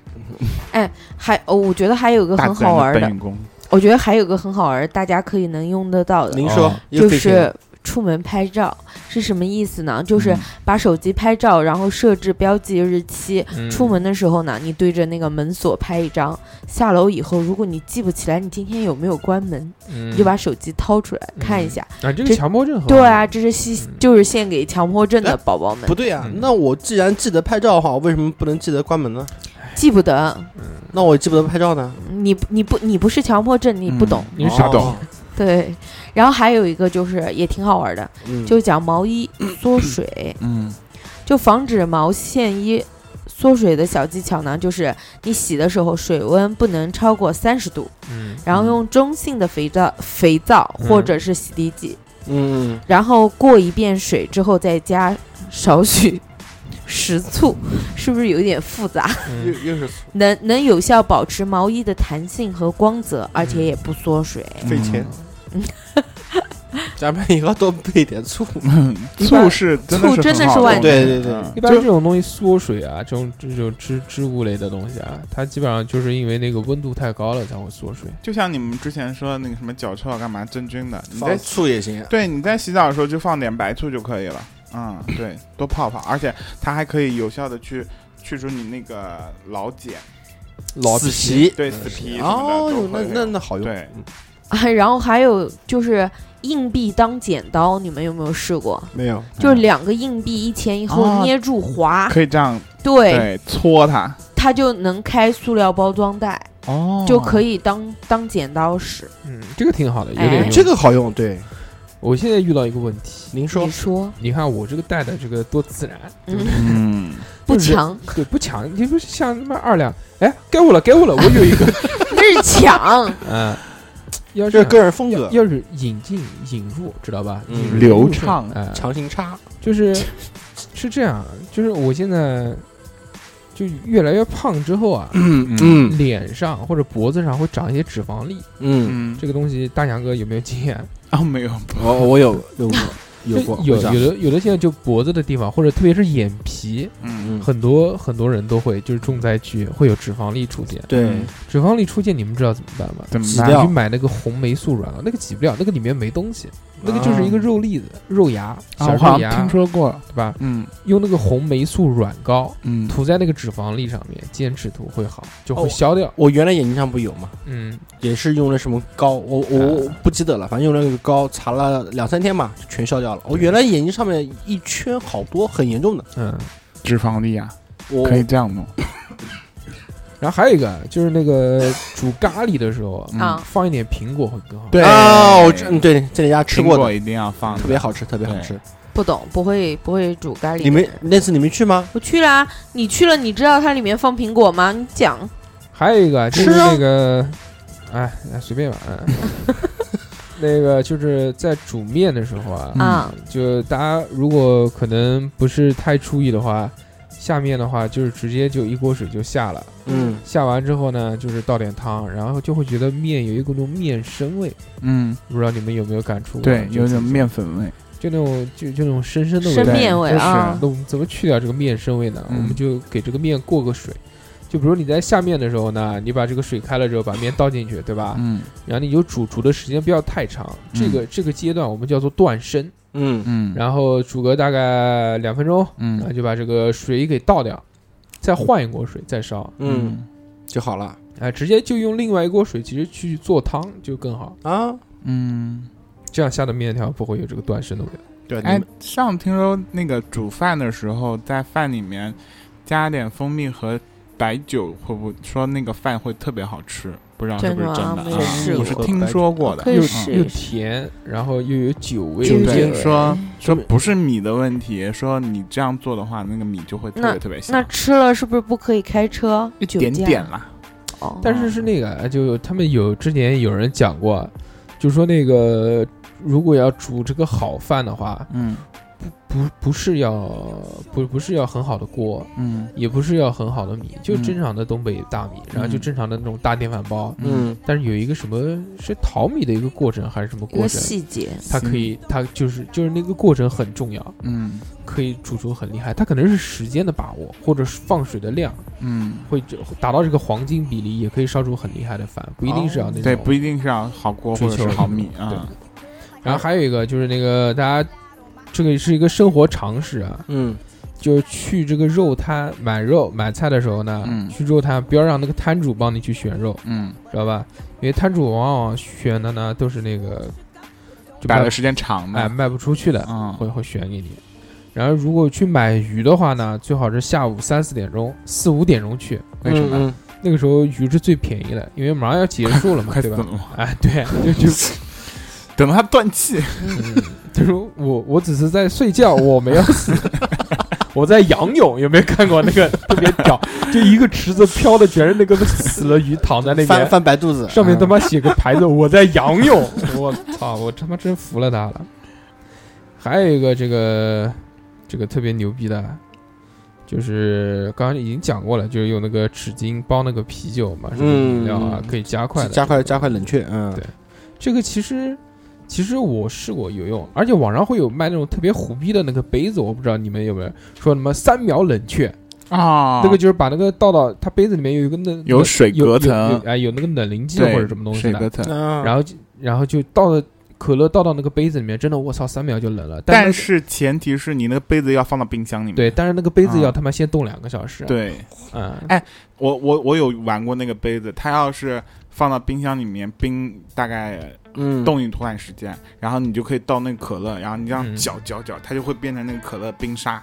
C: 还哦，我觉得还有一个
E: 大
C: 很
E: 自
C: 好
E: 然
C: 玩的
E: 的搬，运工。
C: 我觉得还有个很好玩，大家可以能用得到的
B: 您，
A: 哦
B: 说一个
C: 就
B: 废品
C: 是出门拍照是什么意思
A: 嗯
C: 呢？就是把手机拍照，然后设置标记日期。
A: 嗯
C: 出门的时候呢，你对着那个门锁拍一张。下楼以后，如果你记不起来你今天有没有关门，
A: 嗯
C: 你就把手机掏出来看一下。
A: 啊，这个
C: 这
A: 强迫症很好
C: 对啊，，这是系
A: 嗯
C: 就是献给强迫症的宝宝们
B: 不，对啊，
A: 嗯
B: 那我既然记得拍照的话，我为什么不能记得关门呢？
C: 记不得。
B: 那我记不得拍照呢？
C: 你你不你不是强迫症，你不懂。
A: 你是傻
B: 哦
A: 懂，
C: 对，然后还有一个就是也挺好玩的，
B: 嗯，
C: 就讲毛衣缩水，
E: 嗯，
C: 就防止毛线衣缩水的小技巧呢，就是你洗的时候水温不能超过三十度，
A: 嗯，
C: 然后用中性的肥皂、肥皂或者是洗涤剂，
B: 嗯，
C: 然后过一遍水之后再加少许食醋，是不是有点复杂？
A: 嗯
E: 又是
C: 能能有效保持毛衣的弹性和光泽，而且也不缩水。
B: 费 钱，咱们以后多备点醋。
E: 醋是
C: 醋真的
E: 很好
C: 是万
E: 东西
B: 对对对
E: 嗯
A: 一般这种东西缩水啊，这种这种织织物类的东西啊，它基本上就是因为那个温度太高了才会缩水。
E: 就像你们之前说的那个什么脚臭啊干嘛真菌的，你在
B: 放醋也行，
E: 对你在洗澡的时候就放点白醋就可以了。嗯，对，多泡泡，而且它还可以有效的去去除你那个老茧，
B: 老死皮。
E: 对死皮什么
B: 哦
E: 的都
B: 哟，
E: 会
B: 那
E: 有
B: 那那好用。
E: 对
B: 嗯，
C: 啊，然后还有就是硬币当剪刀，你们有没有试过？
B: 没有
C: 就是两个硬币一前一
E: 哦
C: 后捏住划，
E: 可以这样
C: 啊对，
E: 对搓它
C: 它就能开塑料包装袋，
E: 哦
C: 就可以当当剪刀使。
A: 嗯，这个挺好的，有
C: 哎
A: 点用
B: 这个好用。嗯对，
A: 我现在遇到一个问题，
B: 您说
C: 你说
A: 你看我这个戴的这个多自然，对不对？
E: 嗯，
C: 不
A: 就是
C: 抢，
A: 对，不抢，你不是像他妈二两？哎，该我了，该我了，我有一个，
C: 那是抢，
A: 嗯，要
B: 这
A: 是
B: 是个人风格，
A: 要是引进引入，知道吧？
B: 嗯
A: 引入
E: 流畅啊
C: 啊
A: 哎，
B: 强行插。
A: 就是是这样，就是我现在就越来越胖之后啊，
B: 嗯
E: 嗯
A: 脸上或者脖子上会长一些脂肪粒，
B: 嗯，
E: 嗯，
A: 这个东西大杨哥有没有经验？
E: 啊没有，
B: 我我有有过有
A: 就
B: 过
A: 有
B: 会长
A: 有的有的现在就脖子的地方，或者特别是眼皮，
E: 嗯
B: 嗯，
A: 很多很多人都会就是重灾区，会有脂肪粒出现。
B: 对，嗯
A: 脂肪粒出现，你们知道怎么办吗？
E: 怎么
B: 挤
E: 办？
B: 掉
A: 你去买那个红霉素软膏，那个挤不了，那个里面没东西，那个就是一个肉粒子、肉芽、小
E: 我
A: 肉
E: 好
A: 芽，
E: 像听说过，
A: 对吧？
E: 嗯
A: 用那个红霉素软膏
E: 嗯，
A: 涂在那个脂肪粒上面，坚持涂会好，就会消掉。
B: 我原来眼睛上不有嘛，
A: 嗯，
B: 也是用了什么膏，我我我不记得了，反正用了那个膏，擦了两三天嘛，就全消掉了。我原来眼睛上面一圈好多，很严重的。
A: 嗯，
G: 脂肪粒啊，
B: 我
G: 可以这样弄。
A: 然后还有一个就是那个煮咖喱的时候，
G: 嗯
C: 啊，
A: 放一点苹果会更好。
G: 对
B: 哦，我知嗯对，这里家吃
G: 苹
B: 过的，
G: 果一定要放的，
B: 特别好吃，特别好吃。
C: 不懂，不会不会煮咖喱的人。
B: 你们那次你们去吗？
C: 我去啦，你去了，你知道它里面放苹果吗？你讲，
A: 还有一个就是
B: 吃啊
A: 那个，哎，哎随便吧，嗯那个就是在煮面的时候啊，
C: 啊
A: 就大家如果可能不是太注意的话，下面的话就是直接就一锅水就下了，
B: 嗯，
A: 下完之后呢，就是倒点汤，然后就会觉得面有一股那种面生味，
G: 嗯，
A: 不知道你们有没有感触啊？
G: 对，
A: 就
G: 有点面粉味。
A: 就那种就就那种深深的味道
C: 生。面味
G: 就是
C: 啊
A: 那，我们怎么去掉这个面生味呢？
G: 嗯
A: 我们就给这个面过个水。就比如你在下面的时候呢，你把这个水开了之后，把面倒进去，对吧？
G: 嗯
A: 然后你就煮，煮的时间不要太长。这个这个阶段我们叫做断生，
B: 嗯，
G: 嗯，
A: 然后煮个大概两分钟，然后
G: 嗯
A: 就把这个水给倒掉，再换一锅水再烧。
B: 嗯，就好了
A: 哎，直接就用另外一锅水，其实去做汤就更好，
B: 啊。
G: 嗯，
A: 这样下的面条不会有这个断生的味道。
B: 对
G: 哎，上次听说那个煮饭的时候，在饭里面加点蜂蜜和白酒，会不会说那个饭会特别好吃？不知道是不是
C: 真的吗
G: 的
C: 没有试
G: 啊？我是
B: 过
G: 听说过的
C: 可。以试
A: 又
C: 一试。
A: 甜，然后又有酒味，
C: 酒
A: 对
G: 对，
C: 味
G: 说说不是米的问题，说你这样做的话，那个米就会特别特别
C: 那
G: 香，
C: 吃了是不是不可以开车？
G: 一
C: 酒
G: 点
C: 驾
G: 点啦。
C: 哦，
A: 但是是那个，就他们有之前有人讲过，就说那个如果要煮这个好饭的话，
G: 嗯
A: 不不是要不不是要很好的锅，
G: 嗯
A: 也不是要很好的米，就
G: 嗯
A: 正常的东北大米，然后就
G: 嗯
A: 正常的那种大电饭煲。
B: 嗯，
A: 但是有一个什么是淘米的一个过程还是什么
C: 一
A: 过
C: 个
A: 程，
C: 细节，
A: 它可以它就是就是那个过程很重要，
G: 嗯
A: 可以煮出很厉害。它可能是时间的把握，或者是放水的量，
G: 嗯，
A: 会达到这个黄金比例，也可以烧出很厉害的饭，不一定是要那种。
G: 对，不一定是要好锅或
A: 追
G: 者
A: 求
G: 是好米
A: 对
G: 啊。
A: 然后还有一个就是那个大家，这个是一个生活常识啊，
B: 嗯，
A: 就是去这个肉摊买肉买菜的时候呢，
G: 嗯
A: 去肉摊不要让那个摊主帮你去选肉，
G: 嗯，
A: 知道吧？因为摊主往往选的呢都是那个就
G: 摆
A: 卖
G: 的时间长
A: 哎
G: 的，
A: 卖不出去的，
G: 嗯
A: 会会选给你。然后如果去买鱼的话呢，最好是下午三四点钟、四五点钟去，为什么？
B: 嗯？
A: 那个时候鱼是最便宜的，因为马上要结束了嘛，
G: 快死
A: 对吧
G: 了？嘛，
A: 哎，对， 就 就
G: 等到它断气，
A: 嗯，他说我我只是在睡觉，我没有死， 我在仰泳，有没有看过那个特别屌？就一个池子飘的全是那个死了鱼躺在那
B: 嗯翻
A: 边，
B: 翻白肚子， 嗯
A: 上面他妈写个牌子，我在仰泳， 我操，我他妈真服了他了。还有一个这个这个特别牛逼的。就是刚刚已经讲过了，就是用那个纸巾包那个啤酒嘛，什么饮料啊
B: 嗯，
A: 可以加快的，
B: 加快加快冷却，嗯，
A: 对这个其实其实我试过有用，而且网上会有卖那种特别虎逼的那个杯子，我不知道你们有没有说什么三秒冷却，
G: 啊，
A: 那个就是把那个倒到它杯子里面有一个那
G: 有水隔层
A: 有有有哎有那个冷凝剂
G: 对
A: 或者什么东西
G: 水隔
A: 的，
G: 层。
B: 嗯，
A: 然后就然后就倒了可乐倒到那个杯子里面，真的我操三秒就冷了，但
G: 但
A: 那个
G: 是前提是你那个杯子要放到冰箱里面。
A: 对，但是那个杯子要
G: 啊
A: 他妈先冻两个小时，，
G: 对，
A: 嗯，
G: 我我我有玩过那个杯子，它要是放到冰箱里面冰大概
B: 嗯，
G: 冻一段时间，然后你就可以倒那个可乐，然后你这样
A: 嗯
G: 搅搅搅，它就会变成那个可乐冰沙。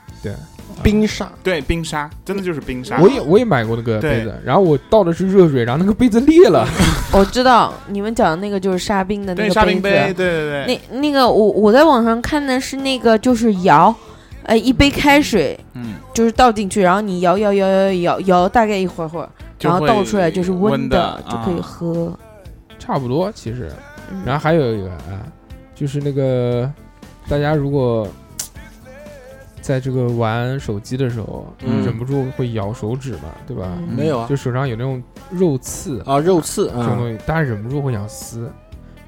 B: 冰沙，
G: 对，冰沙真的就是冰沙。
A: 我也我也买过那个
G: 对
A: 杯子，然后我倒的是热水，然后那个杯子裂了，
C: 我知道你们讲的那个就是沙冰的那
G: 对
C: 个
G: 沙冰
C: 子
G: 杯，对对对，
C: 那那个我我在网上看的是那个就是摇，呃，一杯开水
G: 嗯，
C: 就是倒进去，然后你摇摇摇摇摇摇，大概一会儿会儿，
G: 就
C: 然后
G: 会
C: 倒出来就是
G: 温
C: 的，就
G: 啊
C: 可以喝。
A: 差不多其实，
C: 嗯
A: 然后还有一个啊，就是那个大家如果在这个玩手机的时候，
B: 嗯
A: 忍不住会咬手指嘛，对吧？
G: 嗯
B: 没有啊
A: 就手上有那种肉刺
B: 啊，肉刺
A: 这种
B: 啊，
A: 东西，大家忍不住会想撕，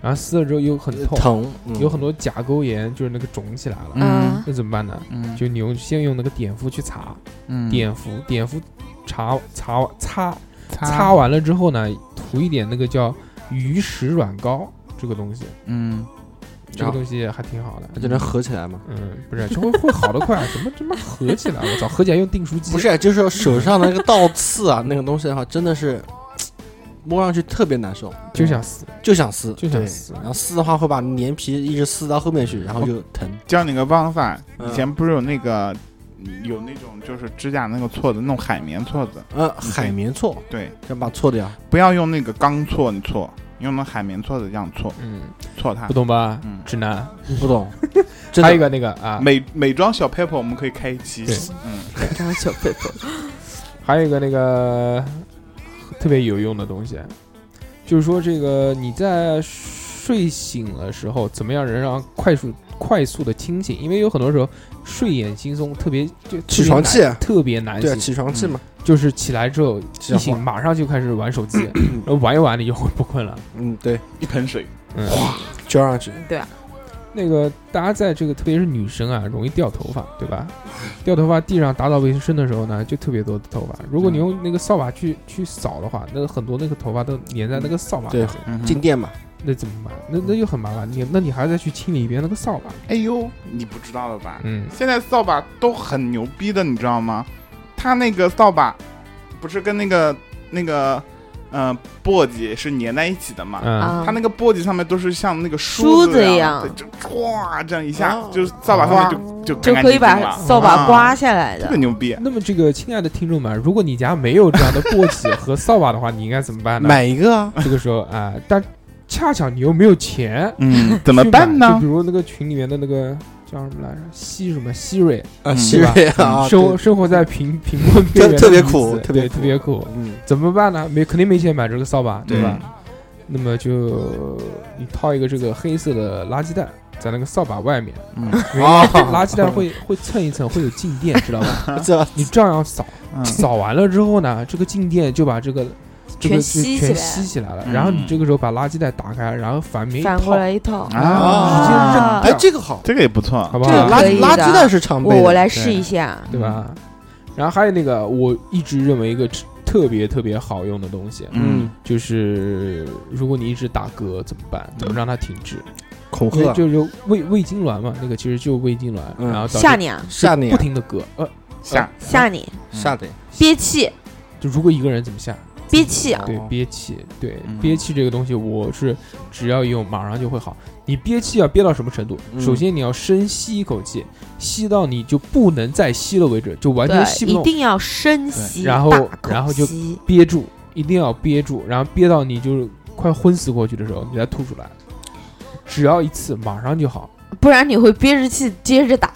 A: 然后撕了之后又很痛，
B: 疼，嗯
A: 有很多甲沟炎，就是那个肿起来了，
G: 嗯
C: 嗯
A: 那怎么办呢？
G: 嗯
A: 就你用先用那个碘伏去擦，
G: 嗯
A: 碘伏碘伏擦擦擦
G: 擦
A: 擦完了之后呢，涂一点那个叫鱼食软膏这个东西，
G: 嗯
A: 这个东西还挺好的
B: 啊那。就能合起来吗？
A: 嗯，不是，就会会好的快，啊怎么他妈合起来？我操，合起来用订书机，
B: 不是，就是手上的那个倒刺啊，那个东西的话，真的是摸上去特别难受，
A: 就想死。
B: 就想撕，
A: 就想
B: 对
A: 撕
B: 然后撕的话会把粘皮一直撕到后面去，然后就疼。
G: 教你个方法，
B: 嗯
G: 以前不是有那个
E: 有那种就是指甲那个锉子，弄海绵锉子，
B: 呃，海绵锉，
E: 对，
B: 要把它锉掉。
E: 不要用那个钢锉你锉，用那海绵锉子这样锉
A: 嗯，
E: 锉它
A: 不。懂吧
E: 嗯？
A: 直男，
B: 不懂，啊真
A: 还
B: 的
A: 有一个那个啊，
E: 美美妆小 paper 我们可以开一期
A: 对，
E: 嗯，
C: 张小贝贝，
A: 还有一个那个特别有用的东西，就是说这个你在睡醒的时候，怎么样能让快速快速的清醒？因为有很多时候睡眼惺忪，特别就
B: 起床气
A: 特别难特别
B: 对啊
A: 难醒，
B: 起床气嘛，
A: 就是起来之后
B: 起
A: 一
B: 床
A: 醒马上就开始玩手 机，然后玩一玩你就会不困了。
B: 嗯，对，
E: 一盆水，
A: 嗯，
B: 浇上去，
C: 对啊，
A: 那个大家在这个特别是女生啊，容易掉头发，对吧？掉头发地上打扫卫生的时候呢，就特别多的头发。如果你用那个扫把去去扫的话，那个很多那个头发都粘在那个扫把上
B: 对
A: 面，
E: 嗯哼
B: 静电嘛，
A: 那怎么办？那那就很麻烦。你那你还要再去清理一遍那个扫把。
E: 哎呦，你不知道了吧？
A: 嗯，
E: 现在扫把都很牛逼的，你知道吗？它那个扫把不是跟那个那个嗯簸箕是粘在一起的嘛？
A: 嗯，
E: 它那个簸箕上面都是像那个
C: 梳
E: 子
C: 子一
E: 样
C: 样
E: 的，就唰这样一下
B: 哦，
E: 就是扫把上面就就
C: 就
E: 干干
C: 可以
E: 净净
C: 把
E: 了，
C: 扫把
E: 啊
C: 刮下来
E: 特
C: 的
E: 别。牛逼。
A: 那么这个亲爱的听众们，啊如果你家没有这样的簸箕和扫把的话，你应该怎么办呢？
B: 买一个啊，
A: 这个时候啊，但恰巧你又没有钱，
E: 嗯，怎么办
A: 就
E: 呢
A: 比？如那个群里面的那个叫什么来着，希什么希瑞，
B: 啊，
E: 嗯
B: 吸
A: 对吧
B: 水啊，
A: 生
B: 对
A: 生活在贫 贫困边缘的
B: 特别
A: 女子
B: 苦特别
A: 对
B: 苦
A: 特别苦，
B: 嗯，
A: 怎么办呢？没肯定没钱买这个扫把，对吧？
E: 嗯
A: 那么就你套一个这个黑色的垃圾袋。在那个扫把 外面，
E: 嗯
A: 因为
B: 哦
A: 垃圾袋会会蹭一蹭，会有静电，知道吧？
B: 这
A: 你照样扫，
E: 嗯
A: 扫完了之后呢，这个静电就把这个这个
C: 全
A: 就
C: 吸起
A: 全
C: 来
A: 吸起来了。
E: 嗯
A: 然后你这个时候把垃圾袋打开，然后反面一
C: 反
A: 套
C: 过，来一套，
E: 啊
C: 啊，
B: 哎，这个好，
E: 这个也不错，
A: 好不
B: 这
A: 好？
B: 个垃
C: 可以的
B: 垃圾袋是常备
C: 我
B: 嗯的，
C: 我来试一下。
A: 对吧？然后还有那个，我一直认为一个特别特别好用的东西，
E: 嗯，
A: 就是如果你一直打嗝怎么办？怎么让它停止？
B: 恐
A: 因为
B: 吓，
A: 就是胃胃痉挛嘛，那个其实就胃痉挛，
B: 嗯
A: 然后导致
C: 吓你啊，
B: 吓你
A: 不停的嗝，呃，
E: 下
C: 吓你，
B: 吓得
C: 憋气，
A: 就如果一个人怎么下？
C: 憋气啊！
A: 对，憋气，对，
E: 嗯
A: 憋气这个东西，我是只要一用马上就会好。你憋气要憋到什么程度？
B: 嗯
A: 首先你要深吸一口气，吸到你就不能再吸了为止，就完全吸
C: 对，
A: 不
C: 一
A: 动，
C: 定要深吸，
A: 对然后
C: 大口
A: 然后就
C: 吸
A: 憋住，一定要憋住，然后憋到你就是快昏死过去的时候，你再吐出来。只要一次，马上就好。
C: 不然你会憋着气接着打。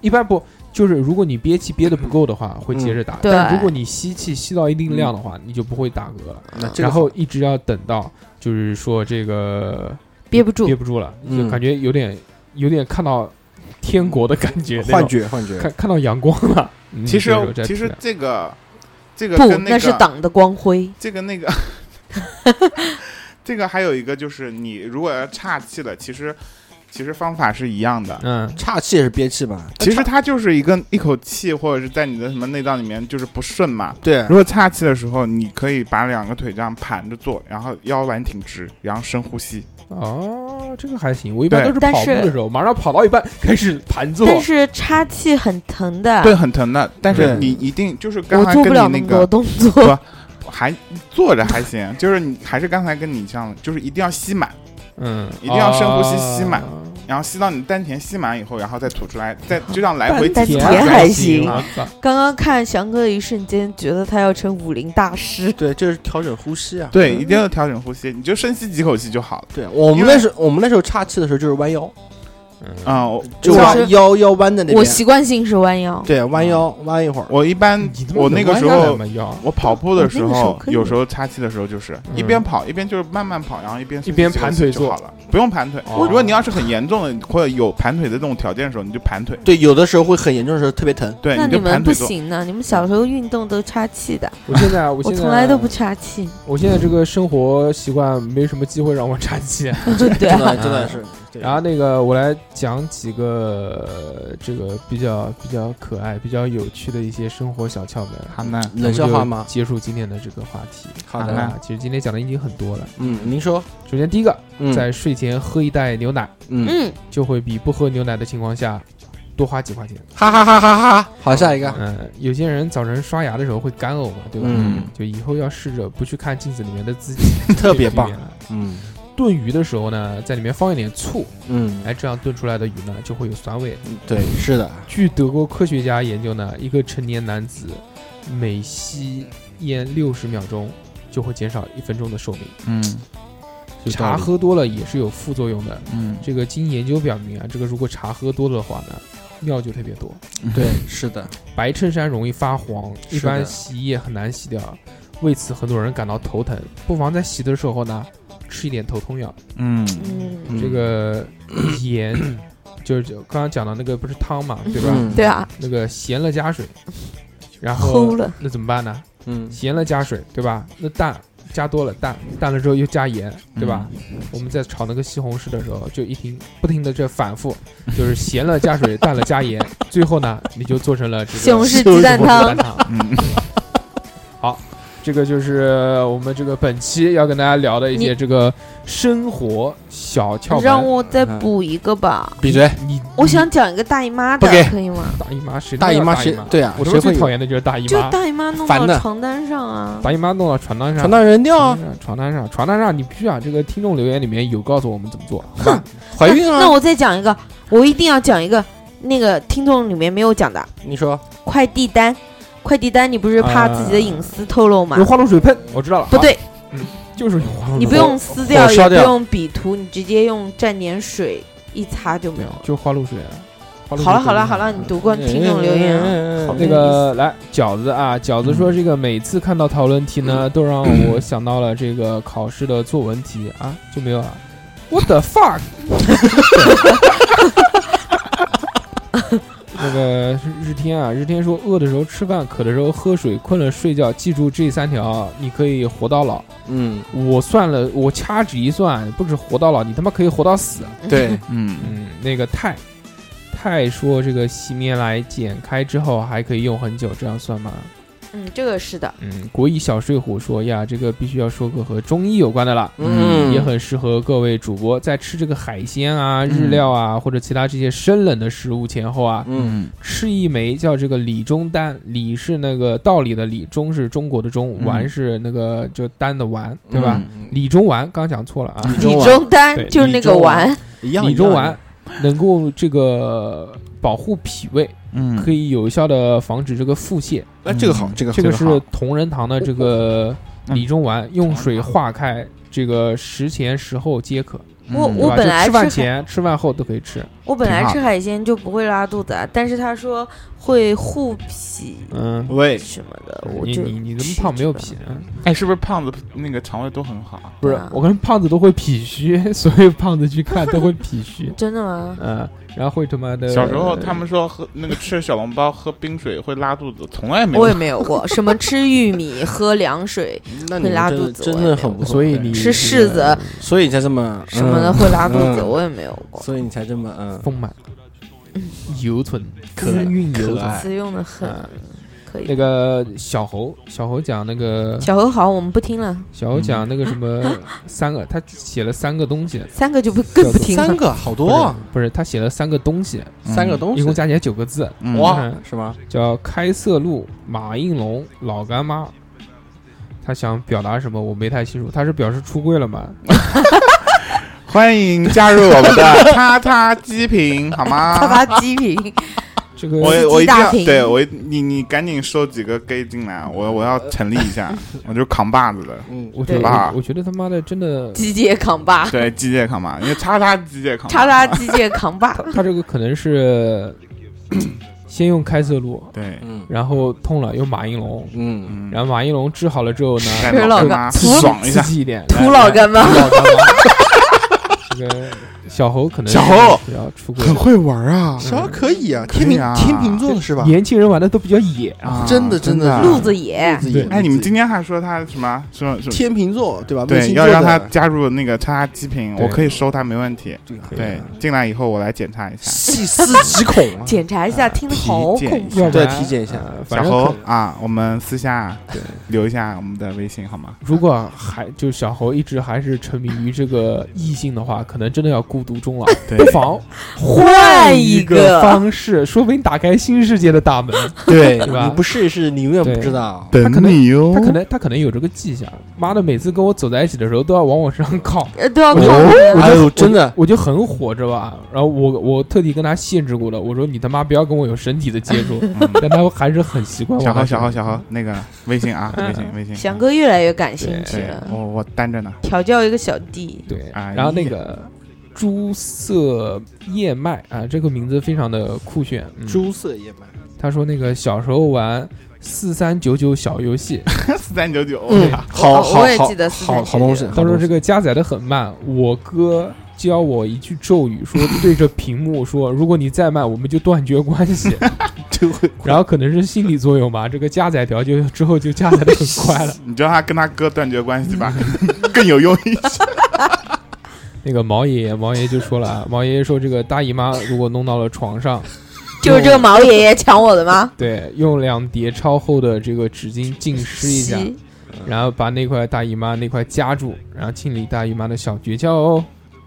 A: 一般不就是如果你憋气憋的不够的话，会接着打；
C: 嗯对
A: 但如果你吸气吸到一定量的话，你就不会打嗝
C: 嗯
A: 了。
B: 那这个
A: 然后一直要等到就是说这个
C: 憋不住
A: 憋不住了，
B: 嗯
A: 就感觉有点有点看到天国的感觉，那
B: 幻
A: 种
B: 觉幻觉，
A: 看看到阳光 了。嗯
E: 其实
A: 这时候再
E: 其实
A: 吃
E: 这个这个
C: 不，
E: 跟
C: 那是
E: 个
C: 党的光辉。
E: 这个那个， 这个还有一个就是，你如果要岔气了，其实其实方法是一样的。
A: 嗯
B: 岔气也是憋气吧？
E: 其实它就是一个一口气，或者是在你的什么内脏里面就是不顺嘛。
B: 对
E: 如，果岔气的时候，你可以把两个腿这样盘着坐，然后腰板挺直，然后深呼吸。
A: 哦，这个还行。我一般
E: 对
A: 都是
C: 但
A: 跑步
C: 是
A: 的时候，马上跑到一半开始盘坐。
C: 但是插气很疼的，
E: 对，很疼的，但是
B: 对
E: 你一定就是刚
C: 啊我
E: 才
C: 做
E: 跟
C: 不
E: 你
C: 了
E: 那
C: 那么
E: 个
C: 多动作。
E: 还坐着还行，就是你还是刚才跟你这样，就是一定要吸满，
A: 嗯，
E: 一定要深呼吸吸满
A: 啊
E: 然后吸到你丹田吸满以后，然后再吐出来，再就这样来回
C: 丹
E: 几
C: 田
E: 次
C: 还
A: 行。
C: 行
A: 我操
C: 刚刚看翔哥的一瞬间，觉得他要成武林大师。
B: 对，这是调整呼吸啊。
E: 对，一定要调整呼吸，你就深吸几口气就好了。
B: 对，我们
E: 因为
B: 那时候我们那时候岔气的时候就是弯腰，
A: 嗯
E: 啊、我
B: 就
C: 我
E: 像
C: 是
B: 弯腰腰弯在那
C: 我
B: 边，
C: 习惯性是弯腰，
B: 对，弯腰弯一会儿，
E: 我一般
A: 你他妈
E: 嗯我那
A: 能
E: 个
A: 弯
E: 时
A: 下来
E: 候
A: 吗要
E: 我跑步的
C: 我
E: 时
C: 那个时候
E: 候，
C: 可以
E: 有时候岔气的时候就是
A: 嗯
E: 一边跑一边就是慢慢跑，然后一边
A: 一边盘腿
E: 就好了，不用盘腿。
A: 哦
E: 如果你要是很严重的或者有盘腿的这种条件的时候，你就盘腿，
B: 对，有的时候会很严重的时候特别疼，
E: 对，
C: 那
E: 就
C: 们
E: 盘
C: 不
E: 腿坐。
C: 行呢？你们小时候运动都插气的，
A: 我现在啊我
C: 我
A: 现在
C: 从来都不插气。
A: 我现在这个生活习惯没什么机会让我岔气。
C: 对
B: 真的
C: 啊，
B: 真的是。对
A: 然后那个，我来讲几个呃这个比较比较可爱、比较有趣的一些生活小窍门。
E: 好呢，
B: 冷笑话吗？
A: 结束今天的这个话题。
B: 好的
A: 啊，其实今天讲的已经很多了。
B: 嗯，您说，
A: 首先第一个，
B: 嗯，
A: 在睡前喝一袋牛奶，
B: 嗯，
C: 嗯，
A: 就会比不喝牛奶的情况下多花几块钱。
B: 哈哈哈哈哈。好，下一个，
A: 嗯，有些人早晨刷牙的时候会干呕嘛，对吧？
B: 嗯
A: 就以后要试着不去看镜子里面的自己，
B: 特别棒
A: 这个避免了
B: 嗯，
A: 炖鱼的时候呢，在里面放一点醋，
B: 嗯，
A: 哎，这样炖出来的鱼呢就会有酸味。
B: 对，是的，
A: 据德国科学家研究呢，一个成年男子每吸烟六十秒钟就会减少一分钟的寿命。
E: 嗯
A: 茶喝多了也是有副作用的。
E: 嗯，
A: 这个经研究表明啊，这个如果茶喝多了的话呢，尿就特别多，
B: 对，是的，
A: 白衬衫容易发黄，
B: 是的
A: 一般洗衣液很难洗掉，为此很多人感到头疼。不妨在洗的时候呢，吃一点头痛药。
E: 嗯
C: 嗯，
B: 嗯
A: 这个盐就是就刚刚讲的那个不是汤嘛，对吧？
B: 嗯
C: 对啊，
A: 那个咸了加水，然后
C: 齁了
A: 那怎么办呢？
B: 嗯，
A: 咸了加水，对吧？那蛋加多了蛋，蛋了之后又加盐，对吧？我们在炒那个西红柿的时候，就一停不停的这反复，就是咸了加水，淡了加盐，最后呢，你就做成了这个
C: 西红柿 鸡蛋汤。
E: 嗯
A: 这个就是我们这个本期要跟大家聊的一些
C: 你
A: 这个生活小窍
C: 让
A: 门。
C: 我再补一个吧，
B: 闭嘴，
A: 你
C: 我想讲一个大姨妈的
B: 嗯不给，
C: 可以吗？
A: 大姨妈谁
B: 大姨
A: 妈
B: 妈谁对啊
A: 我他
B: 谁
A: 妈
B: 会
A: 最
B: 有
A: 讨厌的就是大姨
C: 就
A: 妈，
C: 大姨妈弄
B: 烦的
C: 到床单上啊，
A: 大姨妈弄到床单上，
B: 传到人尿
A: 床
B: 啊，
A: 单上，床单上，床单上，你必须啊！这个听众留言里面有告诉我们怎么做，好吧？
B: 怀孕
C: 那
B: 啊，
C: 那我再讲一个，我一定要讲一个那个听众里面没有讲的
B: 你说
C: 快递单。快递单，你不是怕自己的隐私透露吗？
A: 用花露水喷，我知道了，
C: 不对，
A: 就是用花露水，
C: 你不用撕
B: 火
C: 掉，
B: 烧
C: 也不
B: 掉
C: 用笔涂，你直接用蘸点水一擦就没
A: 没
C: 有
A: 有
C: 了。，
A: 就花露水啊。花露水
C: 好了好了
A: 就是
C: 好了，你读过听众留言啊，
B: 嗯
A: 那个来饺子啊，饺子说这个每次看到讨论题
B: 嗯
A: 呢，都让我想到了这个考试的作文题 啊，就没有了。What the fuck？那个日日天啊，日天说饿的时候吃饭，渴的时候喝水，困了睡觉，记住这三条，你可以活到老。
B: 嗯，
A: 我算了，我掐指一算，不止活到老，你他妈可以活到死。
B: 对，
E: 嗯
A: 嗯，那个泰泰说这个洗面奶剪开之后还可以用很久，这样算吗？
C: 嗯，这个是的，
A: 嗯，国医小睡虎说呀，这个必须要说个和中医有关的了。
B: 嗯，
A: 也很适合各位主播在吃这个海鲜啊、日料啊、或者其他这些生冷的食物前后啊，
B: 嗯，
A: 吃一枚叫这个理中丹，理是那个道理的理，中是中国的中，
E: 嗯
A: 丸是那个就丹的丸，对吧？
B: 嗯？
A: 理中丸，刚刚讲错了啊，
B: 李
C: 李
B: 中
C: 中丹
A: 对
C: 就是那
B: 李
C: 个
B: 中
C: 丸，
B: 一样，
A: 理中丸
B: 一
A: 能够这个保护脾胃，
E: 嗯
A: 可以有效的防止这个腹泻。
C: 嗯
B: 样，哎，这个好，这个
A: 这个
E: 这个
A: 是
E: 好
A: 同仁堂的这个
E: 嗯
A: 理中丸，用水化开，这个时前时后皆可，
C: 我
E: 嗯
A: 对吧
C: 本
A: 就
C: 来
A: 吃饭
C: 是
A: 前、吃饭后都可以吃。
C: 我本
E: 挺
C: 来
E: 好
C: 吃海鲜就不会拉肚子啊，但是他说会护脾
A: 嗯，
B: 喂，
C: 什么的，我
A: 你
C: 就
A: 你你这么
C: 吃
A: 胖没有
C: 这个嗯
A: 脾？啊？
E: 哎，是不是胖子那个肠胃都很好？
A: 不是
C: 对啊，。
A: 我跟胖子都会脾虚， 所有胖子去看都会脾虚
C: 真的吗？
A: 嗯，然后会他妈的
E: 小时候他们说喝那个吃小笼包喝冰水会拉肚子，从来没有
C: 我也。没有过什么吃玉米、喝凉水、
B: 那你
C: 会拉
B: 真的
C: 肚子
B: 真
C: 我也
B: 的
C: 没
B: 很
C: 有
B: 不错，
A: 所以
B: 对
A: 你
C: 吃柿子
B: 所以你才这么
C: 什么的
B: 嗯
C: 会拉肚子，
B: 嗯
C: 我也没有过，
B: 所以你才这么嗯，
A: 丰 满
C: 嗯、
A: 油存、
B: 可
A: 滋韵油
B: 可爱
A: 存。
C: 词用的很
A: 嗯
C: 可
A: 那
C: 以。
A: 个小猴，小猴讲那个
C: 小何好，我们不听了，
A: 小猴
E: 嗯
A: 讲那个什么三个，他写了三个东西，
E: 哦
C: 三个就不更不听
B: 三
C: 了。
B: 个好
A: 不
B: 多
A: 是
B: 啊，
A: 不是，他写了三个东西，
E: 嗯
B: 三个东
A: 一
B: 西
A: 共加起来九个字，
E: 嗯
B: 哇
A: 嗯，
B: 是吗？
A: 叫开塞露、马应龙、老干妈。他想表达什么，我没太清楚。他是表示出柜了吗？
E: 欢迎加入我们 的叉叉机评，好
C: 啪
E: 吗？
C: 啪鸡皮，
A: 这个
E: 我我
C: 鸡
E: 一定
C: 大
E: 要
C: 屏
E: 对我一你你赶紧收几个 gay 进来，我我要成立一下，我就是扛把子的，
B: 嗯，
A: 我觉得
E: 对吧
A: 我我觉得他妈的真的，
C: 机械扛把，
E: 对机械扛把，因为叉叉机械扛把，
C: 叉叉机械扛把，
A: 他他这个可能是先用开塞露，
E: 对，
B: 嗯
A: 然后痛了用马应龙，
B: 嗯，
E: 嗯，
A: 然后马应龙治好了之后呢，
E: 干
C: 吃老
E: 老
C: 干
E: 妈
A: 刺
E: 爽一下，
A: 刺激一点，
C: 土老干妈。
A: 老干妈。这个小猴可能
E: 小猴
A: 比较出柜，
E: 很会玩啊，
B: 小孩可以啊，
E: 可以
B: 天秤
E: 啊
B: 天秤座的是吧？
A: 年轻人玩的都比较野啊。
E: 啊
B: 真的真的
E: 啊
C: 路子野，！
B: 自己
A: 对
E: 哎，你们今天还说他什么什么什么？
B: 天秤座对吧？微
E: 对，
B: 信
E: 要
B: 座
E: 让他
B: 的
E: 加入那个叉叉机评，
A: 对
E: 我可以收他没问题。
A: 可以
E: 对
A: 啊，
E: 进来以后我来检查一下。
B: 细思极恐啊
C: 检查一下，听得好
E: 体检
C: 恐怖。
A: 要不然
B: 对体检一下
A: 呃
E: 小
A: 反正
E: 侯
A: 可
E: 啊，我们私下留一下我们的微信好吗？
A: 如果还就小侯一直还是沉迷于这个异性的话，可能真的要孤独终老，
E: 对
A: 不妨
C: 换
A: 一个方式，说不定打开新世界的大门。
B: 对
A: 对吧
B: 你不试一试，你永远不知道。
A: 他可能
E: 等你哟
A: 他可能他可能有这个迹象，妈的，每次跟我走在一起的时候都要往我身上靠，
C: 呃都
A: 我
C: 要靠
A: 就
C: 人
B: 哎呦，真的，
A: 我就很火，知道吧？然后我我特地跟他限制过了，我说你他妈不要跟我有身体的接 触，但他还是嗯很习惯我。
E: 小豪，小豪，小豪，那个微信啊，微信，微信。
C: 翔哥越来越感兴趣
E: 对，
B: 哦
C: 了，
E: 我我单着呢。
C: 调教一个小弟，
A: 对，
E: 哎
A: 然后那个朱色叶脉啊，这个名字非常的酷炫。嗯
B: 朱色野蛮，
A: 他说那个小时候玩四三九九小游戏，
E: 四三九九，
C: 嗯
B: 好
C: 哦
B: 好
C: 我也
B: 好
C: 记得
B: 好好东西。
A: 他说这个加载的很慢，我哥。教我一句咒语，说对着屏幕说：“如果你再慢，我们就断绝关系。
B: 就会”
A: 然后可能是心理作用吧，这个加载条就之后就加载的很快了。
E: 你叫他跟他哥断绝关系吧， 更有用一些。
A: 那个毛爷爷，毛爷爷就说了啊，毛爷爷说这个大姨妈如果弄到了床上，
C: 就是这个毛爷爷抢我的吗？
A: 对，用两叠超厚的这个纸巾浸湿一下，
C: 吸
A: 然后把那块大姨妈那块夹住，然后清理大姨妈的小诀窍哦。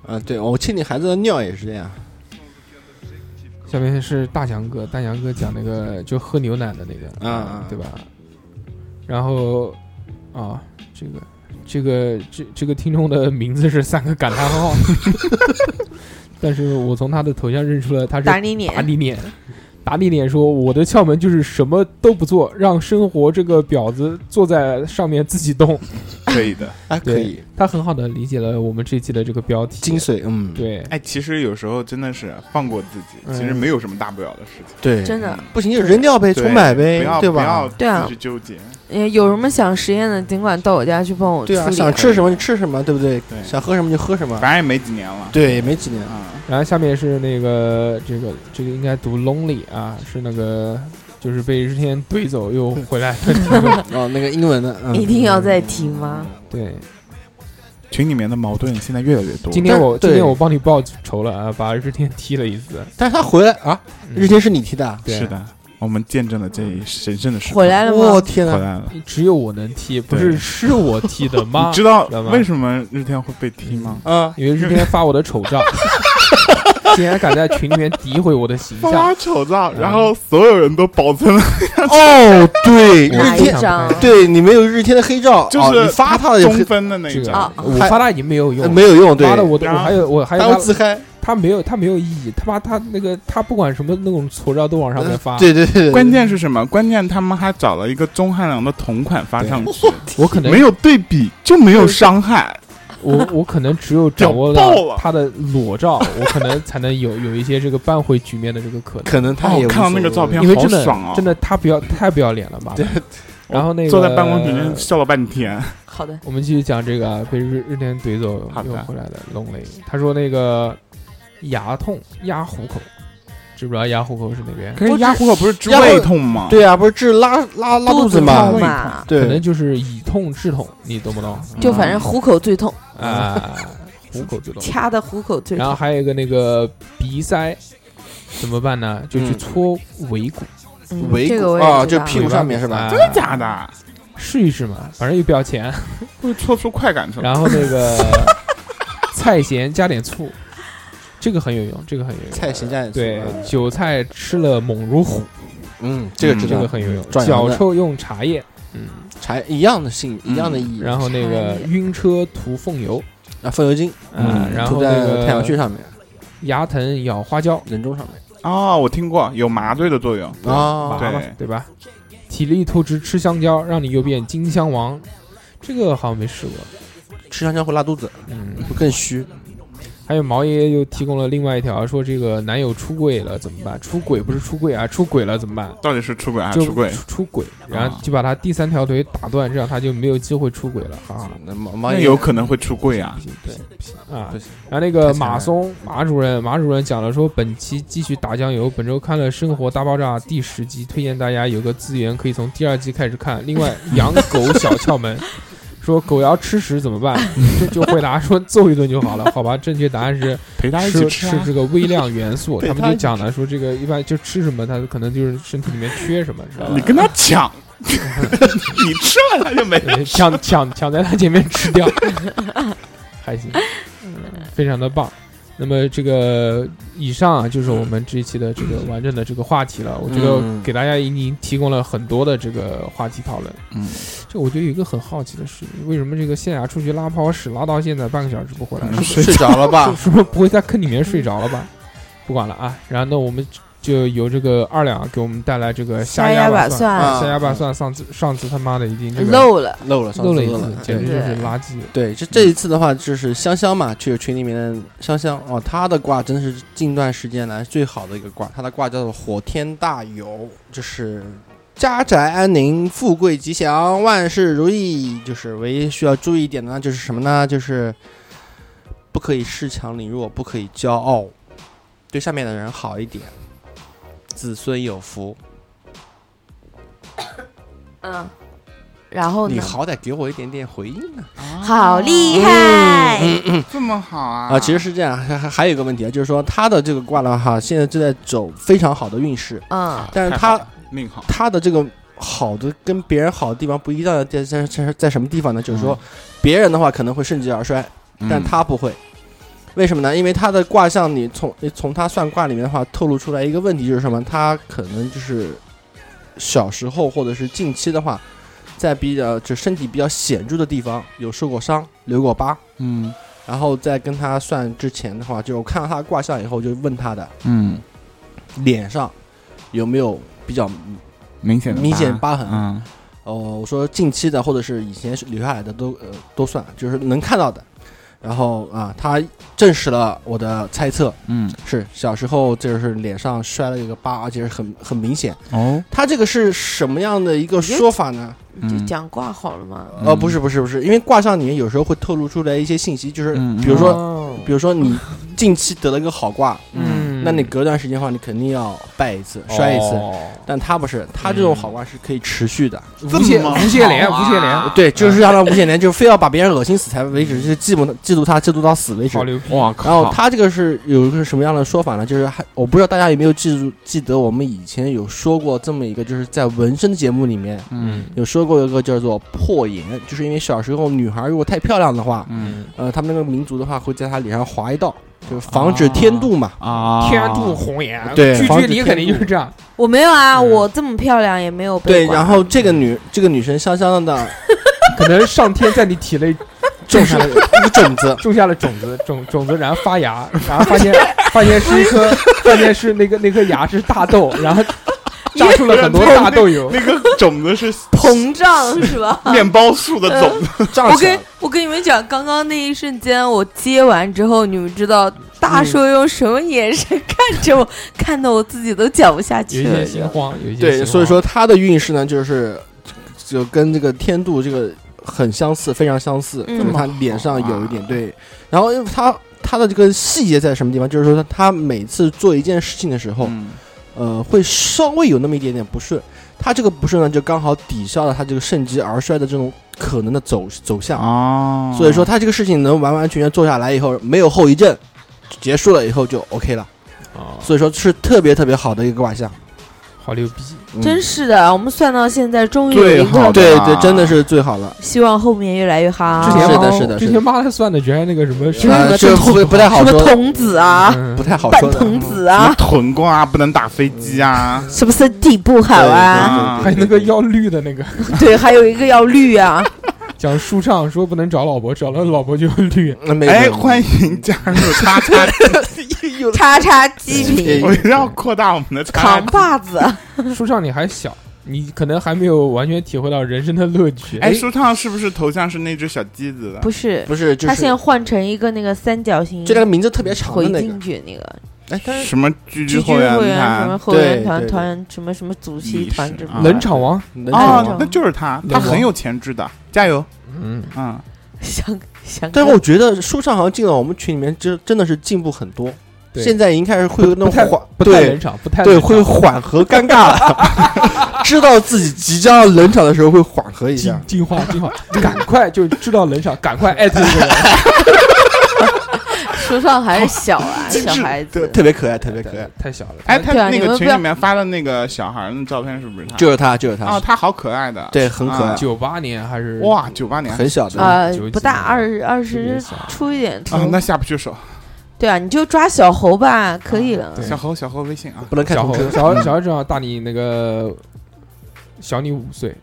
B: 啊，对我亲你孩子的尿也是这样，
A: 下面是大强哥，大强哥讲那个就喝牛奶的那个，
B: 嗯嗯
A: 对吧？然后啊，这个这个这这个听众的名字是三个感叹号，但是我从他的头像认出了他是
C: 打你
A: 打
C: 脸，
A: 你脸，打你脸说我的窍门就是什么都不做，让生活这个婊子坐在上面自己动。
E: 可以的。
B: 哎，可以，
A: 他很好的理解了我们这期的这个标题。
B: 精髓，嗯，
A: 对，
E: 哎，其实有时候真的是放过自己，
A: 嗯
E: 其实没有什么大不了的事情。
B: 对，
C: 真的，
B: 不行就扔掉呗，
E: 对
B: 重买
E: 不
B: 呗
E: 要，
B: 对
E: 不要
B: 吧？
E: 自
C: 对啊
E: 己去纠结。
C: 呃有什么想实验的，尽管到我家去帮我处
B: 对
C: 理
B: 啊，
C: 啊。
B: 想吃什么就吃什么，对不对？
E: 对
B: 想喝什么就喝什么，
E: 反正也没几年了。
B: 对，也没几年啊。
E: 啊，
A: 然后下面是那个这个这个应该读 lonely 啊，是那个就是被日天怼走又回来的 听众。
B: 哦，那个英文的，嗯
C: 一定要再提吗？
A: 对，
E: 群里面的矛盾现在越来越多。
A: 今天我
B: 但
A: 今
B: 对
A: 天我帮你报仇了啊，把日天踢了一次。
B: 但是他回来啊，
A: 嗯
B: 日天是你提的啊，
A: 对
E: 是，的，我们见证了这一神圣的时刻。
C: 回来了
B: 我
C: 吗？
B: 哦天
E: 回
B: 哪！
E: 来了。
A: 只有我能踢，不是
E: 对
A: 是我踢的妈。
E: 你知道
A: 知道吗
E: 为什么日天会被踢吗？
B: 啊，
A: 因为日天发我的丑照， 竟然敢在群里面诋毁我的形象
E: 发，丑照，然后所有人都保存了
B: 哦，对，
A: 我
C: 哪
B: 日
C: 一
B: 天
A: 想，
C: 张？
B: 对你没有日天的黑照，
E: 就
B: 哦
E: 是
B: 你发他的
E: 中
B: 黑
E: 分的那
A: 这
E: 一
A: 个
E: 张。
C: 啊
A: 我发他已经没有
B: 呃
A: 用，
B: 没有用，对
A: 妈，的我的
E: 然
A: 我
E: 后
A: 还有我还有
B: 他会
A: 哎他
B: 自嗨，
A: 他没有他没有意义，他妈他那个他不管什么那种丑照都往上面
E: 呃
A: 发，
B: 对对对，对
E: 关键是什么？关键他们还找了一个钟汉良的同款发上去，
A: 我可能
E: 没有对比就没有伤害。
A: 我我可能只有掌握
E: 屌爆
A: 到
E: 了
A: 他的裸照，我可能才能有有一些这个扳回局面的这个可能，
B: 可能他
E: 哦
B: 也无
E: 看到那个
B: 所
E: 照
B: 谓
E: 片
A: 因为真的
E: 好爽啊
A: 真的他不要太不要脸了吧？
B: 对
A: 然后那个
E: 坐在办公室里面笑了半天，
C: 好的，
A: 我们继续讲这个啊被日日天怼走
E: 好的
A: 又回来的龙雷，他说那个牙痛压虎口，知不知道压虎口是哪边？
E: 可是压虎口不是治
B: 压虎
E: 胃痛吗？
B: 对啊，不是治拉拉拉
C: 肚
B: 子
C: 痛
B: 嘛，
C: 嘛，
A: 可能
B: 对，
A: 就是以痛治痛，你懂不懂？
C: 就反正
B: 嗯
E: 嗯
C: 虎口最痛，
A: 啊，虎口 最痛。
C: 掐的虎口最
A: 然后
C: 痛。
A: 还有一个那个鼻塞，怎么办呢？就去
B: 嗯
A: 搓尾骨，
C: 嗯
B: 尾
C: 这个
B: 骨
C: 我
B: 啊，
C: 也知
B: 就
C: 道
B: 屁股上面是吧？
A: 真
E: 真的假？的？
A: 试一试嘛，反正又不要 钱。
E: 会搓出快感出来。
A: 然后那个菜咸加点醋，这个很有用，这个很有用。
B: 菜咸加点醋
A: 对，
B: 嗯
A: 韭菜吃了猛如虎，
B: 嗯，这个
E: 嗯
B: 知
A: 这
B: 道
A: 个，很有用。
B: 壮阳
A: 脚
B: 的
A: 臭用茶叶，嗯，
B: 茶一样的性，一样的意义。
A: 然后那个
C: 茶叶
A: 晕车涂凤油，
B: 啊，风油精，
A: 啊，然后
B: 涂
A: 那
B: 在
A: 个
B: 太阳穴上面、
A: 牙疼咬花椒，
B: 人中上面
E: 哦，我听过有麻醉的作用。
B: 啊
A: 麻嘛
E: 对，
A: 对吧？体力透支吃香蕉，让你又变金香王，这个好像没试过。
B: 吃香蕉会拉肚子，
A: 嗯，
B: 会更虚。
A: 还有毛爷爷又提供了另外一条，说这个男友出柜了怎么办？出轨不是出柜啊，出轨了怎么办？
E: 到底是出轨还
A: 就是
E: 啊出轨？
A: 出出轨，然后就把他第三条腿打断，这样他就没有机会出轨了啊！
B: 那毛毛
E: 那
B: 爷
E: 有可能会出柜啊
A: 不！行，对，不行啊
B: 不行！
A: 然后那个
B: 太惨了
A: 马松马主任，马主任讲了说，本期继续打酱油。本周看了《生活大爆炸》第十集，推荐大家有个资源可以从第二季开始看。另外，养狗小窍 门，说狗要吃屎怎么办？就就回答说揍一顿就好了，好吧？正确答案是
E: 陪他一
A: 吃
E: 起
A: 吃
E: 啊
A: 这个微量元素，
E: 对
A: 他们
E: 他
A: 就
E: 一起
A: 讲了说这个一般就吃什么，它可能就是身体里面缺什么，知道吧
E: 你？跟他抢，你吃完他就没了。
A: 对抢抢抢在他前面吃掉。还行，非常的棒。那么这个以上啊，就是我们这一期的这个完整的这个话题了。我觉得
B: 嗯
A: 给大家已经提供了很多的这个话题讨论。
E: 嗯，
A: 这我觉得有一个很好奇的事情，为什么这个县衙出去拉泡屎拉到现在半个小时不回来？是
B: 睡着了吧
A: 不？是是不是不会在坑里面睡着了吧？不管了啊，然后呢，我们就由这个二两啊给我们带来这个
C: 瞎
A: 压
C: 压
A: 把
C: 把
A: 蒜，
C: 蒜
B: 啊
A: 瞎压把蒜。上次上次他妈的已经这个
C: 漏了，
B: 漏了，上哎
A: 漏
B: 次
A: 了一
B: 漏
A: 次
B: 了，，
A: 简直就
B: 对
A: 是垃圾。
B: 对，这这一次的话，就是香香嘛，去群里面的香香哦，她的卦真是近段时间来最好的一个卦，她的卦叫做火天大有，就是家宅安宁、富贵吉祥、万事如意。就是唯一需要注意一点的呢，就是什么呢？就是不可以恃强凌弱，不可以骄傲，对下面的人好一点，子孙有福。
C: 嗯，然
F: 哦
C: 后
B: 你
C: 呢？
B: 好歹给我一点点回应啊！
C: 好厉害！
E: 啊这么好啊！
B: 啊，其实是这样，还还还有一个问题啊，就是说他的这个卦的话，现在正在走非常好的运势，
C: 嗯，
B: 但是
E: 太
B: 他
E: 好了命好，
B: 他的这个好的跟别人好的地方不一样的在在在在什么地方呢？就是说，别人的话可能会盛极而衰，但
E: 嗯
B: 他不会。为什么呢？因为他的卦象里从从他算卦里面的话透露出来一个问题就是什么？他可能就是小时候或者是近期的话，在比较就身体比较显著的地方有受过伤、留过疤，
E: 嗯
B: 然后在跟他算之前的话，就我看到他的卦象以后，就问他的
E: 嗯，
B: 脸上有没有比较
E: 明显的
B: 明显疤痕
E: 嗯
B: 哦，我说近期的或者是以前是留下来的都呃都算，就是能看到的。然后啊，他证实了我的猜测，
E: 嗯
B: 是小时候就是脸上摔了一个疤，而且是很 很明显。
E: 哦，
B: 他这个是什么样的一个说法呢？
C: 你就
E: 嗯
C: 讲挂好了嘛。
B: 呃，不是不是不是，因为卦象里面有时候会透露出来一些信息，就是
E: 嗯
B: 比如说，
A: 说
B: 比如说你近期得了一个好卦，
E: 嗯
B: 那你隔段时间的话，你肯定要拜一
A: 哦
B: 次，摔一次。但他不是，他
A: 嗯
B: 这种好卦是可以持续的。
A: 无限
E: 这么
A: 无限连
E: 好
A: 无
E: 啊
A: 限连，
B: 对，就是让他无限连，就是非要把别人恶心死才为止，就是嫉妒嫉妒他，嫉妒到死为止
A: 好。牛逼！
E: 嗯哇
B: 然后他这个是有一个什么样的说法呢？就是还我不知道大家有没有记住记得我们以前有说过这么一个，就是在纹身节目里面
E: 嗯
B: 有说过一个叫做破颜，就是因为小时候女孩如果太漂亮的话，
E: 嗯
B: 呃，他们那个民族的话会在她脸上划一道，就是防止天妒嘛。
E: 啊，
A: 天妒 红颜，
B: 对
A: 居
B: 防
A: 居
B: 止
A: 里
B: 天
A: 肯定就
B: 妒
A: 是这样。
C: 我没有啊，
A: 嗯
C: 我这么漂亮也没有被
B: 对，
C: 挂
B: 然后这个女这个女生香香 的
A: 可能上天在你体内
B: 种下了一个种 子，
A: 种下了种 子，种种子然后发芽，然后发现 发现是一颗，发现是那个那颗芽是大豆，然后榨出了很多大豆 油。
E: 那个种子是
C: 膨胀是 吧？
E: 面包树的种子，
B: 胀
C: 我
B: 起来
C: 跟
B: 了。
C: 我跟你们讲，刚刚那一瞬间，我接完之后，你们知道
B: 嗯
C: 大叔用什么眼神看着我，看得我自己都讲不下
A: 有
C: 去
A: 一
C: 了
A: 些。心慌，有一些
B: 对，
A: 心
B: 所以
A: 慌
B: 说他的运势呢，就是就跟这个天度这个很相似，非常相似，
C: 嗯
B: 就是他脸上有一点对。然后因为他他的这个细节在什么地方？就是说他每次做一件事情的时候，
E: 嗯
B: 呃，会稍微有那么一点点不顺。他这个不顺呢，就刚好抵消了他这个盛极而衰的这种可能的走走向。
C: 嗯
E: 哦，
B: 嗯所以说他这个事情能完完全全做下来以后，没有后遗症，结束了以后就 OK 了。
A: 啊，
C: 嗯
B: 所以说是特别特别好的一个卦象。
A: 好牛逼！
B: 嗯
C: 真是的，我们算到现在，终于有
E: 最
C: 一
E: 好
C: 个，
E: 的
B: 对
E: 啊
B: 对，真的是最好了。
C: 希望后面越来越好。
A: 之前
B: 是的
A: 妈
B: 是的
A: 之
B: 是
A: 前
B: 的
A: 妈的算的全是那个什么什
B: 啊，
A: 么
B: 这不不太好
C: 什么
B: 说，
C: 童子啊，
A: 嗯
B: 不太好
C: 半
B: 说的。
C: 童子
E: 什么
C: 啊，
E: 臀瓜啊，不能打飞机啊，
C: 什么身体不好啊，
E: 啊
A: 还有那个要绿的那个，
C: 对，还有一个要绿啊，
A: 讲舒畅说不能找老婆，找了老婆就绿。
B: 那没
E: 哎，
B: 有
E: 欢迎加入叉叉，
C: 叉叉鸡品，
B: 哎
E: 我要扩大我们的叉
C: 扛
E: 叉。
C: 把子，
A: 舒畅你还小，你可能还没有完全体会到人生的乐趣。
E: 哎，舒畅是不是头像是那只小鸡子的？
C: 不是，
B: 不是，就
C: 他
B: 是
C: 现在换成一个那个三角形，
B: 就那个名字特别长的
C: 回
B: 那个
C: 进，去那个
B: 哎，但是
E: 什么
C: 居
E: 居
C: 居
E: 居后
C: 会
E: 援
C: 员什
E: 团
C: 么？后援
B: 对
C: 团
B: 对
C: 团什么什么主席
E: 仪
C: 团
E: 式
C: 之类
E: 啊
C: 的，
A: 冷场王，
B: 能
C: 啊
B: 看
E: 哦
B: 到
C: 种，
E: 那就是他，
A: 那
E: 他
A: 种
E: 很有潜质的，加油！
A: 嗯，
E: 嗯，
C: 想想，
B: 但是我觉得舒畅好像进了我们群里面，真真的是进步很多。
A: 对
B: 现在已经开始会有
A: 不
B: 那种
A: 太
B: 缓，
A: 不太冷
B: 对
A: 场，不太
B: 对，
A: 冷场
B: 会缓和尴尬了，知道自己即将要冷场的时候会缓和一
A: 进
B: 下。
A: 进 化进化，赶快就知道冷场，赶快艾特一个人。
C: 书上还是小 啊，
E: 精
C: 小
E: 致
C: 孩
B: 特
C: 子。
B: 特别可爱，特别可爱，
A: 太小了。
E: 哎，
C: 对
E: 他
C: 啊
E: 那
C: 你
E: 个
C: 们
E: 群
C: 不要
E: 里面发的那个小孩儿的照片是不是他？
B: 就是他，就是
E: 哦，
B: 他，
E: 他好可爱的，
B: 对很可爱
E: 啊
A: 九八年还是
E: 哇，九八年
B: 很小的，
C: 呃
A: 九，几
C: 不大，
A: 年
C: 二十二
A: 特别
C: 十
A: 小
C: 出一点头
E: 啊，，那下不去手。
C: 对啊，你就抓小猴吧，可以
B: 啊
C: 了。
A: 对
E: 小猴，小猴微信啊，
B: 不能看
A: 小
B: 同
A: 猴
B: 车，
A: 小猴小猴正好大你那个小你五岁，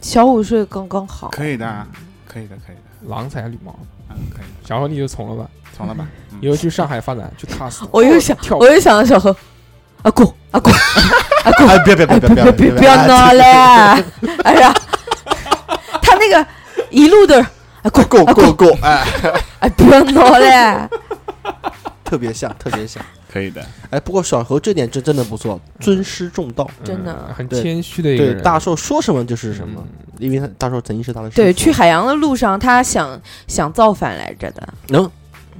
C: 小五岁刚刚好，
E: 可以的，啊可以的，可以的，
A: 郎才女貌。
E: 啊，可以的，
A: 小猴你就从了吧，
E: 从了吧。嗯呃
A: 以后去上海发 展，去踏实。
C: 我又想，
A: 跳舞
C: 我又想到小猴，阿公阿公阿 公，
B: 哎，别别别别别别
C: 不要闹嘞！哎呀，他那个一路的，哎
B: 够
C: 滚
B: 够
C: 哎
B: 够
C: 滚，
B: 够，哎，
C: 哎不要闹嘞！
B: 特别像，特别像。
E: 可以的，
B: 哎，不过小猴这点真真的不错，尊师重道，
A: 嗯
C: 真的
A: 很
B: 对
A: 谦虚的一个
B: 对
A: 人。
B: 大寿说什么就是什么，
A: 嗯
B: 因为他大寿曾经是他的师
C: 对，
B: 傅
C: 去海洋的路上，他想想造反来着的，
B: 能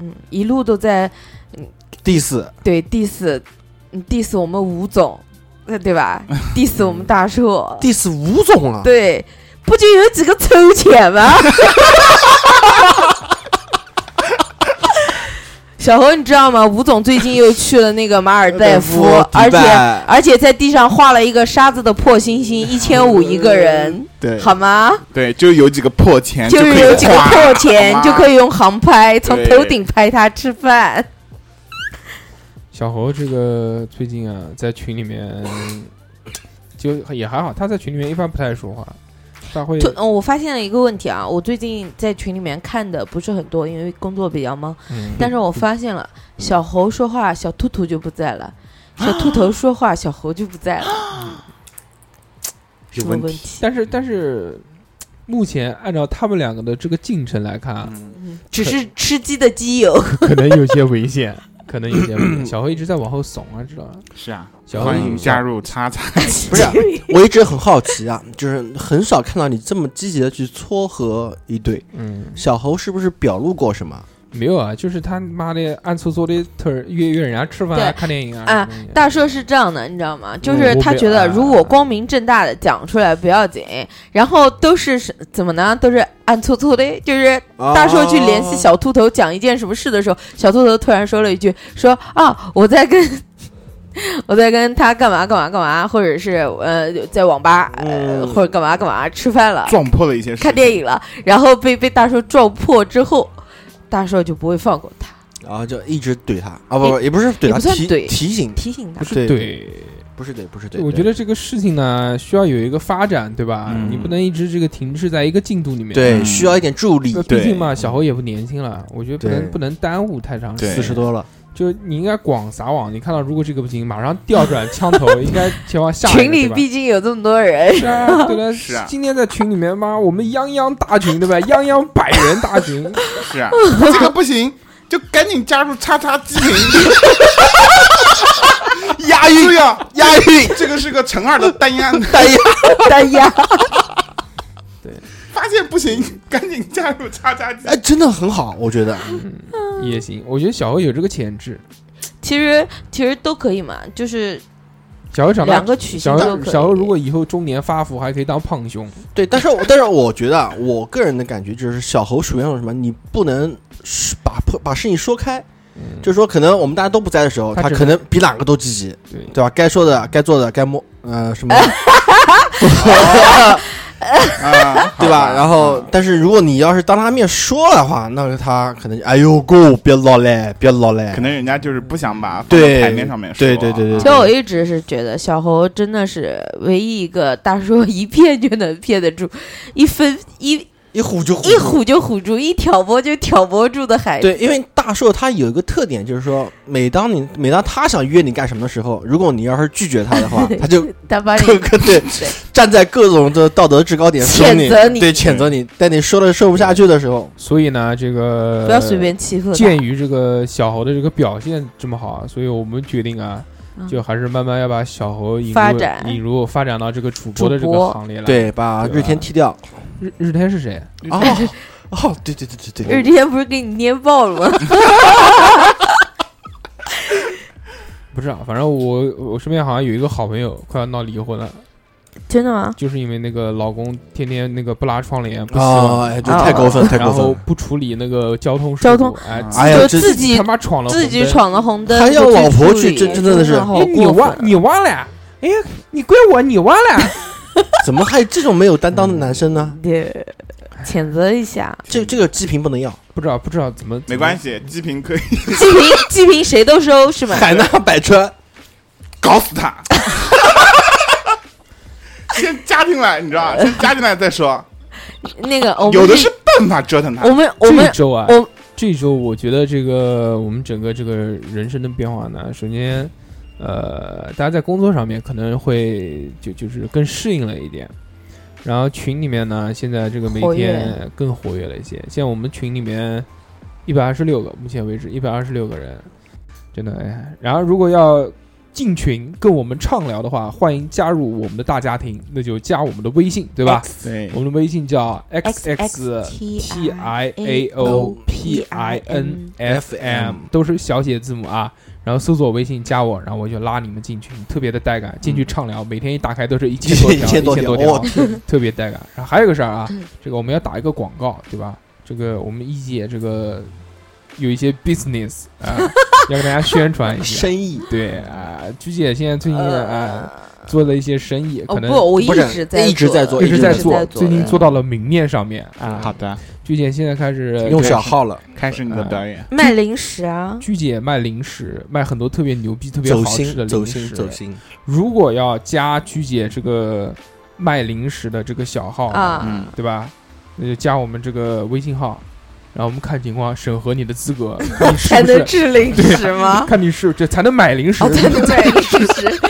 C: 嗯，一路都在
B: diss
C: 对 diss 嗯 diss 我们吴总，呃对吧？diss 我们大硕，
B: diss 吴总了，，
C: 对，不就有几个臭钱吗？小何，你知道吗？吴总最近又去了那个马尔代夫
B: 迪
C: 而且
B: 拜
C: 而且在地上画了一个沙子的破星星，一千五一个人，
E: 对，
C: 好吗？
E: 对，就有几个破钱，
C: 就是
E: 可以
C: 有几个
E: 花
C: 破钱
E: 好吗
C: 就可以用航拍，从
E: 对
C: 头顶拍他吃饭。
A: 小猴这个最近啊，在群里面就也还好，他在群里面一般不太说话，他会
C: 突嗯，我发现了一个问题啊，我最近在群里面看的不是很多，因为工作比较忙。
A: 嗯
C: 但是我发现了，小猴说话，小兔兔就不在了；小兔头说话，小猴就不在了。什
E: 有
C: 么
E: 问
C: 问
E: 题。
C: 题？
A: 但是但是，目前按照他们两个的这个进程来看啊，
E: 嗯
C: 嗯只是吃鸡的基友，
A: 可能有些危险， 可能有些危险。小何一直在往后怂啊，知道吧？
E: 是啊，
A: 小何
E: 欢迎加入叉叉。
B: 不 是啊，我一直很好奇啊，就是很少看到你这么积极的去撮合一对
A: 嗯，
B: 小猴，是不是表露过什么？
A: 没有啊，就是他妈的暗搓搓的特约约人家吃饭啊、
C: 对
A: 看电影啊。
C: 啊
A: 什么的
C: 大硕是这样的，你知道吗？就
A: 嗯
C: 是
A: 我
C: 他
A: 不
C: 觉
A: 啊
C: 得如果光明正大的讲出来不要紧，然后都是是怎么呢？都是暗搓搓的， 就是大硕去联系小秃头讲一件什么事的时候，小秃头突然说了一句：“说啊，我在跟 我在跟他干嘛干嘛干嘛，或者是呃在网吧呃
B: 嗯
C: 或者干嘛干嘛吃饭了，
A: 嗯
E: 撞破了一些事，
C: 看电影了。”然后被被大硕撞破之后，大硕就不会放过他，
B: 啊，就一直怼他啊，不不，也不是怼
C: 也
B: 他，
C: 哎不算
B: 提
C: 怼
B: 提醒，
C: 提醒他
B: 不。是怼，
A: 对，
B: 不是怼，不是怼。
A: 我觉得这个事情呢，需要有一个发展，对吧？
E: 嗯
A: 你不能一直这个停滞在一个进度里面。
B: 对
E: 嗯
B: 需要一点助力
A: 那，毕竟嘛，小侯也不年轻了，我觉得不能
B: 对
A: 不能耽误太长时
E: 对
A: 间。
B: 四十多了，
A: 就你应该广撒网，你看到如果这个不行，马上调转枪头，应该前往下一个
C: 群里
A: 对吧
C: 毕竟有这么 多人，
A: 是啊，对了，
E: 是啊
A: 今天在群里面，妈，我们泱泱大群，对吧？泱泱百人大 群，
E: 是啊，这个不行，就赶紧加入叉叉机 灵。押韵呀，
B: 押韵，
E: 这个是个乘二的单押，
B: 哎呀，
C: 哎呀，
E: 发现不行，赶紧加入叉叉机灵。
B: 哎，真的很好，我觉得
A: 也行。我觉得小何有这个潜质，
C: 其实其实都可以嘛，就是
A: 小何长大
C: 两，个曲线
A: 小
C: 都
A: 何
C: 可以。
A: 小何如果以后中年发福，还可以当胖兄。
B: 对。但是我但是我觉得啊，我个人的感觉就是小猴属于那种什么，你不能是把把事情说开，
A: 嗯，
B: 就是说可能我们大家都不在的时候，
A: 他
B: 他
A: 只
B: 可能比哪个都积极，
A: 对，
B: 对吧？该说的、该做的、该摸，呃，什么，
E: 啊，
B: 对吧？然后，但是如果你要是当他面说的话，那他可能就哎呦够，别闹嘞，别闹嘞，
E: 可能人家就是不想把放
B: 对
E: 到台面上面说，
B: 对
E: 啊
B: 对对对
C: 其实我一直是觉得小猴真的是唯一一个大叔一骗就能 骗得住，一分一
B: 一唬就唬住
C: 一唬就唬住，一挑拨就挑拨住的孩子。
B: 对，因为大寿他有一个特点，就是说，每当你每当他想约你干什么的时候，如果你要是拒绝他的 话，他就
C: 他把你
B: 各个对
C: 对
B: 站在各种的道德制高点说
C: 谴责你
B: 对谴责你。但你说了说不下去的时候，
A: 所以呢，这个
C: 不要随。便欺负他。
B: 呃
A: 鉴于这个小侯的这个表现这么好啊，所以我们决定啊，
C: 嗯
A: 就还是慢慢要把小侯引入
C: 发展
A: 引入发展到这个主播的这
C: 主
A: 个
C: 播
A: 行列来。，
B: 对，把
A: 对吧
B: 日天踢掉。
A: 日日天是谁？啊
B: 哦哦，对对对对
C: 日
B: 对，
C: 天不是给你捏爆
B: 哎
C: 了吗？
A: 不是啊，反正我我身边好像有一个好朋友快要闹离婚了，
C: 真的吗？
A: 就是因为那个老公天天那个不拉窗帘，不洗
B: 啊，
A: 碗，
B: 哎，这太过分，太
A: 然
B: 过
A: 后
B: 分。
A: 不处理那个交通事故
C: 交通，
A: 哎，
B: 哎呀，
C: 就
B: 这
C: 自己
A: 他妈闯了
C: 自己
A: 红灯。
C: 闯了红灯，
B: 还要
C: 不
B: 老婆
C: 处
B: 去
C: 理
B: 这真的是
C: 好
A: 哎，你
C: 过
A: 忘
C: 分
A: 你忘了呀？哎呀，你怪我，你忘了呀？
B: 怎么还有这种没有担当的
A: 嗯
B: 男生呢？
C: 得谴责一下，
B: 这这个鸡评不能要，
A: 不知道不知道怎么
E: 没关，系，鸡评可以
C: 季平季平谁都收是吗？
B: 海纳百川，
E: 搞死他。 先加进来，你 知道吧？先加进来再说。
C: 那
B: 哦
C: 个哦我们
E: 有的
C: 是
E: 是办法折腾他
C: 我。们我
A: 怎么
C: 们
A: 这周啊，
C: 我
A: 这周我觉得这个我们整个这个人生的变化呢，首先，呃，大家在工作上面可能会就就是更适应了一点，然后群里面呢，现在这个每
C: 活
A: 天
C: 跃
A: 更活跃了一些。现在我们群里面一百二十六个，目前为止一百二十六个人，真的哎。然后如果要进群跟我们畅聊的话，欢迎加入我们的大家庭，那就加我们的微信，对吧？
E: 对
A: 我们的微信叫 x x T
C: T
A: I A O P I N F M，都是小写字母啊。然后搜索微信加我，然后我就拉你们进去，特别的带感。进去畅聊，每天一打开都是一千多条，
B: 一千多
A: 一
B: 条
A: 条，
B: 我
A: 特别带感。然后还有个事儿啊，这个我们要打一个广告，对吧？这个我们一姐这个有一些 business 啊，要给大家宣传一下
B: 生。意
A: 对啊，鞠姐现在最近啊做了一些生意，
C: 呃
A: 可
C: 哦不，
A: 能
C: 我
B: 不是
C: 直在
B: 一直在做
A: 一
B: 一
A: 直
B: 直
A: 在
B: 在
A: 做，最近做
C: 到
A: 到了明面上面啊。
E: 好，的，
A: 鞠姐现在开始
B: 用小号了，
E: 开始你的表演。
C: 卖零食啊，
A: 鞠姐卖零食，卖很多特别牛逼、特别
B: 走
A: 好吃的
B: 心，走
A: 零
B: 心，
A: 食。哎
B: 走心。
A: 如果要加鞠姐这个卖零食的这个小号，
C: 啊
E: 嗯，
A: 对吧？那就加我们这个微信号，然后我们看情况审核你的资 格，看你是
C: 才
A: 不
C: 能
A: 是
C: 吃零食 吗？
A: 看你是这才能买零食
C: 哦，，才能 卖零食，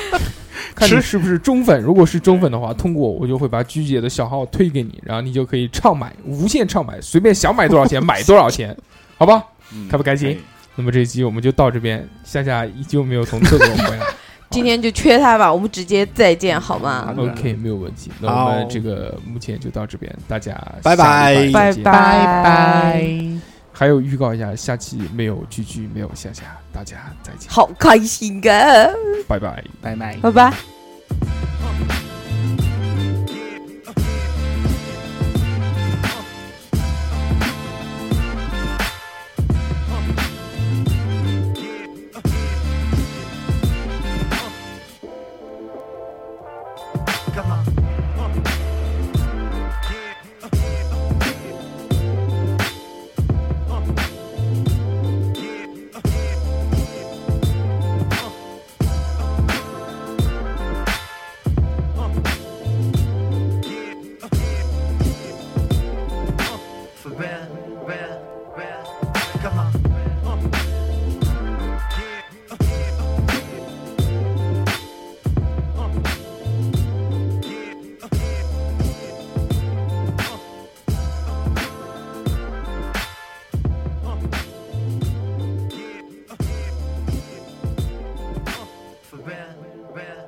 A: 看你是不是中粉。如果是中粉的话，通过我就会把鞠姐的小号推给你，然后你就可以畅买，无限畅买，随便想买多少钱买多少钱，好吧？
E: 嗯
A: 开不开心？
E: 可以
A: 那么这一期我们就到这边，夏夏依旧没有从厕所回来。
C: 今天就缺他吧，我们直接再见好吗？
E: 的
A: OK，没有问题。那我们这个目前就到这边，大家
B: 拜拜
A: 下礼拜
C: 拜
A: 见。
C: 拜，
A: 还有预告一下，下期没有居居，没有夏夏，大家再见，
C: 好开心啊，
A: 拜拜。
E: 拜拜。
C: 拜拜。
H: For real, real, real. Come on. Uh. For real, real,